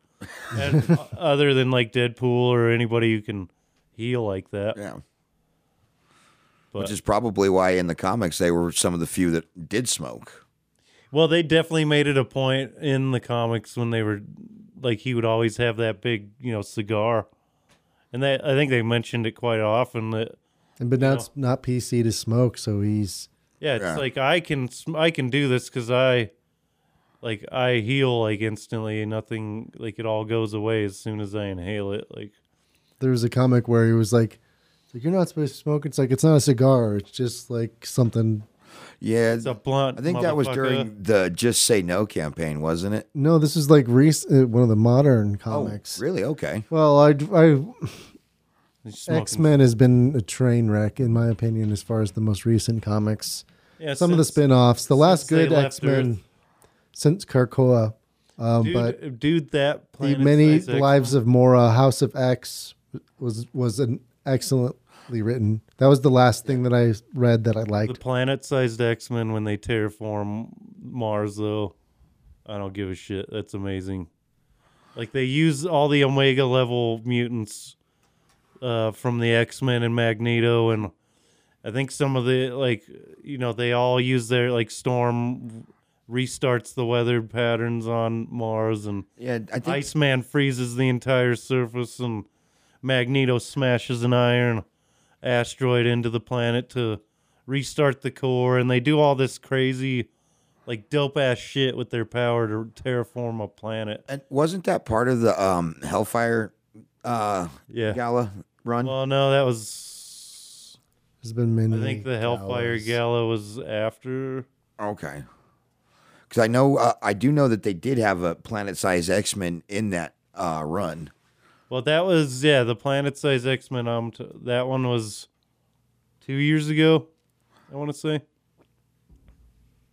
[SPEAKER 2] and, o- other than like Deadpool or anybody who can heal like that.
[SPEAKER 3] yeah.
[SPEAKER 2] But-
[SPEAKER 3] Which is probably why in the comics they were some of the few that did smoke.
[SPEAKER 2] Well, they definitely made it a point in the comics when they were like he would always have that big, you know, cigar. And that I think they mentioned it quite often that
[SPEAKER 4] And but now it's not PC to smoke, so he's
[SPEAKER 2] yeah, it's
[SPEAKER 3] Yeah.
[SPEAKER 2] like I can sm- I can do this cuz I like I heal like instantly and nothing like it all goes away as soon as I inhale it like
[SPEAKER 4] there was a comic where he was like, it's like, "You're not supposed to smoke." It's like it's not a cigar. It's just like something.
[SPEAKER 3] Yeah,
[SPEAKER 2] it's a blunt.
[SPEAKER 3] I think that was
[SPEAKER 2] motherfucker.
[SPEAKER 3] during the "Just Say No" campaign, wasn't it?
[SPEAKER 4] No, this is like recent, one of the modern comics.
[SPEAKER 3] Oh, really? Okay.
[SPEAKER 4] Well, I,
[SPEAKER 2] He's smoking-
[SPEAKER 4] X Men has been a train wreck in my opinion as far as the most recent comics.
[SPEAKER 2] Yeah,
[SPEAKER 4] Some of the
[SPEAKER 2] since-
[SPEAKER 4] spin-offs, the
[SPEAKER 2] since
[SPEAKER 4] last
[SPEAKER 2] they
[SPEAKER 4] good
[SPEAKER 2] left
[SPEAKER 4] X Men since Krakoa, um,
[SPEAKER 2] dude,
[SPEAKER 4] but
[SPEAKER 2] dude that
[SPEAKER 4] the
[SPEAKER 2] planet
[SPEAKER 4] many
[SPEAKER 2] size X-
[SPEAKER 4] Lives of Mora, House of X was was an excellently written. That was the last thing that I read that I
[SPEAKER 2] the
[SPEAKER 4] liked.
[SPEAKER 2] planet-sized X-Men when they terraform Mars, though. I don't give a shit. That's amazing. Like they use all the Omega level mutants uh, from the X-Men and Magneto, and I think some of the like you know they all use their like Storm restarts the weather patterns on Mars, and
[SPEAKER 3] Yeah, I think
[SPEAKER 2] Iceman freezes the entire surface, and Magneto smashes an iron asteroid into the planet to restart the core. And they do all this crazy, like dope ass shit with their power to terraform a planet.
[SPEAKER 3] and wasn't that part of the um, Hellfire uh,
[SPEAKER 2] Yeah.
[SPEAKER 3] Gala run?
[SPEAKER 2] Well, no, that was.
[SPEAKER 4] There's been
[SPEAKER 2] I
[SPEAKER 4] many.
[SPEAKER 2] think the Hellfire
[SPEAKER 4] galas.
[SPEAKER 2] Gala was after.
[SPEAKER 3] Okay. Because I know, uh, I do know that they did have a planet size X Men in that uh, run.
[SPEAKER 2] Well, that was yeah, the Planet Size X Men. Um, t- that one was two years ago. I want to say.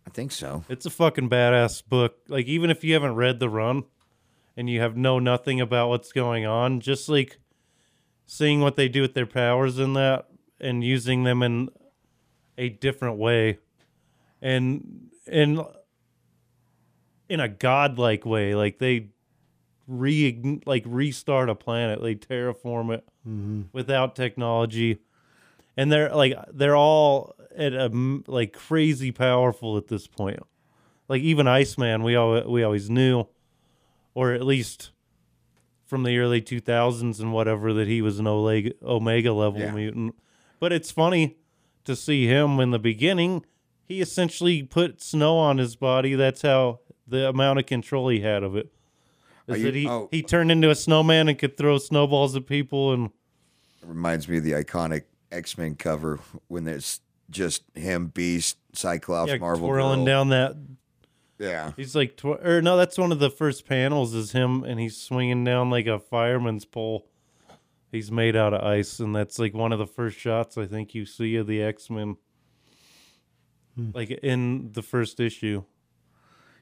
[SPEAKER 3] I think so.
[SPEAKER 2] It's a fucking badass book. Like even if you haven't read the run and you have know nothing about what's going on, just like seeing what they do with their powers in that and using them in a different way and in in a godlike way, like they re like restart a planet, they terraform it without technology. And they're like they're all at a m- like crazy powerful at this point like even Iceman, we all we always knew, or at least from the early two thousands and whatever, that he was an Oleg, Omega level
[SPEAKER 3] Yeah.
[SPEAKER 2] mutant. But it's funny to see him in the beginning. He essentially put snow on his body. That's how the amount of control he had of it.
[SPEAKER 3] Are
[SPEAKER 2] Is
[SPEAKER 3] you-
[SPEAKER 2] that he,
[SPEAKER 3] oh.
[SPEAKER 2] he turned into a snowman and could throw snowballs at people and
[SPEAKER 3] It reminds me of the iconic X Men cover when there's just him, Beast, Cyclops,
[SPEAKER 2] yeah,
[SPEAKER 3] Marvel.
[SPEAKER 2] twirling
[SPEAKER 3] Girl.
[SPEAKER 2] down that
[SPEAKER 3] Yeah.
[SPEAKER 2] He's like, tw- or no, that's one of the first panels is him and he's swinging down like a fireman's pole. He's made out of ice, and that's like one of the first shots I think you see of the X Men, like in the first issue.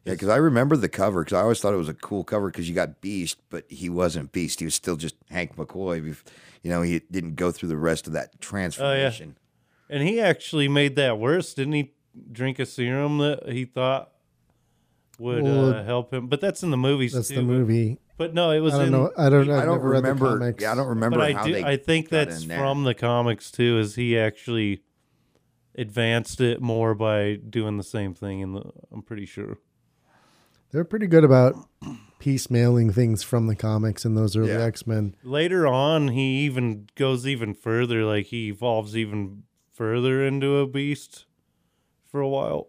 [SPEAKER 3] Yeah, because I remember the cover because I always thought it was a cool cover because you got Beast, but he wasn't Beast. He was still just Hank McCoy. Bef- You know, he didn't go through the rest of
[SPEAKER 2] Oh,
[SPEAKER 3] that transformation.
[SPEAKER 2] And he actually made that worse, didn't he? Drink a serum that he thought would uh,
[SPEAKER 4] Well,
[SPEAKER 2] help him, but that's in the movies
[SPEAKER 4] That's
[SPEAKER 2] too.
[SPEAKER 4] the
[SPEAKER 2] but-
[SPEAKER 4] movie.
[SPEAKER 2] But no, it was
[SPEAKER 4] I don't
[SPEAKER 2] in.
[SPEAKER 4] know. I don't. I've
[SPEAKER 3] I don't
[SPEAKER 4] never read the
[SPEAKER 3] remember.
[SPEAKER 4] comics.
[SPEAKER 3] Yeah, I don't remember
[SPEAKER 2] but I
[SPEAKER 3] how
[SPEAKER 2] do.
[SPEAKER 3] they.
[SPEAKER 2] I think
[SPEAKER 3] got
[SPEAKER 2] that's
[SPEAKER 3] in there.
[SPEAKER 2] from the comics too. Is he actually advanced it more by doing the same thing? In the, I'm pretty sure.
[SPEAKER 4] They're pretty good about piecemealing things from the comics in those early
[SPEAKER 3] Yeah.
[SPEAKER 4] X Men.
[SPEAKER 2] Later on, he even goes even further. Like he evolves even further into a beast for a while,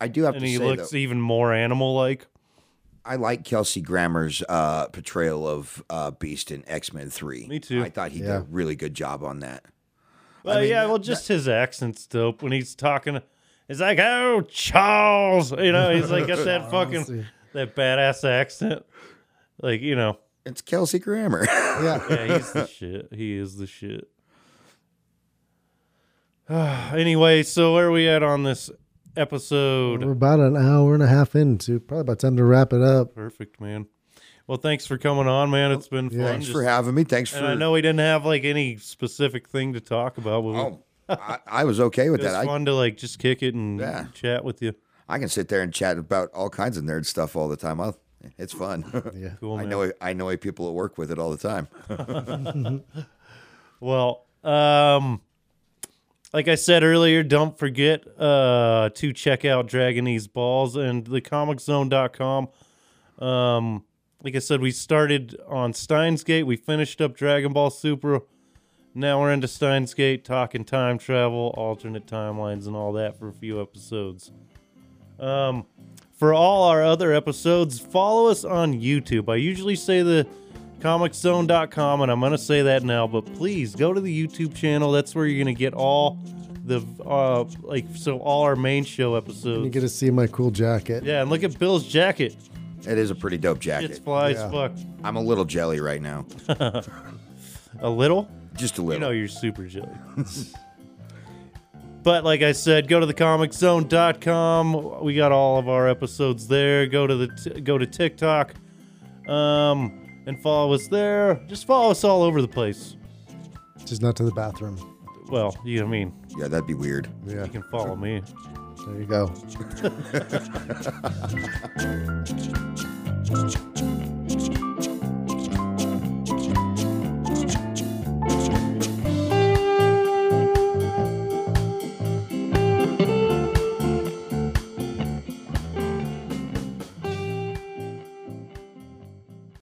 [SPEAKER 3] I do have
[SPEAKER 2] and
[SPEAKER 3] to
[SPEAKER 2] he
[SPEAKER 3] say
[SPEAKER 2] looks
[SPEAKER 3] though,
[SPEAKER 2] even more animal-like.
[SPEAKER 3] I like Kelsey Grammer's uh, portrayal of uh, Beast in X Men Three.
[SPEAKER 2] Me too.
[SPEAKER 3] I thought he
[SPEAKER 4] Yeah.
[SPEAKER 3] did a really good job on that.
[SPEAKER 2] Well, yeah, well, just his accent's dope when he's talking. He's like, "Oh, Charles," you know. He's like got
[SPEAKER 4] Oh,
[SPEAKER 2] that fucking that badass accent. Like you know,
[SPEAKER 3] It's Kelsey Grammer.
[SPEAKER 4] Yeah,
[SPEAKER 2] yeah, he's the shit. He is the shit. anyway, so where are we at on this
[SPEAKER 4] we're
[SPEAKER 2] episode?
[SPEAKER 4] about an hour and a half into probably about time to wrap it up.
[SPEAKER 2] Perfect, man. Well, thanks for coming on, man. It's been fun.
[SPEAKER 3] Thanks
[SPEAKER 2] Just-
[SPEAKER 3] for having me. Thanks for.
[SPEAKER 2] and I know we didn't have like any specific thing to talk about, but we-
[SPEAKER 3] Oh, I, I was okay with
[SPEAKER 2] it was
[SPEAKER 3] that. I,
[SPEAKER 2] fun to like just kick it and
[SPEAKER 3] Yeah.
[SPEAKER 2] chat with you.
[SPEAKER 3] I can sit there and chat about all kinds of nerd stuff all the time. I'll, it's fun.
[SPEAKER 4] Yeah.
[SPEAKER 2] Cool,
[SPEAKER 3] I
[SPEAKER 2] man.
[SPEAKER 3] know I know people at work with it all the time.
[SPEAKER 2] Well, um, like I said earlier, don't forget uh, to check out Dragonese Balls and thecomiczone.com. Um, like I said, we started on Steins Gate. We finished up Dragon Ball Super. Now we're into Steins Gate, talking time travel, alternate timelines, and all that for a few episodes. Um, for all our other episodes, follow us on YouTube. I usually say the comiczone.com and I'm going to say that now, but please go to the YouTube channel. That's where you're going to get all the uh like so all our main show
[SPEAKER 4] You
[SPEAKER 2] episodes.
[SPEAKER 4] get to see my cool jacket.
[SPEAKER 2] yeah, and look at Bill's jacket.
[SPEAKER 3] It is a pretty dope
[SPEAKER 2] It's
[SPEAKER 3] jacket.
[SPEAKER 2] fly as
[SPEAKER 4] Yeah.
[SPEAKER 2] fuck.
[SPEAKER 3] I'm a little jelly right now,
[SPEAKER 2] A little?
[SPEAKER 3] just a
[SPEAKER 2] You know
[SPEAKER 3] little.
[SPEAKER 2] you're super jelly. but like I said, go to thecomiczone.com. We got all of our episodes there. Go to the t- go to TikTok, um, and follow us there. Just follow us all over the place.
[SPEAKER 4] Just not to the bathroom.
[SPEAKER 2] Well, you know, what I mean,
[SPEAKER 3] yeah, that'd be weird.
[SPEAKER 4] Yeah.
[SPEAKER 2] you can follow me.
[SPEAKER 4] There you go.